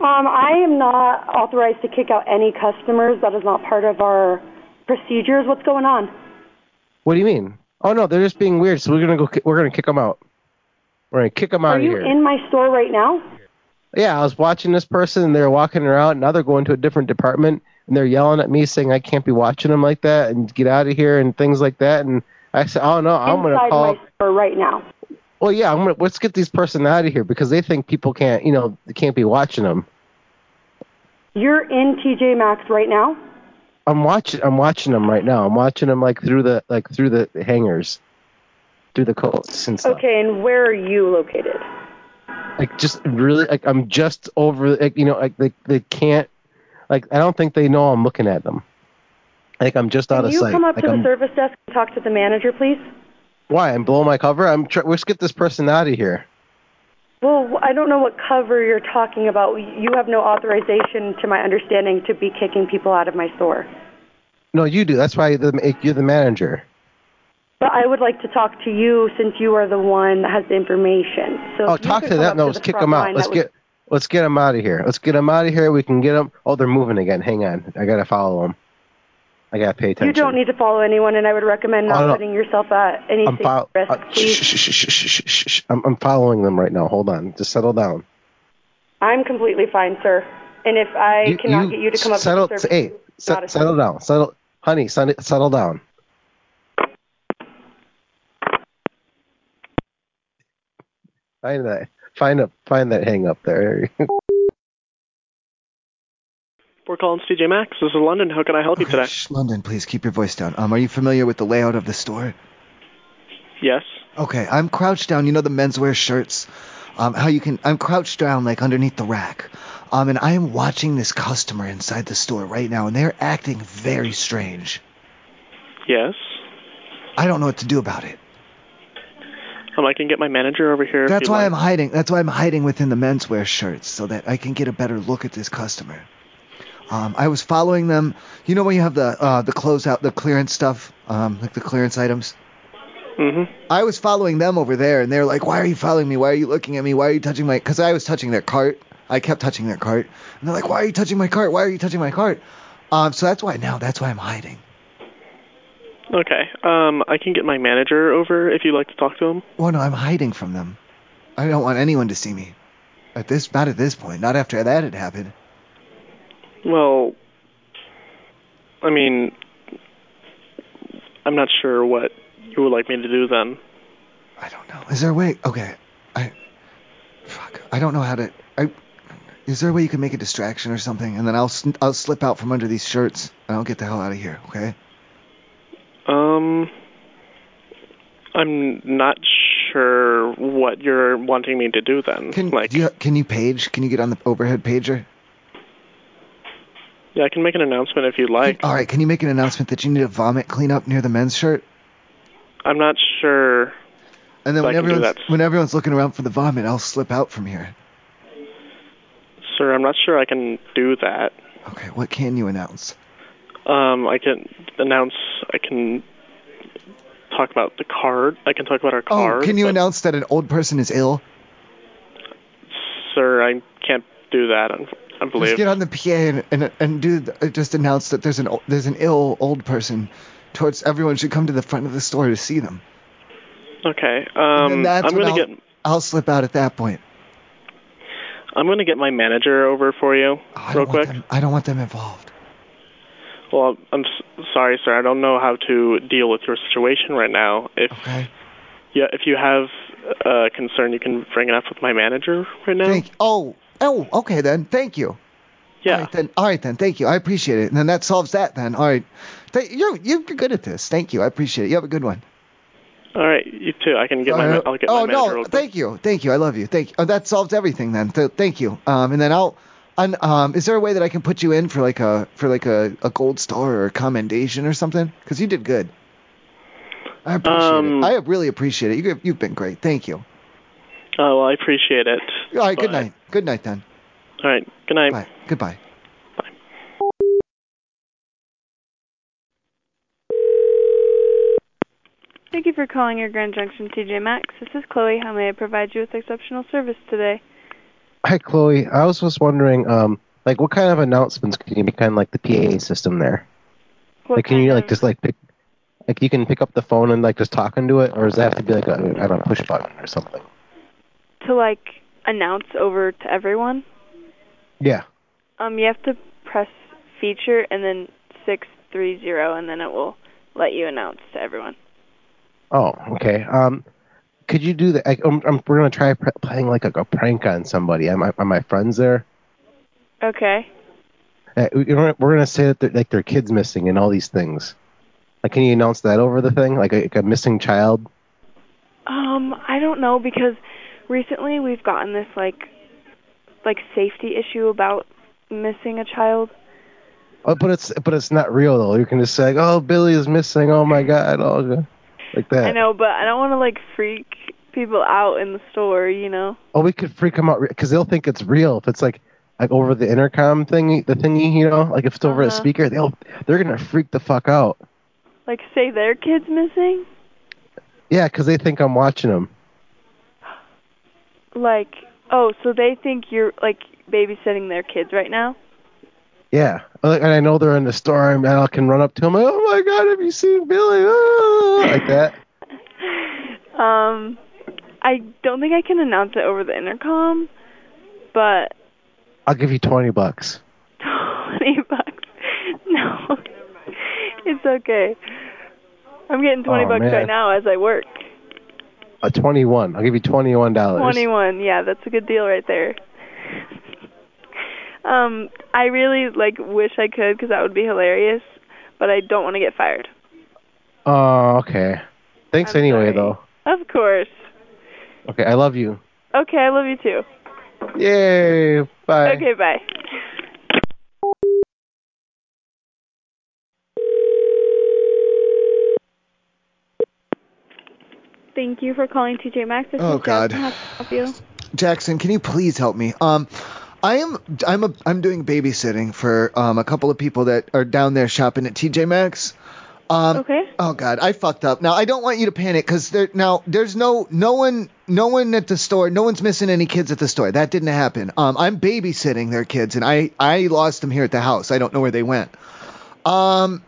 Speaker 26: Um, I am not authorized to kick out any customers. That is not part of our procedures. What's going on?
Speaker 4: What do you mean? Oh no, they're just being weird. So we're gonna go. ki- We're gonna kick them out. We're gonna kick them out
Speaker 26: Are
Speaker 4: of
Speaker 26: you
Speaker 4: here.
Speaker 26: in my store right now?
Speaker 4: Yeah, I was watching this person and they're walking around. Now they're going to a different department and they're yelling at me saying I can't be watching them like that and get out of here and things like that. And I said, Oh no, I'm
Speaker 26: Inside
Speaker 4: gonna call.
Speaker 26: my store right now.
Speaker 4: Well, yeah, I'm gonna let's get these person out of here because they think people can't, you know, they can't be watching them.
Speaker 26: You're in TJ Maxx right now.
Speaker 4: I'm watching. I'm watching them right now. I'm watching them like through the like through the hangers, through the coats and stuff.
Speaker 26: Okay, and where are you located?
Speaker 4: like just really like I'm just over like you know like they they can't like I don't think they know I'm looking at them. Like I'm just out
Speaker 26: Can
Speaker 4: of
Speaker 26: you
Speaker 4: sight.
Speaker 26: come up
Speaker 4: Like,
Speaker 26: to the
Speaker 4: I'm-
Speaker 26: service desk and talk to the manager, please?
Speaker 4: why? I'm blowing my cover. I'm try- let's get this person out of here.
Speaker 26: Well, I don't know what cover you're talking about. You have no authorization, to my understanding, to be kicking people out of my store.
Speaker 4: No, you do. That's why the, you're the manager.
Speaker 26: But I would like to talk to you since you are the one that has the information. So
Speaker 4: oh,
Speaker 26: if you
Speaker 4: talk
Speaker 26: could
Speaker 4: to
Speaker 26: come
Speaker 4: them.
Speaker 26: up
Speaker 4: No,
Speaker 26: to
Speaker 4: let's
Speaker 26: the
Speaker 4: kick
Speaker 26: front
Speaker 4: them out.
Speaker 26: line,
Speaker 4: Let's
Speaker 26: that would-
Speaker 4: get let's get them out of here. Let's get them out of here. We can get them. Oh, they're moving again. Hang on. I gotta follow them. I gotta pay attention.
Speaker 26: You don't need to follow anyone, and I would recommend
Speaker 4: Oh,
Speaker 26: not
Speaker 4: no.
Speaker 26: putting yourself at any
Speaker 4: I'm fol-
Speaker 26: risk,
Speaker 4: uh,
Speaker 26: please.
Speaker 4: shh, shh, shh, shh, shh, shh, shh. I'm, I'm following them right now. Hold on. Just settle down.
Speaker 26: I'm completely fine, sir. And if I
Speaker 4: You-
Speaker 26: cannot
Speaker 4: you
Speaker 26: get you to come up
Speaker 4: settle,
Speaker 26: to the service,
Speaker 4: Hey,
Speaker 26: it's
Speaker 4: se-
Speaker 26: not a-
Speaker 4: settle down. Settle, honey. Settle, settle down. Find that. Find a find that hang up there. [laughs]
Speaker 27: Fort Collins, TJ Maxx. This is London. How can I help you today?
Speaker 2: Shh, London, please keep your voice down. Um, are you familiar with the layout of the store?
Speaker 27: Yes.
Speaker 2: Okay, I'm crouched down. You know the menswear shirts. Um, how you can? I'm crouched down like underneath the rack. Um, and I am watching this customer inside the store right now, and they're acting very strange.
Speaker 27: Yes.
Speaker 2: I don't know what to do about it.
Speaker 27: Um, I can get my manager over here.
Speaker 2: That's
Speaker 27: if you
Speaker 2: why
Speaker 27: like.
Speaker 2: I'm hiding. That's why I'm hiding within the menswear shirts so that I can get a better look at this customer. Um, I was following them. You know when you have the uh, the closeout, the clearance stuff, um, like the clearance items.
Speaker 27: Mm-hmm.
Speaker 2: I was following them over there, and they were like, "Why are you following me? Why are you looking at me? Why are you touching my?" Because I was touching their cart. I kept touching their cart, and they're like, "Why are you touching my cart? Why are you touching my cart?" Um, so that's why now. That's why I'm hiding.
Speaker 27: Okay. Um, I can get my manager over if you'd like to talk to him.
Speaker 2: Well, no, I'm hiding from them. I don't want anyone to see me. At this, not at this point. Not after that had happened.
Speaker 27: Well, I mean, I'm not sure what you would like me to do then.
Speaker 2: Is there a way? Okay, I, fuck, I don't know how to. I, is there a way you can make a distraction or something, and then I'll sn- I'll slip out from under these shirts and I'll get the hell out of here. Okay.
Speaker 27: Um, I'm not sure what you're wanting me to do then.
Speaker 2: Can do you, can you page? Can you get on the overhead pager?
Speaker 27: Yeah, I can make an announcement if you'd like.
Speaker 2: All right. Can you make an announcement that you need a vomit cleanup near the men's shirt?
Speaker 27: I'm not sure.
Speaker 2: And then
Speaker 27: that
Speaker 2: when
Speaker 27: I can do
Speaker 2: everyone's
Speaker 27: that.
Speaker 2: when everyone's looking around for the vomit, I'll slip out from here.
Speaker 27: Sir, I'm not sure I can do that.
Speaker 2: Okay. What can you announce?
Speaker 27: Um, I can announce. I can talk about the card. I can talk about our card.
Speaker 2: oh, can you announce that an old person is ill?
Speaker 27: Sir, I can't do that. unf- I
Speaker 2: Just
Speaker 27: believe.
Speaker 2: get on the PA and and, and do the, uh, just announce that there's an o- there's an ill old person. Towards everyone should come to the front of the store to see them.
Speaker 27: Okay. Um,
Speaker 2: and that's
Speaker 27: I'm
Speaker 2: when
Speaker 27: gonna
Speaker 2: I'll,
Speaker 27: get.
Speaker 2: I'll slip out at that point.
Speaker 27: I'm gonna get my manager over for you, real quick.
Speaker 2: I don't want them involved.
Speaker 27: Well, I'm s- sorry, sir. I don't know how to deal with your situation right now. If yeah, if you have a concern, you can bring it up with my manager right now.
Speaker 2: Thank Oh, oh, okay then. Thank you.
Speaker 27: Yeah.
Speaker 2: All right then. All right then. Thank you. I appreciate it. And then that solves that then. All right. Th- you're you're good at this. Thank you. I appreciate it. You have a good one.
Speaker 27: All right, you too. I can get my.
Speaker 2: Uh,
Speaker 27: ma- I'll get my
Speaker 2: oh
Speaker 27: manager.
Speaker 2: no!
Speaker 27: real quick.
Speaker 2: Thank you, thank you. I love you. Thank you. Oh, that solves everything then. Th- thank you. Um, and then I'll. Un- um, is there a way that I can put you in for like a for like a, a gold star or a commendation or something? Because you did good. I appreciate
Speaker 27: Um,
Speaker 2: it. I really appreciate it. You, you've been great. Thank you.
Speaker 27: Oh, well, I appreciate it.
Speaker 2: All right. Good
Speaker 27: But-
Speaker 2: night. Good night then.
Speaker 27: All right. Good night.
Speaker 2: Goodbye.
Speaker 10: Hey, Thank you for calling your Grand Junction TJ Maxx. This is Chloe. How may I provide you with exceptional service today?
Speaker 4: Hi, Chloe. I was just wondering, um, like, what kind of announcements can you make on like the PA system there?
Speaker 10: What
Speaker 4: like, can you like just like pick, like you can pick up the phone and like just talk into it, or does that have to be like a, I don't know, push button or something?
Speaker 10: To like announce over to everyone,
Speaker 4: Yeah.
Speaker 10: um, you have to press feature and then six three zero, and then it will let you announce to everyone.
Speaker 4: Oh, okay. Um, could you do that? I, um um, we're gonna try pr- playing like a, a prank on somebody. Am I, on my friends there?
Speaker 10: Okay.
Speaker 4: Uh, we- we're gonna- we're gonna say that they're, like their kids missing and all these things. Like, can you announce that over the thing? Like a, like a missing child?
Speaker 10: Um, I don't know because recently we've gotten this like like safety issue about missing a child.
Speaker 4: Oh, but it's but it's not real though. You can just say, like, "Oh, Billy is missing. Oh my God!" Oh, God," like that.
Speaker 10: I know, but I don't want to like freak people out in the store, you know.
Speaker 4: Oh, we could freak them out because they'll think it's real if it's like like over the intercom thingy, the thingy, you know, like if it's over a
Speaker 10: Uh-huh.
Speaker 4: speaker, they'll they're gonna freak the fuck out.
Speaker 10: Like say their kids missing?
Speaker 4: Yeah, 'cause they think I'm watching them.
Speaker 10: Like, oh, so they think you're like babysitting their kids right now?
Speaker 4: Yeah, Oh, Like, and I know they're in the store, and I can run up to them. Oh my God, have you seen Billy? Ah," like that.
Speaker 10: Um I don't think I can announce it over the intercom, but [laughs]
Speaker 4: I'll give you twenty bucks.
Speaker 10: 20 bucks. [laughs] No. it's okay. I'm getting 20
Speaker 4: Aw,
Speaker 10: bucks
Speaker 4: Oh, man.
Speaker 10: right now as I work.
Speaker 4: A Uh, twenty-one. I'll give you twenty-one dollars.
Speaker 10: 21. Yeah, that's a good deal right there. [laughs] um I really like wish I could cuz that would be hilarious, but I don't want to get fired.
Speaker 4: Oh, okay. Thanks anyway, though.
Speaker 10: Of course.
Speaker 4: Okay, I love you.
Speaker 10: Okay, I love you too.
Speaker 4: Yay! Bye.
Speaker 10: Okay, bye. Thank you for calling TJ Maxx. This
Speaker 2: Oh,
Speaker 10: is Jasmine.
Speaker 2: God.
Speaker 10: How can I help you?
Speaker 2: Jackson, can you please help me? Um, I am I'm a I'm doing babysitting for um a couple of people that are down there shopping at TJ Maxx. Um,
Speaker 10: okay.
Speaker 2: Oh God, I fucked up. Now I don't want you to panic because there now there's no no one no one at the store. No one's missing any kids at the store. That didn't happen. Um, I'm babysitting their kids and I I lost them here at the house. I don't know where they went. Um,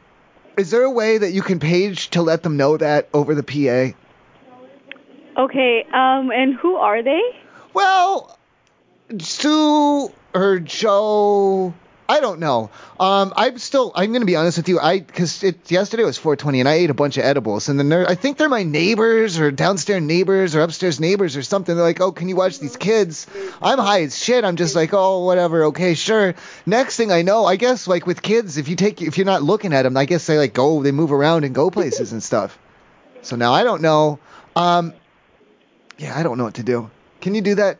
Speaker 2: is there a way that you can page to let them know that over the PA?
Speaker 15: Okay, um, and who are they?
Speaker 2: Well, Sue or Joe. I don't know. Um, I'm still. I'm gonna be honest with you. I because it yesterday was 4:20 and I ate a bunch of edibles and then they're- I think they're my neighbors or downstairs neighbors or upstairs neighbors or something. They're like, oh, can you watch these kids? I'm high as shit. I'm just like, oh, whatever. Okay, sure. Next thing I know, I guess like with kids, if you take if you're not looking at them, I guess they like go, they move around and go places and stuff. So now I don't know. Um, yeah, I don't know what to do. Can you do that?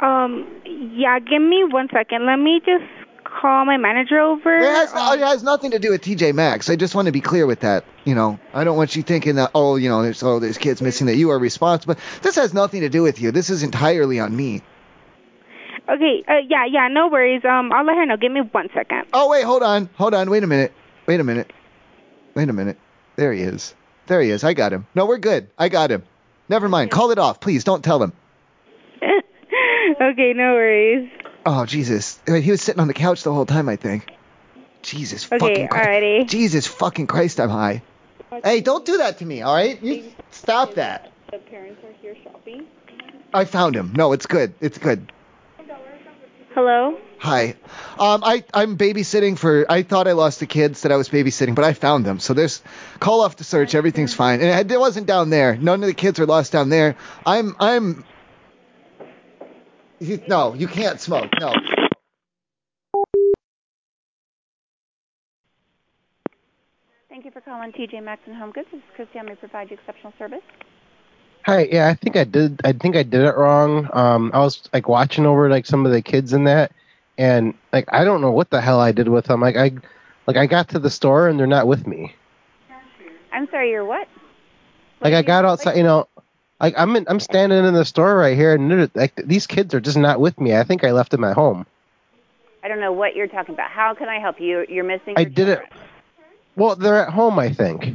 Speaker 15: Um, yeah, give me one second. Let me just call my manager over.
Speaker 2: It has, it has nothing to do with TJ Maxx. I just want to be clear with that. You know, I don't want you thinking that oh, you know, there's oh, there's kids missing that you are responsible. This has nothing to do with you. This is entirely on me.
Speaker 15: Okay, uh, yeah, yeah, no worries. Um, I'll let her know. Give me one second.
Speaker 2: Oh wait, hold on, hold on, wait a minute, wait a minute, wait a minute. There he is. There he is. I got him. No, we're good. I got him. Never mind. Call it off, please. Don't tell him.
Speaker 15: [laughs] okay, no worries.
Speaker 2: Oh Jesus. He was sitting on the couch the whole time. I think. Jesus
Speaker 15: Okay,
Speaker 2: fucking Christ.
Speaker 15: alrighty.
Speaker 2: Jesus fucking Christ, I'm high. Hey, don't do that to me, all right? You stop that.
Speaker 15: The parents are here shopping.
Speaker 2: I found him. No, it's good. It's good.
Speaker 15: Hello?
Speaker 2: Hi. Um, I, I'm babysitting for. I thought I lost the kids that I was babysitting, but I found them. So there's call off the search. Everything's fine. And it wasn't down there. None of the kids were lost down there. I'm. I'm. You, no, you can't smoke. No.
Speaker 11: Thank you for calling TJ Maxx and Home Goods. This is Christy. I may provide you exceptional service.
Speaker 4: Hi. Yeah, I think I did. I think I did it wrong. Um, I was like watching over like some of the kids in that, and like I don't know what the hell I did with them. Like I, like I got to the store and they're not with me.
Speaker 11: I'm sorry, you're what?
Speaker 4: Like I got outside, you know, like I'm in, I'm standing in the store right here, and they're- like these kids are just not with me. I think I left them at home.
Speaker 11: I don't know what you're talking about. How can I help you? You're missing.
Speaker 4: I did it. Well, they're at home, I think.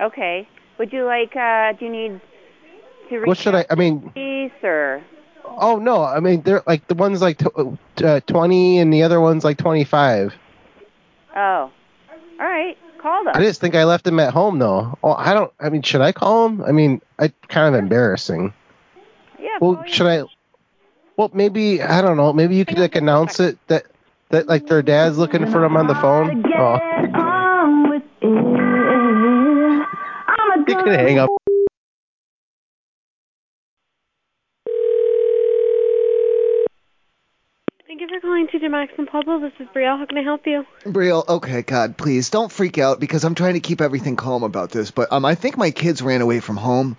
Speaker 11: Okay. Would you like? Uh, do you need to reach
Speaker 4: What should I? I mean,
Speaker 11: these or?
Speaker 4: oh no, I mean they're like the one's like tw- uh, twenty and the other one's like twenty-five.
Speaker 11: Oh. All right. Call them.
Speaker 4: I just think I left him at home though. Oh, I don't. I mean, should I call him? I mean, I kind of embarrassing.
Speaker 11: Yeah.
Speaker 4: Well, should I? Well, maybe I don't know. Maybe you could like announce it that that like their dad's looking for him on the phone. Oh,
Speaker 24: on with it. I'm a
Speaker 4: you can hang up.
Speaker 17: Thank you for calling TJ Maxx and Pueblo. This is Brielle. How can I help you?
Speaker 2: Brielle, okay, God, please don't freak out because I'm trying to keep everything calm about this. But um, I think my kids ran away from home.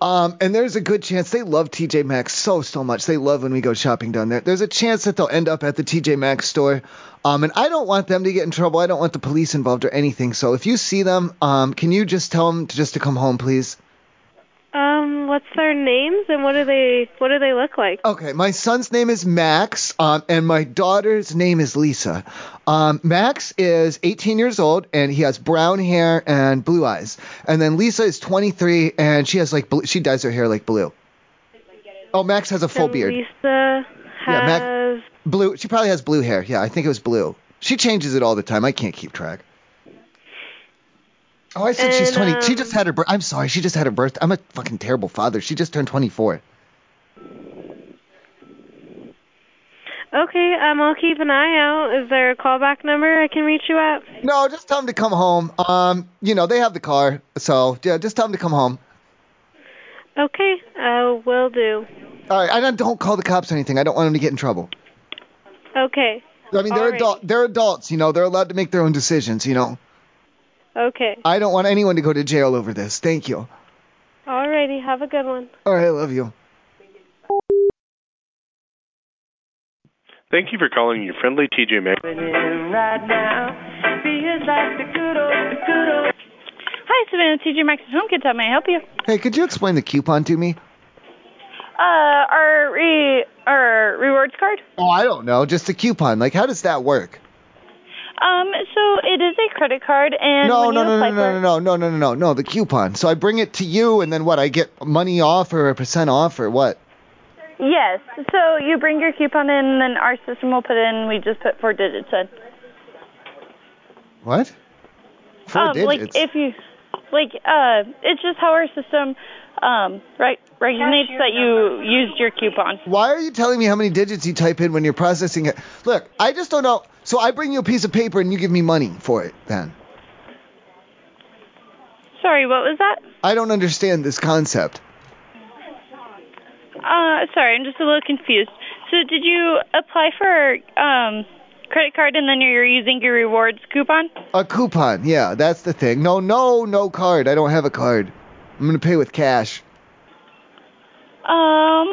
Speaker 2: Um, and there's a good chance they love TJ Maxx so so much. They love when we go shopping down there. There's a chance that they'll end up at the TJ Maxx store. Um, and I don't want them to get in trouble. I don't want the police involved or anything. So if you see them, um, can you just tell them to, just to come home, please?
Speaker 17: Um, what's their names and what do they what do they look like?
Speaker 2: Okay, my son's name is Max, um, and my daughter's name is Lisa. Um, Max is 18 years old, and he has brown hair and blue eyes. And then Lisa is 23, and she has like blue, she dyes her hair like blue. Oh, Max has a full
Speaker 17: And
Speaker 2: beard.
Speaker 17: Lisa
Speaker 2: Yeah,
Speaker 17: has
Speaker 2: Mac- Blue. She probably has blue hair. Yeah, I think it was blue. She changes it all the time. I can't keep track. Oh, I said she's
Speaker 17: And,
Speaker 2: 20. she
Speaker 17: um,
Speaker 2: just had her. Bir- I'm sorry. She just had her birth. I'm a fucking terrible father. She just turned 24.
Speaker 17: Okay, um I'll keep an eye out. Is there a callback number I can reach you at?
Speaker 2: No, just tell them to come home. Um, you know they have the car, so yeah, just tell them to come home.
Speaker 17: Okay, uh will do.
Speaker 2: All right, and I don't call the cops or anything. I don't want them to get in trouble.
Speaker 17: Okay.
Speaker 2: I mean, they're adult. They're adults. You know, they're allowed to make their own decisions. You know,
Speaker 17: Okay.
Speaker 2: I don't want anyone to go to jail over this. Thank you.
Speaker 17: Alrighty, have a good one.
Speaker 2: All right, I love you.
Speaker 13: Thank you for calling your friendly TJ Maxx.
Speaker 18: Hi, Savannah, TJ Maxx and HomeKits. How may I help you?
Speaker 2: Hey, could you explain the coupon to me?
Speaker 18: Uh, our re- our rewards card.
Speaker 2: Oh, I don't know. Just the coupon. Like, how does that work?
Speaker 18: Um, so it is a credit card, and
Speaker 2: no,
Speaker 18: when
Speaker 2: no,
Speaker 18: you
Speaker 2: no,
Speaker 18: apply
Speaker 2: no, no, no, no, no, no, no, no. The coupon. So I bring it to you, and then what? I get money off or a percent off or what?
Speaker 18: for yes, so you bring your coupon in, and then our system will put it in. We just put four digits in.
Speaker 2: What? Four
Speaker 17: Oh,
Speaker 18: um,
Speaker 2: digits.
Speaker 18: Like if you, like uh, it's just how our system um right regulates that you used your coupon.
Speaker 2: Why are you telling me how many digits you type in when you're processing it? Look, I just don't know. So I bring you a piece of paper and you give me money for it then.
Speaker 18: Sorry, what was that?
Speaker 2: I don't understand this concept.
Speaker 18: Uh, sorry, I'm just a little confused. So did you apply for um credit card and then you're using your rewards coupon?
Speaker 2: A coupon, yeah, that's the thing. No, no, no card. I don't have a card. I'm gonna pay with cash.
Speaker 18: Um,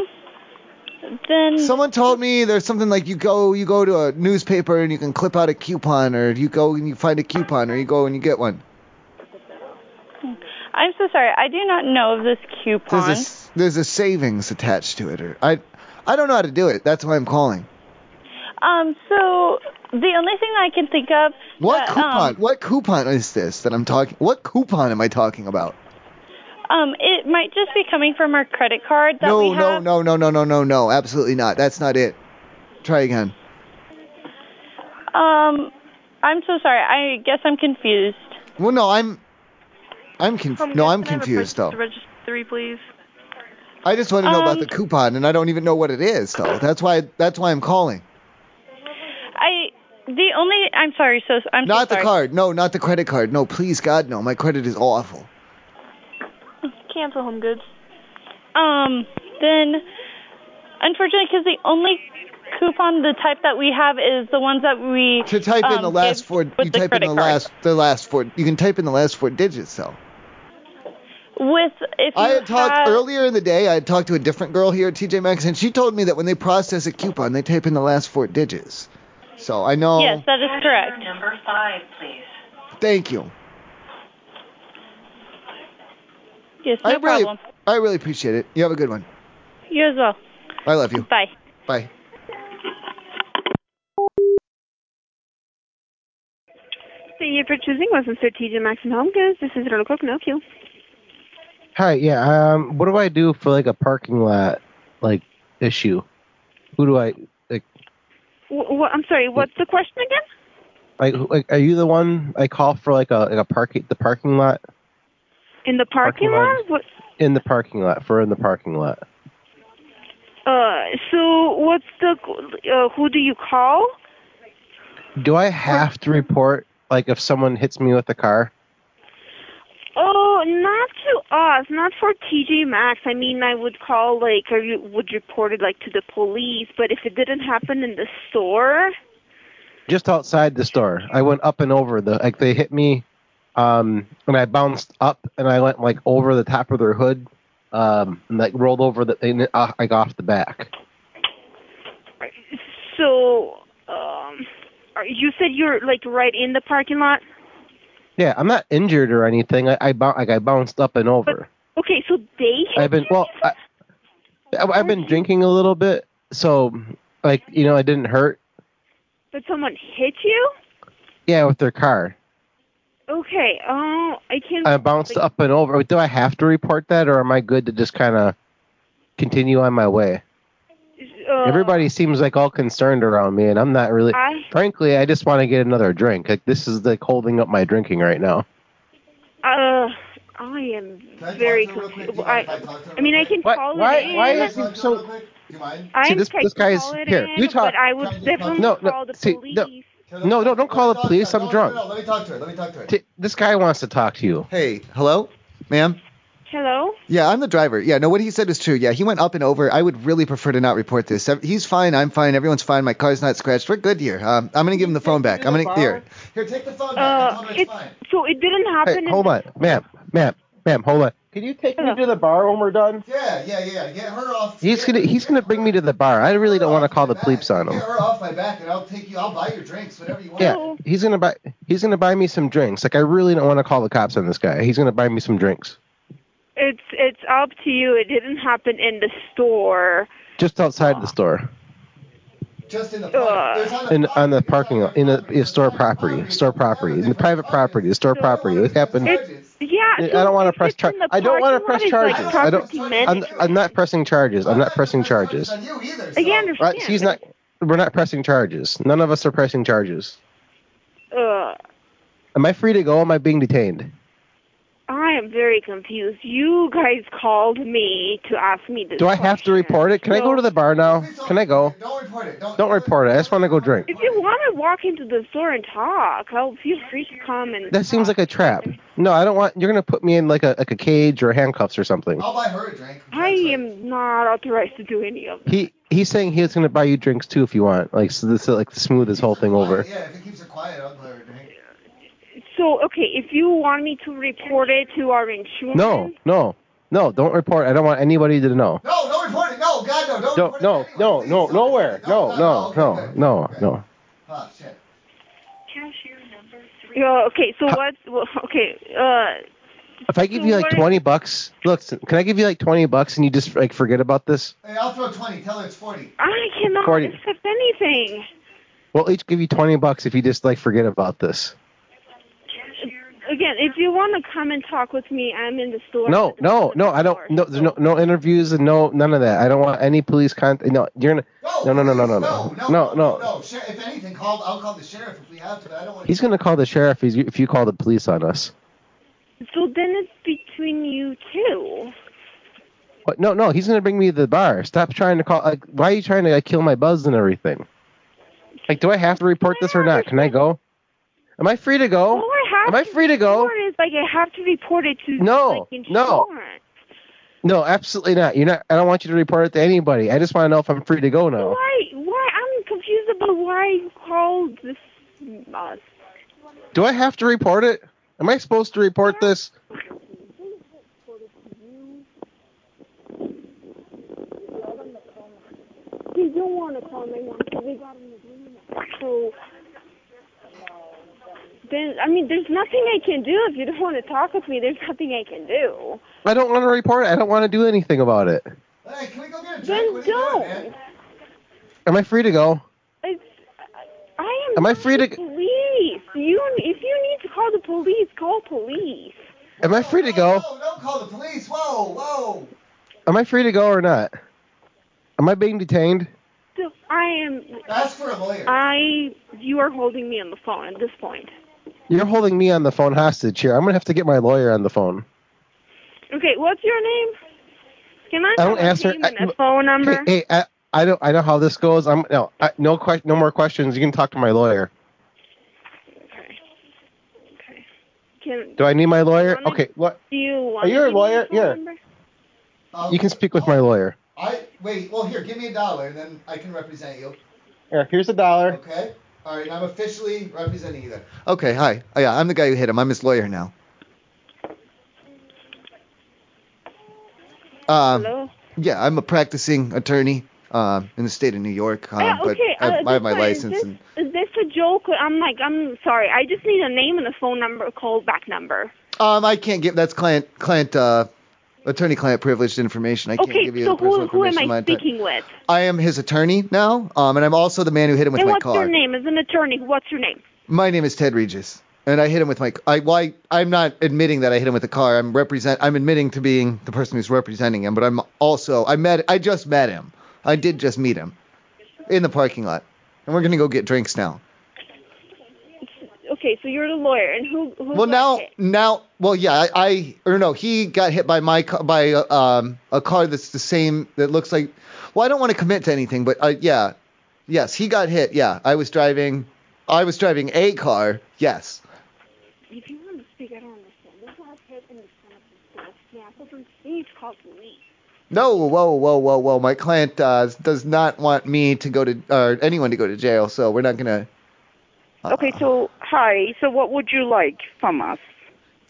Speaker 18: then
Speaker 2: Someone told me there's something like you go, you go to a newspaper and you can clip out a coupon, or you go and you find a coupon, or you go and you get one.
Speaker 18: I'm so sorry. I do not know of this coupon.
Speaker 2: There's a s- there's a savings attached to it, or I, I don't know how to do it. That's why I'm calling.
Speaker 18: Um, so the only thing that I can think of.
Speaker 2: What
Speaker 18: that,
Speaker 2: coupon?
Speaker 18: Um,
Speaker 2: What coupon is this that I'm talking? What coupon am I talking about?
Speaker 18: um, it might just be coming from our credit card that we
Speaker 2: No, no,
Speaker 18: have.
Speaker 2: no, no, no, no, no, no. Absolutely not. That's not it. Try again.
Speaker 18: Um, I'm so sorry. I guess I'm confused.
Speaker 2: Well, no, I'm, I'm conf- no, I'm confused though.
Speaker 18: register three, please.
Speaker 2: I just want to know about
Speaker 18: Um,
Speaker 2: the coupon, and I don't even know what it is though. That's why that's why I'm calling.
Speaker 18: I the only I'm sorry. So I'm
Speaker 2: Not
Speaker 18: so
Speaker 2: the
Speaker 18: sorry.
Speaker 2: card. No, not the credit card. No, please God, no. My credit is awful.
Speaker 18: Cancel home goods. Um, then unfortunately, because the only coupon, the type that we have is the ones that we
Speaker 2: To type in
Speaker 18: um,
Speaker 2: the last
Speaker 18: give
Speaker 2: four,
Speaker 18: with
Speaker 2: you
Speaker 18: the
Speaker 2: type in
Speaker 18: credit
Speaker 2: the
Speaker 18: card.
Speaker 2: last the last four. You can type in the last four digits though.
Speaker 18: With if
Speaker 2: I
Speaker 18: you
Speaker 2: had talked
Speaker 18: have-
Speaker 2: earlier in the day. I had talked to a different girl here at TJ Maxx, and she told me that when they process a coupon, they type in the last four digits. So I know.
Speaker 18: Yes, that is correct.
Speaker 28: Number five, please.
Speaker 2: Thank you.
Speaker 18: Yes, no
Speaker 2: I really,
Speaker 18: problem.
Speaker 2: I really appreciate it. You have a good one.
Speaker 18: You as well.
Speaker 2: I love you.
Speaker 18: Bye.
Speaker 2: Bye.
Speaker 24: Thank you for choosing Western Star TJ Maxx and Home Goods. This is Ronald Cook, no queue.
Speaker 4: Hi, yeah. Um, what do I do for like a parking lot like issue? Who do I like?
Speaker 24: W- w- I'm sorry, what's the question again?
Speaker 4: Like, who- like are you the one I call for like a like a parking the parking lot
Speaker 24: In the parking,
Speaker 4: Parking
Speaker 24: lot? What?
Speaker 4: in the parking lot for in the parking lot?
Speaker 24: Uh, so what's the? Uh, who do you call?
Speaker 4: Do I have to report like if someone hits me with a car?
Speaker 24: Oh, not to us, not for TJ Maxx. I mean, I would call like or you would report it like to the police. But if it didn't happen in the store,
Speaker 4: Just outside the store. I went up and over the like they hit me, um, and I bounced up and I went like over the top of their hood, um, and like rolled over the and, uh, like off the back.
Speaker 24: so um, are- you said you're like right in the parking lot.
Speaker 4: Yeah, I'm not injured or anything. I I, bou- like, I bounced up and over.
Speaker 24: Okay, so they
Speaker 4: I've been well. I, I- I've been drinking a little bit, so like you know, I didn't hurt.
Speaker 24: but someone hit you.
Speaker 4: Yeah, with their car,
Speaker 24: Okay. Oh, I can't.
Speaker 4: I bounced up and over. Do I have to report that, or am I good to just kind of continue on my way?
Speaker 24: Uh,
Speaker 4: Everybody seems like all concerned around me, and I'm not really.
Speaker 24: I-
Speaker 4: Frankly, I just want to get another drink. Like this is like holding up my drinking right now.
Speaker 24: Uh, I am very confused. I, I mean, I can call
Speaker 4: why-
Speaker 24: it in.
Speaker 4: why is it so-
Speaker 3: Do you mind?
Speaker 24: I
Speaker 4: See, this-
Speaker 24: can
Speaker 4: this guy is-
Speaker 24: call it
Speaker 4: here,
Speaker 24: in,
Speaker 4: you talk.
Speaker 24: But I would definitely
Speaker 4: No, no,
Speaker 24: call the
Speaker 4: see,
Speaker 24: police.
Speaker 4: no, no, no, don't call the police. I'm drunk.
Speaker 3: Let me talk to her. Let me talk to her.
Speaker 4: T- this guy wants to talk to you.
Speaker 2: Hey, hello, ma'am.
Speaker 24: Hello.
Speaker 2: Yeah, I'm the driver. Yeah, no, what he said is true. Yeah, he went up and over. I would really prefer to not report this. Ev- He's fine. I'm fine. Everyone's fine. My car's not scratched. We're good here. Um, I'm gonna give him the phone back. I'm gonna here.
Speaker 3: Here, take the phone.
Speaker 24: Uh, it, so it didn't happen.
Speaker 4: Hey, hold on, ma'am, ma'am, ma'am, hold on. Can you take me to the bar when we're done?
Speaker 3: Yeah, yeah, yeah. Get her off.
Speaker 4: He's gonna he's gonna bring me to the bar. I really don't want to call the police on him.
Speaker 3: Get her off my back, and I'll take you. I'll buy your drinks, whatever you want.
Speaker 4: Yeah, he's gonna buy he's gonna buy me some drinks. Like I really don't want to call the cops on this guy. He's gonna buy me some drinks
Speaker 24: It's it's up to you. It didn't happen in the store.
Speaker 4: just outside the store
Speaker 3: Just in the
Speaker 24: Uh,
Speaker 4: in on the parking lot in a, a store property, store property, in the private property, the store property. It happened.
Speaker 24: Yeah.
Speaker 4: I don't want to press charges. I don't want to press
Speaker 24: parking lot, it's like
Speaker 4: charges. I don't.
Speaker 24: property
Speaker 4: I'm,
Speaker 24: management.
Speaker 4: I'm not pressing charges. I'm not pressing charges.
Speaker 24: I
Speaker 4: Right?
Speaker 24: understand.
Speaker 4: He's not. We're not pressing charges. None of us are pressing charges.
Speaker 24: Uh,
Speaker 4: Am I free to go? Am I being detained?
Speaker 24: I am very confused. You guys called me to ask me this.
Speaker 4: Do I have to report it? Can I go to the bar now? Can I go?
Speaker 3: Don't report it. Don't,
Speaker 4: report it. I just want to go drink.
Speaker 24: If you want to walk into the store and talk, I'll feel free to come and.
Speaker 4: That seems like a trap. No, I don't want. You're gonna put me in like a like a cage or handcuffs or something.
Speaker 3: I'll buy her a drink.
Speaker 24: I am not authorized to do any of.
Speaker 4: He he's saying he's gonna buy you drinks too if you want. Like so this like to smooth this whole thing over.
Speaker 3: Yeah, if it keeps her quiet, I'll buy her a drink.
Speaker 24: So okay, if you want me to report it to our insurance.
Speaker 4: No, no, no. Don't report. I don't want anybody to know.
Speaker 3: No, don't report it. No, God, no, don't.
Speaker 4: No, no, no, no, nowhere. No, no, no, no, no.
Speaker 3: Oh, shit.
Speaker 24: Cashier number three. Uh, okay, so what's well, okay? Uh,
Speaker 4: If I give you like twenty bucks, look, can I give you like twenty bucks and you just like forget about this?
Speaker 3: Hey, I'll throw 20. Tell her it's 40.
Speaker 24: I cannot
Speaker 4: 40.
Speaker 24: accept anything.
Speaker 4: We'll each give you twenty bucks if you just like forget about this.
Speaker 24: Again, if you want to come and talk with me, I'm in the store.
Speaker 4: No, no, no. I don't. No, there's no, no interviews and no, none of that. I don't want any police contact. No, you're gonna. No, no, no, no, no, no, no, no.
Speaker 3: No, sheriff, Oh, if anything, call, I'll call the sheriff if we have to, but I don't want
Speaker 4: He's gonna call the sheriff if you- if you call the police on us.
Speaker 24: So then it's between you two.
Speaker 4: What? No, no. He's gonna bring me to the bar. Stop trying to call. Like, why are you trying to like, kill my buzz and everything? Like, do I have to report this or not? Can I go? Am I free to go?
Speaker 24: All I have
Speaker 4: Am I
Speaker 24: to
Speaker 4: free to go?
Speaker 24: report Is like I have to report it to
Speaker 4: No,
Speaker 24: like,
Speaker 4: no.
Speaker 24: insurance.
Speaker 4: No, absolutely not. You're not. I don't want you to report it to anybody. I just want to know if I'm free to go now.
Speaker 24: Why? Why? I'm confused about why you called this. Uh,
Speaker 4: Do I have to report it? Am I supposed to report this?
Speaker 24: you don't want to call my mom because we got an agreement. So then, I mean, there's nothing I can do if you don't want to talk with me. There's nothing I can do.
Speaker 4: I don't want to report it. I don't want to do anything about it.
Speaker 3: Hey, can we go get a drink?
Speaker 24: Then don't.
Speaker 4: Am I free to go?
Speaker 24: It's, I am
Speaker 4: Am I
Speaker 24: not
Speaker 4: free to-
Speaker 24: the police. You, if you call the police. Call police.
Speaker 4: Am I free to go?
Speaker 3: Don't call the police. Whoa, whoa.
Speaker 4: Am I free to go or not? Am I being detained?
Speaker 24: So I am.
Speaker 3: That's for a lawyer.
Speaker 24: I. You are holding me on the phone at this point.
Speaker 4: You're holding me on the phone hostage here. I'm gonna have to get my lawyer on the phone.
Speaker 24: Okay, what's your name? Can I?
Speaker 4: I don't answer. I-
Speaker 24: a phone number?
Speaker 4: Hey, hey, I, I don't. I know how this goes. I'm no. I, no que- No more questions. You can talk to my lawyer.
Speaker 24: Can,
Speaker 4: Do I need my lawyer? Okay. What?
Speaker 24: do you want?
Speaker 4: Are you a lawyer? Yeah.
Speaker 3: Um,
Speaker 4: You can speak with my lawyer.
Speaker 3: I wait. Well, here, give me a dollar, and then I can represent you.
Speaker 4: Here, here's a dollar.
Speaker 3: Okay. All right. I'm officially representing you. Then.
Speaker 2: Okay, hi. Oh, yeah, I'm the guy who hit him. I'm his lawyer now. Um,
Speaker 24: Hello?
Speaker 2: Yeah, I'm a practicing attorney um, in the state of New York, um,
Speaker 24: yeah, okay.
Speaker 2: but I,
Speaker 24: uh,
Speaker 2: I have my
Speaker 24: this
Speaker 2: license.
Speaker 24: one, is this-
Speaker 2: and
Speaker 24: Is this a joke? I'm like, I'm sorry. I just need a name and a phone number, a callback number.
Speaker 2: um, I can't give that's client client uh, attorney client privileged information. I can't
Speaker 24: okay,
Speaker 2: give you
Speaker 24: so
Speaker 2: the personal
Speaker 24: who who am
Speaker 2: information of
Speaker 24: I
Speaker 2: my attorney.
Speaker 24: speaking with?
Speaker 2: I am his attorney now, um, and I'm also the man who hit him with
Speaker 24: and
Speaker 2: my
Speaker 24: what's
Speaker 2: car.
Speaker 24: your name? As an attorney, what's your name?
Speaker 2: My name is Ted Regis, and I hit him with my. I why I'm not admitting that I hit him with a car. I'm represent. I'm admitting to being the person who's representing him, but I'm also. I met. I just met him. I did just meet him, in the parking lot, and we're gonna go get drinks now.
Speaker 24: Okay, so you're the lawyer, and who who?
Speaker 2: Well now, now, well yeah, I, I or no, he got hit by my ca- by uh, um a car that's the same that looks like. Well, I don't want to commit to anything, but uh, yeah, yes, he got hit. Yeah, I was driving, I was driving a car. Yes.
Speaker 24: If you want to speak, I don't understand. This last hit in the front of the Yeah, so from Steve called police.
Speaker 2: No, whoa, whoa, whoa, whoa. My client uh, does not want me to go to, or anyone to go to jail, so we're not going to. Uh,
Speaker 19: Okay, so hi. So what would you like from us?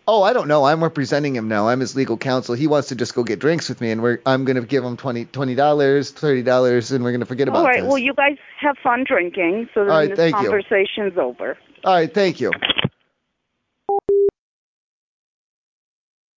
Speaker 2: Oh, I don't know. I'm representing him now. I'm his legal counsel. He wants to just go get drinks with me, and we're, I'm going to give him twenty, twenty dollars $30, and we're going to forget about
Speaker 19: All right.
Speaker 2: this.
Speaker 19: Well, you guys have fun drinking, so
Speaker 2: All right,
Speaker 19: then this
Speaker 2: thank you.
Speaker 19: conversation's over.
Speaker 2: All right, thank you.